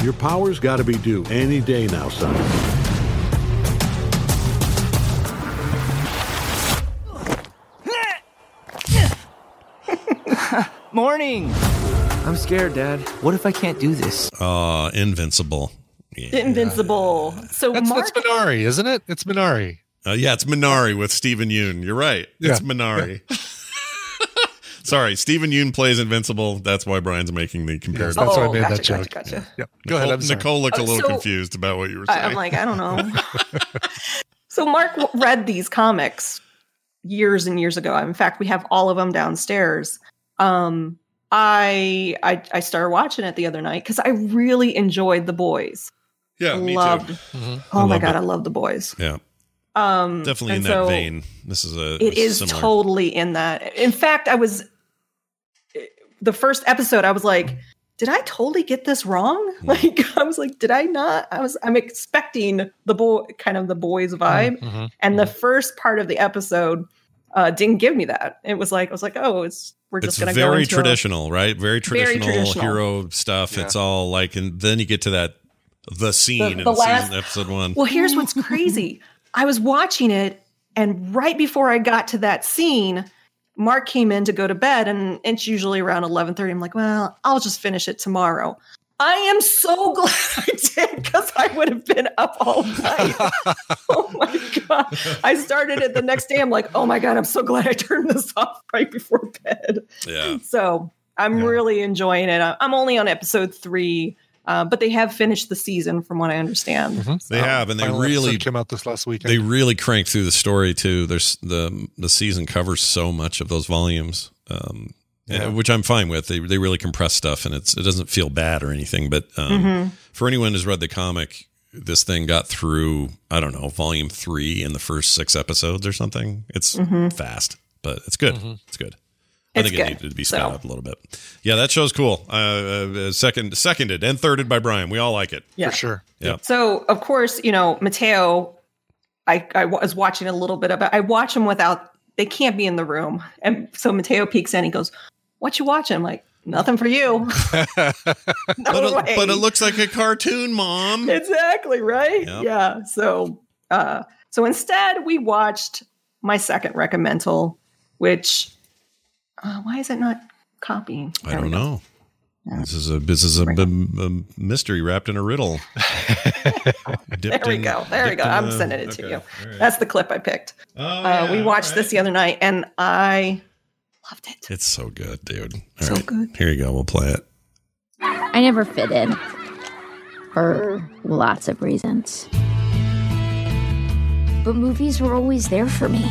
R: Your power's got to be due any day now, son.
E: Morning. I'm scared, Dad. What if I can't do this?
B: Uh, Invincible.
L: Invincible. So
C: That's,
L: Mark
C: that's Minari, isn't it? It's Minari.
B: Uh, yeah, it's Minari with Steven Yoon. You're right. It's
C: Yeah.
B: Minari. [LAUGHS] Sorry, Steven Yoon plays Invincible. That's why Brian's making the comparison.
C: that's why I made that
L: Oh, gotcha,
C: joke.
L: gotcha, gotcha.
C: Yep. Go ahead.
B: Nicole,
C: I'm sorry.
B: Nicole looked a
L: Oh,
B: little
L: so-
B: confused about what you were
L: I-
B: saying.
L: I'm like, I
B: [LAUGHS]
L: don't know. so Mark w- read these comics years and years ago. In fact, we have all of them downstairs. Um, I, I I started watching it the other night because I really enjoyed the boys.
B: yeah, me
L: loved.
B: too.
L: Oh my
B: loved it.
L: god, I love the boys.
B: Yeah,
L: Um,
B: definitely in
L: and
B: that
L: so
B: vein. This is a
L: It is
B: similar.
L: totally in that. In fact, I was the first episode. I was like, did I totally get this wrong? [LAUGHS] Like, I was like, did I not? I was. I'm
B: Mm-hmm,
L: expecting the boy, kind of the boys vibe. And the first part of the episode, uh, didn't give me that. It was like I was like, oh, it's we're just
B: it's
L: going to go
B: very
L: into a-
B: traditional, right? Very traditional,
L: traditional.
B: hero stuff. It's all like, and then you get to that the scene
L: The-
B: in
L: the
B: season,
L: last-
B: episode one.
L: Well, here's what's crazy. I was watching it, and right before I got to that scene, Mark came in to go to bed, and it's usually around 11:30. I'm like, well, I'll just finish it tomorrow. I am so [LAUGHS] glad I did because I would have been up all night. oh my god! I started it the next day. I'm like, oh my god, I'm so glad I turned this off right before bed.
B: Yeah.
L: So I'm really enjoying it. I- I'm only on episode three, uh, but they have finished the season, from what I understand.
B: They have, and they
C: Final episode
B: really
C: came out this last weekend.
B: they really crank through the story too. There's the the season covers so much of those volumes, um, and-
C: Yeah.
B: which I'm fine with. They they really compress stuff, and it's it doesn't feel bad or anything. But um,
S: Mhm.
B: for anyone who's read the comic, this thing got through I don't know volume three in the first six episodes or something. It's
S: Mhm.
B: fast, but it's good.
S: Mhm.
B: It's good. I
S: It's
B: think
S: good,
B: it needed to be sped
S: so.
B: up a little bit. Yeah, that show's cool. Uh, uh, second, seconded and thirded by Brian. We all like it
L: Yeah.
C: for sure.
B: Yeah.
L: So, of course, you know, Mateo, I, I was watching a little bit of it. I watch him without, they can't be in the room. And so Mateo peeks in, he goes, What you watching? I'm like, Nothing for you. [LAUGHS]
B: but,
L: way.
B: it, but it looks like a cartoon, mom.
L: exactly, right?
B: Yep.
L: Yeah. So, uh, so instead, we watched my second recommendal, which, uh, why is it not copying?
B: I don't know. This is a this is a, b- a mystery wrapped in a
L: [LAUGHS]
B: riddle.
L: There we go. There we go. I'm sending it to you. That's the clip I picked.
B: Oh,
L: uh, we watched this the other night, and I
B: It's so good, dude. so good. Here you go. We'll play it.
T: I never fit in for lots of reasons. But movies were always there for me.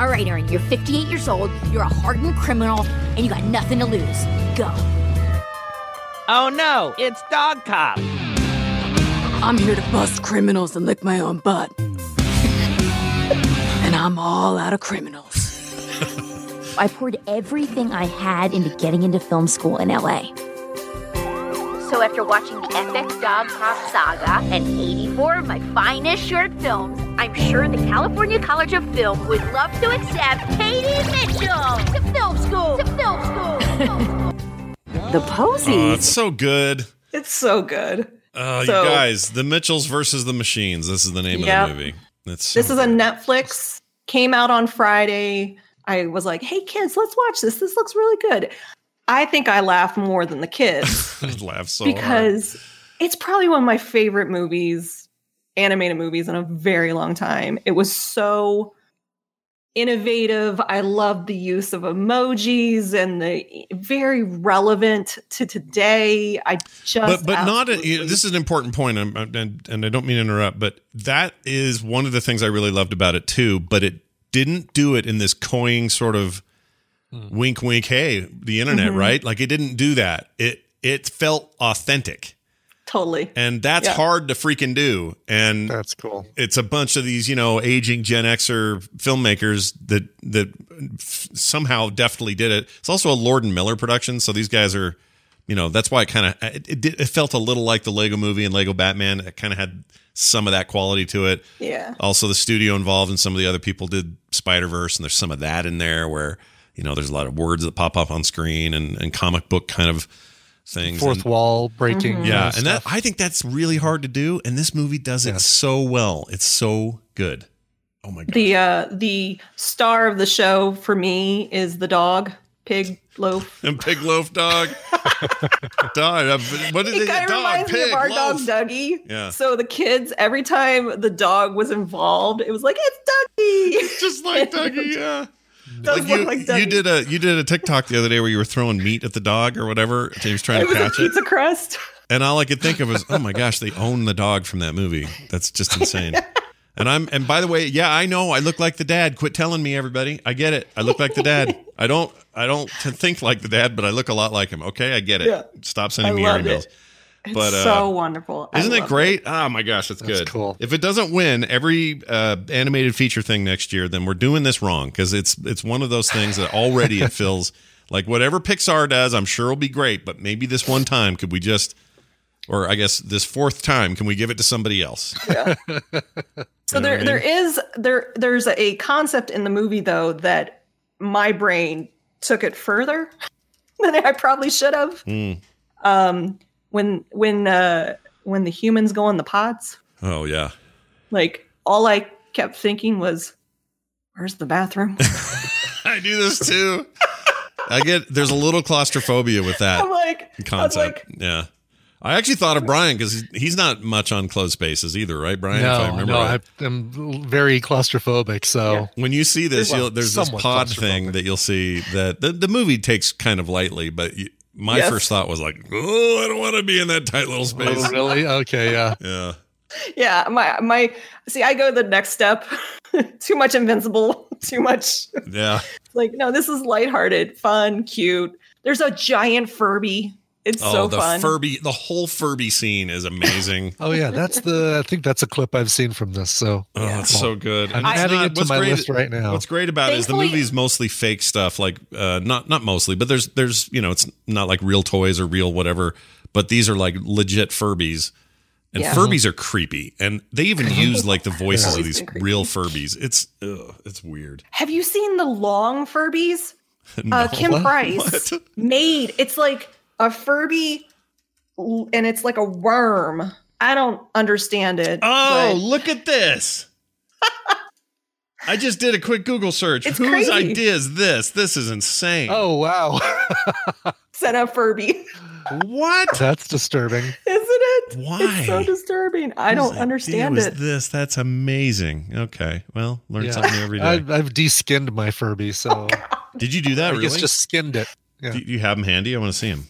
U: All right, Aaron, you're 58 years old, you're a hardened criminal, and you got nothing to lose. Go.
V: Oh no, it's Dog Cop.
U: I'm here to bust criminals and lick my own butt. and I'm all out of criminals. I poured everything I had into getting into film school in LA. So after watching the epic Dog Cop saga and 84 of my finest short films, I'm sure the California College of Film would love to accept Katie Mitchell to film school. To film school. to film school.
L: The posies.
B: Oh, it's so good.
L: It's so good.
B: Oh,
L: So-
B: you guys, the Mitchells versus the Machines. This is the name
L: Yep.
B: of the movie. It's so
L: This is a Netflix came out on Friday. I was like, "Hey kids, let's watch this. This looks really good." I think I laughed more than the kids
B: [LAUGHS] I laugh [LAUGHS] so hard.
L: because it's probably one of my favorite movies, animated movies in a very long time. It was so innovative. I love the use of emojis and the e, very relevant to today. I just
B: but but not a, this is an important point I'm, I'm- and, and i don't mean to interrupt but that is one of the things i really loved about it too but it didn't do it in this coying sort of wink wink hey the internet
L: Mhm.
B: right like it didn't do that it it felt authentic
L: totally
B: and that's
L: Yeah.
B: hard to freaking do and that's
C: cool
B: it's a bunch of these you know aging gen xer filmmakers that that f- somehow deftly did it it's also a lord and miller production so these guys are you know that's why it kind of it, it, did- it felt a little like the lego movie and lego batman it kind of had some of that quality to it
L: Yeah.
B: also the studio involved and some of the other people did Spider Verse, and there's some of that in there where you know there's a lot of words that pop up on screen and, and comic book kind of things.
C: Fourth
B: And-
C: wall breaking,
W: Mm-hmm.
C: Mhm.
B: Yeah,
C: uh,
B: and that I think that's really hard to do, and this movie does it so well. It's so good.
L: the uh the star of the show for me is the dog pig loaf
B: And Pig Loaf [LAUGHS] Dog, dog. uh, What did
L: it
B: they?
L: kind of
B: Dog,
L: reminds me
B: pig,
L: of our
B: loaf.
L: dog dougie
B: Yeah.
L: so the kids every time the dog was involved it was like it's dougie
B: [LAUGHS]
L: it's
B: just
L: [LAUGHS]
B: like dougie yeah
L: does
B: Like
L: look
B: you,
L: like dougie
B: you did a you did a TikTok the other day where you were throwing meat at the dog or whatever. He was trying
L: [LAUGHS] it
B: to
L: was a
B: catch it. [LAUGHS]
L: pizza crust
B: And all I could think of was, oh my gosh, they own the dog from that movie. That's just insane. And I'm and by the way, yeah, I know I look like the dad. Quit telling me everybody. I get it. I look like the dad. I don't I don't t- think like the dad, but I look a lot like him. Okay, I get it.
L: Yeah.
B: Stop sending
L: I
B: me your
L: love
B: emails.
L: it. it's so wonderful I
B: uh, Isn't it
L: love
B: great? Oh my gosh, it's good. Cool. If it doesn't win every uh, animated feature thing next year, then we're doing this wrong because it's it's one of those things that already it feels [LAUGHS] like whatever Pixar does, I'm sure will be great, but maybe this one time could we just, or I guess this fourth time, can we give it to somebody else?
L: So there, there is there there's a concept in the movie though that my brain took it further [LAUGHS] than I probably should have.
B: Mm.
L: Um, when when uh, when the humans go in the pods,
B: Oh yeah.
L: like all I kept thinking was, "Where's the bathroom?"
B: [LAUGHS] I do this too. I get there's a little claustrophobia with that
L: I'm like,
B: concept. yeah. I actually thought of Brian because he's not much on closed spaces either, right, Brian?
C: no,
B: if I remember
C: no,
B: right.
C: I- I'm very claustrophobic. So
B: When you see this,
C: Well,
B: you'll, there's this
C: somewhat
B: pod thing that you'll see that the, the movie takes kind of lightly, but you, my
L: Yes.
B: first thought was like, oh, I don't want to be in that tight little space.
C: Oh, really? Okay, yeah.
B: yeah.
L: yeah, my my see, I go the next step. [LAUGHS] too much invincible. [LAUGHS] Too much.
B: Yeah.
L: Like no, this is lighthearted, fun, cute. There's a giant Furby. It's
B: oh,
L: so
B: the
L: fun.
B: Furby, the whole Furby scene is amazing.
C: [LAUGHS] Oh yeah, that's the. I think that's a clip I've seen from this. So
B: Oh, it's so good.
C: I'm
B: And it's
C: adding
B: not-
C: it to
B: what's
C: my
B: great-
C: list right now.
B: What's great about it is the
C: Thankfully-
B: movie's mostly fake stuff, like uh, not not mostly, but there's there's you know it's not like real toys or real whatever, but these are like legit Furbies, and
S: Yeah.
B: Furbies are creepy, and they even use like the voices of
L: Always
B: these
L: been creepy.
B: real Furbies. It's ugh, it's weird.
L: Have you seen the long Furbies?
B: No.
L: uh,
B: [LAUGHS]
L: Kim
B: What?
L: Price made. It's like a Furby, l- and it's like a worm. I don't understand it.
B: Oh,
L: but-
B: look at
L: [LAUGHS]
B: this. I just did a quick Google search.
L: It's
B: Whose
L: crazy.
B: idea is this? This is insane.
C: Oh wow, [LAUGHS]
L: set up Furby.
B: What?
C: that's disturbing.
L: [LAUGHS] Isn't it?
B: Why?
L: It's so disturbing. I
B: Whose
L: don't
B: idea
L: understand
B: was
L: it.
B: This that's amazing. Okay, well, learn
C: Yeah.
B: something
C: [LAUGHS]
B: every day.
C: I've, I've deskinned my Furby,
L: Oh
C: so
B: Did you do that?
C: I
B: really?
C: guess just skinned it. Yeah.
B: Do you have him handy? I want to see him.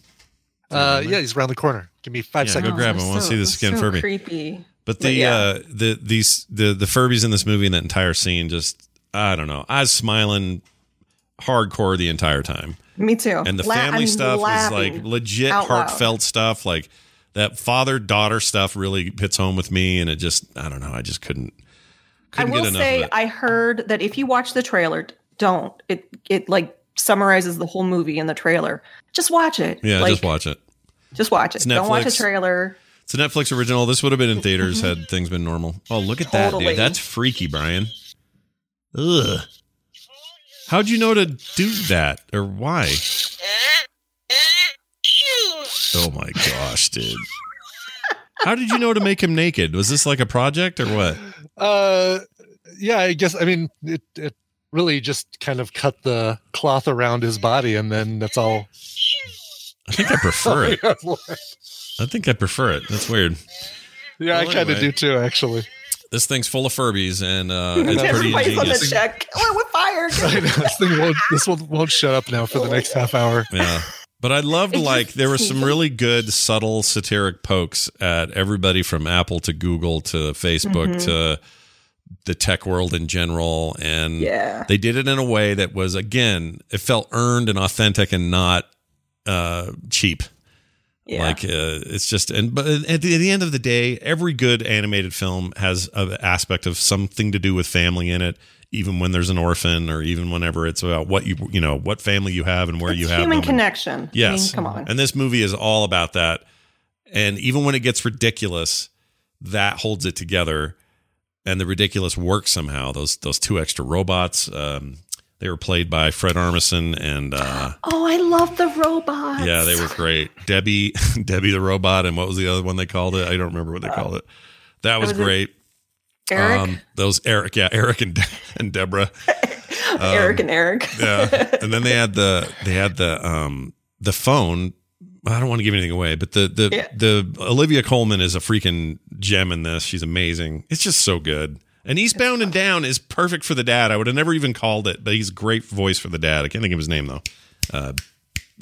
C: uh, yeah, he's around the corner. Give me five
B: Yeah, go
C: seconds.
B: grab him. I want to see the skin Furby.
L: creepy.
B: But the uh, the these the the Furbies in this movie and that entire scene just I don't know. I was smiling hardcore the entire time,
L: Me too.
B: and the
L: La-
B: family
L: I'm
B: stuff was like
L: laughing
B: legit
L: out loud.
B: heartfelt stuff. Like that father daughter stuff really hits home with me, and it just I don't know. I just couldn't
L: I
B: couldn't
L: will
B: get enough of
L: say,
B: it.
L: I heard that if you watch the trailer, d- don't it. It like summarizes the whole movie in the trailer. Just watch it.
B: yeah,
L: like,
B: just watch it.
L: Just watch it.
B: It's
L: Don't watch a
B: Netflix.
L: trailer.
B: It's a Netflix original. This would have been in theaters had [LAUGHS] things been normal. Oh, look at that,
L: Totally.
B: dude. That's freaky, Brian. Ugh. How'd you know to do that or why? Oh my gosh, dude. How did you know to make him naked? Was this like a project or what?
C: Uh, yeah, I guess. I mean, it it really just kind of cut the cloth around his body, and then that's all. Oh,
B: I think I prefer
C: [LAUGHS]
B: it. I think I prefer it. That's weird.
C: yeah, I
B: Well,
C: kind of
B: anyway.
C: do too, actually.
B: This thing's full of Furbies and
L: [LAUGHS]
B: uh, it's pretty
L: Everybody's on the
B: ingenious.
L: check. Oh, we're fired.
C: I know, this thing won't this one won't shut up now for the next half hour.
B: Yeah. But I
S: [LAUGHS]
B: loved like there were some really good subtle satiric pokes at everybody from Apple to Google to Facebook
S: Mhm.
B: to the tech world in general and
S: Yeah.
B: they did it in a way that was again it felt earned and authentic and not uh cheap.
S: Yeah.
B: Like uh, it's just and but at the, at the end of the day every good animated film has an aspect of something to do with family in it even when there's an orphan or even whenever it's about what you you know what family you have and where you have
L: Human
B: them and-
L: connection.
B: Yes.
L: I mean, come on.
B: And this movie is all about that. And even when it gets ridiculous, that holds it together. And the ridiculous works somehow. Those those two extra robots, um, they were played by Fred Armisen and
L: [GASPS]
B: uh,
L: Oh, I love the robots.
B: yeah, they were great. Debbie [LAUGHS] Debbie the robot and what was the other one they called it? I don't remember what they called it. That was,
L: Uh, was it
B: great. Um,
L: Eric,
B: those Eric, yeah, [LAUGHS] Eric and De- and Deborah. Um,
L: [LAUGHS] Eric, and Eric. [LAUGHS]
B: yeah. And then they had the they had the um the phone. I don't want to give anything away, but the the
L: Yeah.
B: the Olivia Coleman is a freaking gem in this. She's amazing. It's just so good. And Eastbound and Down is perfect for the dad. I would have never even called it, but he's a great voice for the dad. I can't think of his name though. Uh,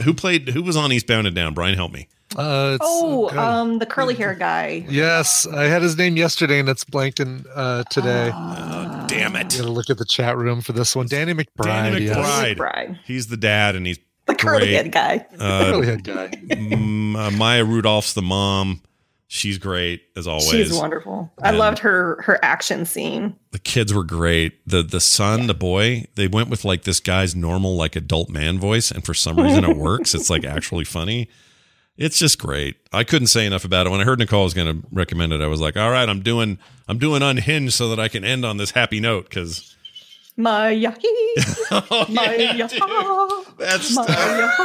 B: who played? Who was on Eastbound and Down? Brian, help me.
C: Uh, it's,
L: oh,
C: God.
L: um, the curly hair guy.
C: Yes, I had his name yesterday, and it's blanking uh, today.
L: Ah.
B: Oh, damn it!
C: Gotta look at the chat room for this one. Danny McBride.
B: Danny
C: yes.
B: McBride. He's the dad, and he's
L: The curly
B: great.
C: [LAUGHS]
L: head guy.
B: Uh, [LAUGHS]
C: Curly-head guy.
B: M- uh, Maya Rudolph's the mom. She's great as always.
L: She's wonderful. I
B: And-
L: loved her her action scene.
B: the kids were great. The the son, the boy, they went with like this guy's normal like adult man voice, and for some reason it works. It's like actually funny. It's just great. I couldn't say enough about it. When I heard Nicole was going to recommend it, I was like, "All right, I'm doing I'm doing unhinged so that I can end on this happy note cuz [LAUGHS]
L: My yahi.
B: Oh,
L: my yaha.
B: That's
L: my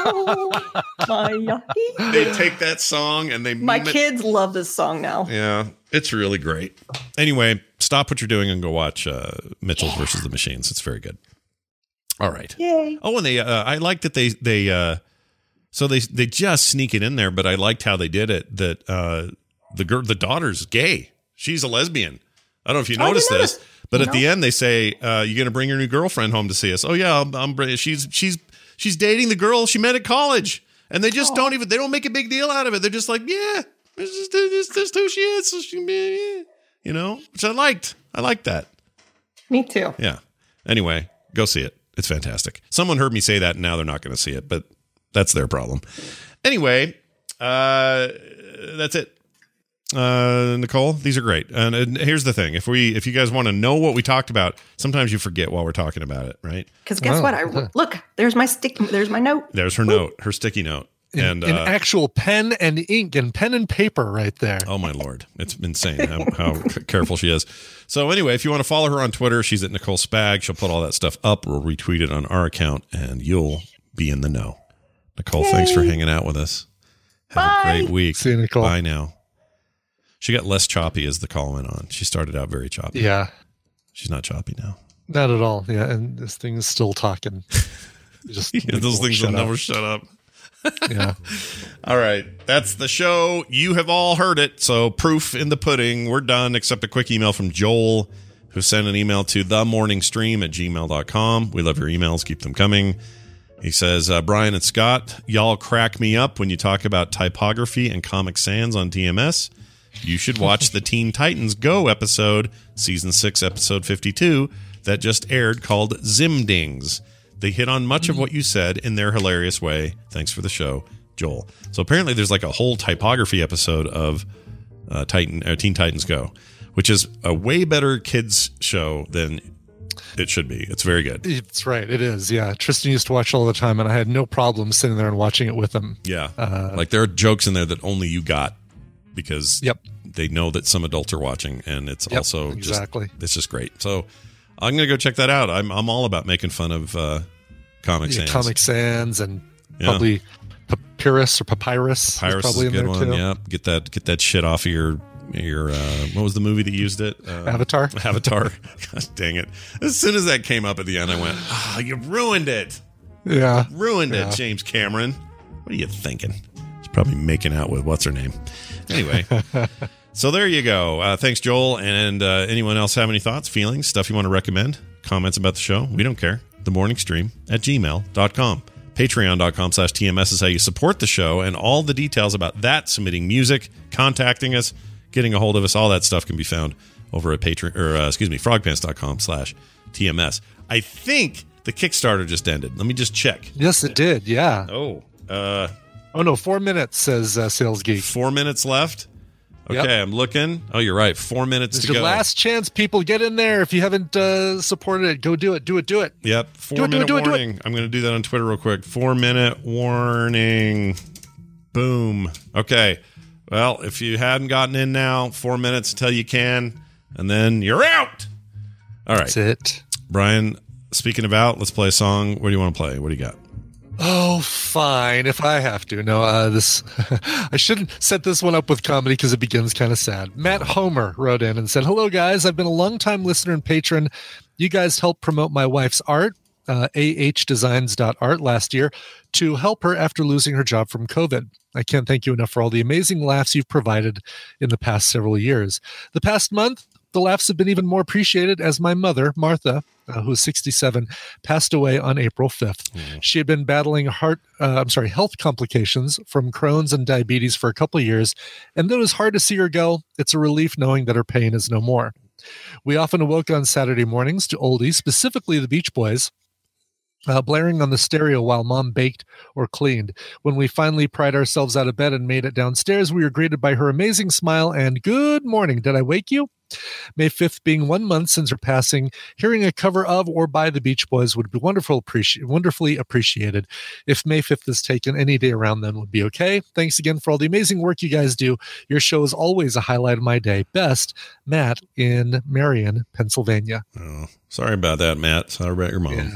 L: yaha.
B: [LAUGHS]
L: My yahi.
B: they take that song and they
L: My
B: meme it.
L: kids love this song now.
B: Yeah, it's really great. Anyway, stop what you're doing and go watch uh, Mitchell's versus the Machines. It's very good. All right.
L: Yay.
B: Oh, and they uh, I like that they they uh, so they they just sneak it in there, but I liked how they did it. That uh, the girl the daughter's gay. She's a lesbian. I don't know if you
L: Oh, I
B: noticed
L: didn't
B: this,
L: notice.
B: but at
L: No.
B: the end they say uh, you're going to bring your new girlfriend home to see us. Oh yeah, I'm, I'm bring- she's she's she's dating the girl she met at college, and they just
L: Oh.
B: don't even they don't make a big deal out of it. They're just like yeah, it's just it's just who she is. So she, yeah. You know, which I liked. I liked that.
L: Me too.
B: Yeah. Anyway, go see it. It's fantastic. Someone heard me say that and now they're not going to see it, but that's their problem. Anyway, uh that's it. Uh Nicole, these are great. And, and here's the thing. If we if you guys want to know what we talked about, sometimes you forget while we're talking about it, right?
L: Because guess what? I look. There's my stick. There's my note.
B: There's her note, her sticky note. And
C: an
B: uh,
C: actual pen and ink and pen and paper right there.
B: Oh my lord, it's insane how, how c- careful she is. So anyway, if you want to follow her on Twitter, she's at Nicole Spag. She'll put all that stuff up. We'll retweet it on our account, and you'll be in the know. Nicole, thanks for hanging out with us. Have a great week. See you, Nicole. Bye now. She got less choppy as the call went on. She started out very choppy.
C: Yeah.
B: she's not choppy now.
C: [LAUGHS] Not at all. Yeah, and this thing is
B: [LAUGHS]
C: still talking. Just
B: Yeah, those
C: won't
B: things
C: shut
B: will
C: up.
B: never shut up.
C: Yeah.
B: [LAUGHS] All right. That's the show. You have all heard it. So proof in the pudding. We're done, except a quick email from Joel, who sent an email to themorningstream at gmail.com. We love your emails. Keep them coming. He says, uh, Brian and Scott, y'all crack me up when you talk about typography and Comic Sans on TMS. You should watch the Teen Titans Go episode, season six, episode 52, that just aired called Zimdings. They hit on much of what you said in their hilarious way. Thanks for the show, Joel. So apparently, there's like a whole typography episode of uh, Titan uh, Teen Titans Go, which is a way better kids show than it should be. It's very good.
C: It's right. It is. Yeah. Tristan used to watch it all the time, and I had no problem sitting there and watching it with him.
B: Yeah.
C: Uh,
B: like there are jokes in there that only you got because
C: Yep.
B: they know that some adults are watching and it's
C: Yep,
B: also just-
C: exactly.
B: it's just great. So I'm going to go check that out. I'm, I'm all about making fun of uh, Comic
C: yeah,
B: Sans.
C: Comic Sans and
B: Yeah.
C: probably Papyrus or Papyrus.
B: Pirates
C: probably
B: is a
C: in
B: good
C: there
B: one.
C: too.
B: Yep. Get that get that shit off of your your uh, what was the movie that used it? Uh,
C: Avatar?
B: [LAUGHS] Avatar. God dang it. As soon as that came up at the end, I went, "Ah, you ruined it.
C: Yeah.
B: Ruined
C: Yeah.
B: it, James Cameron. What are you thinking? He's probably making out with what's her name.
C: [LAUGHS]
B: Anyway, so there you go. Uh, thanks, Joel. And uh, anyone else have any thoughts, feelings, stuff you want to recommend, comments about the show? We don't care. The morning stream at gmail.com. Patreon.com slash TMS is how you support the show. And all the details about that, submitting music, contacting us, getting a hold of us, all that stuff can be found over at Patreon, or uh, excuse me, frogpants.com slash TMS. I think the Kickstarter just ended. Let me just check.
C: Yes, it did. Yeah.
B: Oh. Uh,
C: oh no, four minutes says uh, Sales Geek.
B: Four minutes left. Okay,
C: Yep.
B: I'm looking. Oh, you're right. Four minutes
C: It's
B: to
C: your
B: go.
C: last chance, people. Get in there. If you haven't uh, supported it, go do it. Do it. Do it.
B: Yep. Four
C: Do it, do it,
B: minute
C: do it, do it.
B: warning. I'm going to do that on Twitter real quick. Four minute warning. Boom. Okay. Well, if you hadn't gotten in now, four minutes until you can, and then you're out. All right. That's
C: it.
B: Brian, speaking of out, let's play a song. What do you want to play? What do you got?
C: Oh, fine. If I have to. No, uh, this [LAUGHS] I shouldn't set this one up with comedy because it begins kind of sad. Matt Homer wrote in and said, "Hello, guys. I've been a longtime listener and patron. You guys helped promote my wife's art." Uh, ahdesigns.art last year to help her after losing her job from COVID. I can't thank you enough for all the amazing laughs you've provided in the past several years. The past month, the laughs have been even more appreciated as my mother, Martha, uh, who is 67, passed away on April 5th. She had been battling heart, uh, I'm sorry, health complications from Crohn's and diabetes for a couple of years, and though it was hard to see her go, it's a relief knowing that her pain is no more. We often awoke on Saturday mornings to oldies, specifically the Beach Boys, uh, blaring on the stereo while mom baked or cleaned. When we finally pried ourselves out of bed and made it downstairs, we were greeted by her amazing smile and good morning. Did I wake you? May 5th being one month since her passing, hearing a cover of or by the Beach Boys would be wonderful, appreci- wonderfully appreciated. If May 5th is taken, any day around then would be okay. Thanks again for all the amazing work you guys do. Your show is always a highlight of my day. Best, Matt in Marion, Pennsylvania.
B: Oh, sorry about that, Matt. Sorry about your mom.
C: Yeah.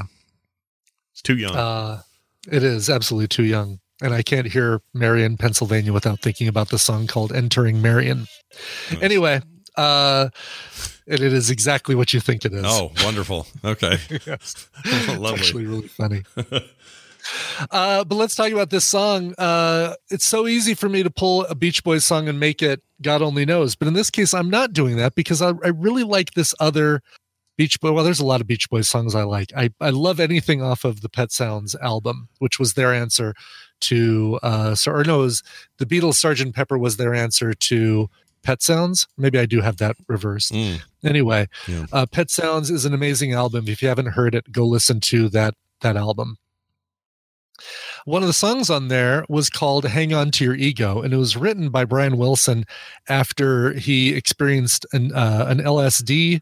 B: It's too young.
C: Uh, it is absolutely too young. And I can't hear Marion, Pennsylvania without thinking about the song called Entering Marion. Anyway, uh, and it is exactly what you think it is.
B: oh, wonderful.
C: [LAUGHS]
B: Okay. [LAUGHS] Lovely.
C: It's actually really funny. Uh, but let's talk about this song. Uh, it's so easy for me to pull a Beach Boys song and make it God only knows. But in this case, I'm not doing that because I, I really like this other Beach Boy. Well, there's a lot of Beach Boys songs I like. I, I love anything off of the Pet Sounds album, which was their answer to, uh, so, or no, it was the Beatles Sgt. Pepper was their answer to Pet Sounds. Maybe I do have that reversed.
B: Mm.
C: Anyway,
B: Yeah.
C: uh, Pet Sounds is an amazing album. If you haven't heard it, go listen to that that album. One of the songs on there was called "Hang On to Your Ego," and it was written by Brian Wilson after he experienced an uh, an LSD,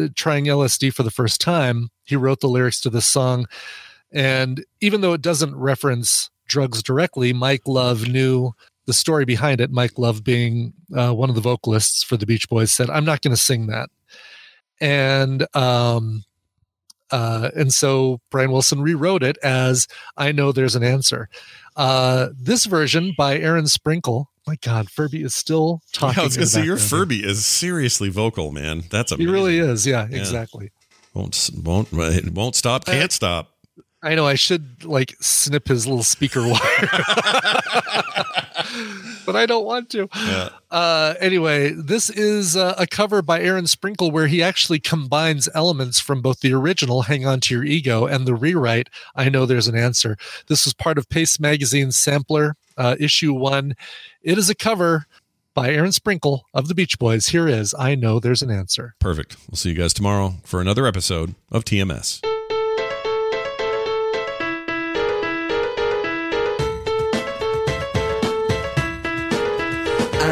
C: uh, trying LSD for the first time. He wrote the lyrics to this song, and even though it doesn't reference drugs directly, Mike Love knew the story behind it. Mike Love, being uh, one of the vocalists for the Beach Boys, said, "I'm not going to sing that." and um uh and so brian wilson rewrote it as i know there's an answer uh this version by aaron sprinkle my god furby is still talking
B: I was
C: in
B: gonna
C: the
B: say your
C: background.
B: Furby is seriously vocal, man. That's amazing.
C: he really is yeah, exactly
B: Won't s- won't it won't stop. Can't stop.
C: i know i should like snip his little speaker wire but i don't want to
B: Yeah.
C: uh anyway this is uh, a cover by aaron sprinkle where he actually combines elements from both the original hang on to your ego and the rewrite i know there's an answer this was part of pace magazine's sampler uh, issue one it is a cover by aaron sprinkle of the beach boys here is i know there's an answer
B: [LAUGHS] Perfect. We'll see you guys tomorrow for another episode of TMS.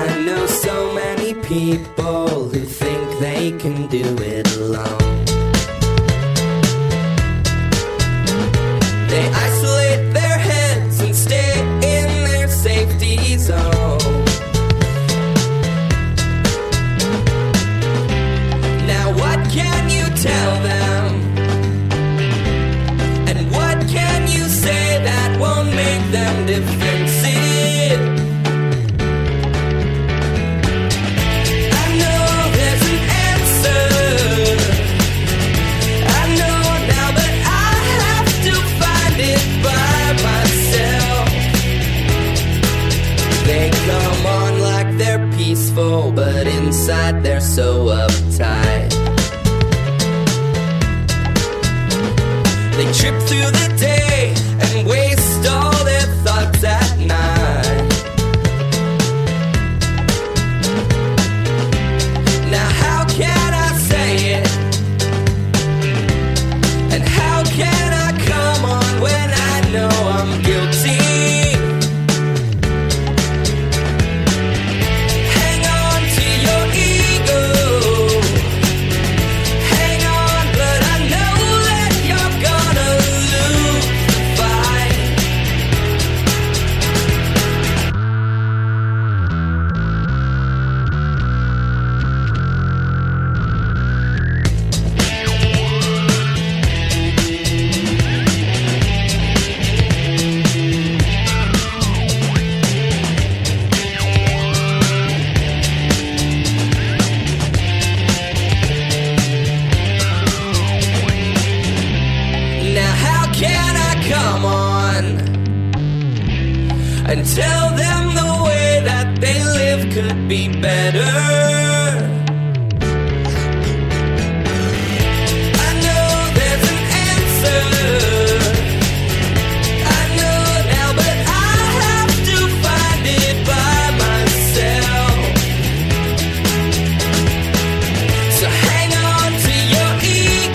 E: I know so many people who think they can do it alone. They isolate their heads and stay in their safety zone. Now, what can you tell them? And what can you say that won't make them defensive? I know there's an answer. I know now, but I have to find it by myself. They come on like they're peaceful, but inside they're so uptight. They trip through the day and waste all their thoughts at night. Now how can I say it? And how can I come on when I know I'm guilty? Hang on to your ego. Hang on, but I know that you're gonna lose the fight. Now, how can I come on and tell them the way that they live could be better? I know there's an answer. I know now, but I have to find it by myself. So hang on to your ego.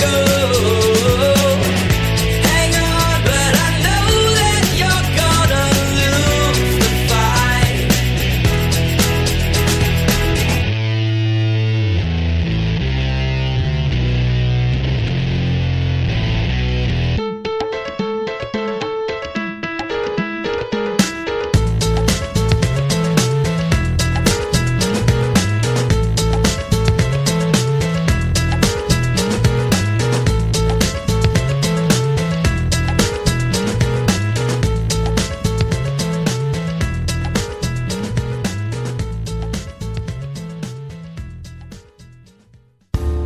E: Hang on,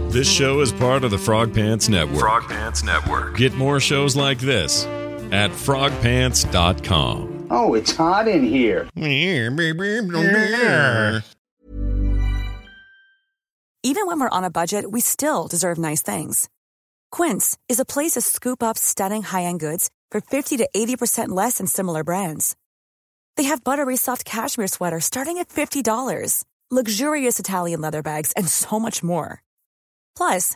B: This show is part of the Frog Pants Network.
F: Frog Pants Network.
B: Get more shows like this at frogpants.com.
S: Oh, it's hot in here.
A: Even when we're on a budget, we still deserve nice things. Quince is a place to scoop up stunning high end goods for 50 to 80% less than similar brands. They have buttery soft cashmere sweaters starting at $50, luxurious Italian leather bags, and so much more. Plus,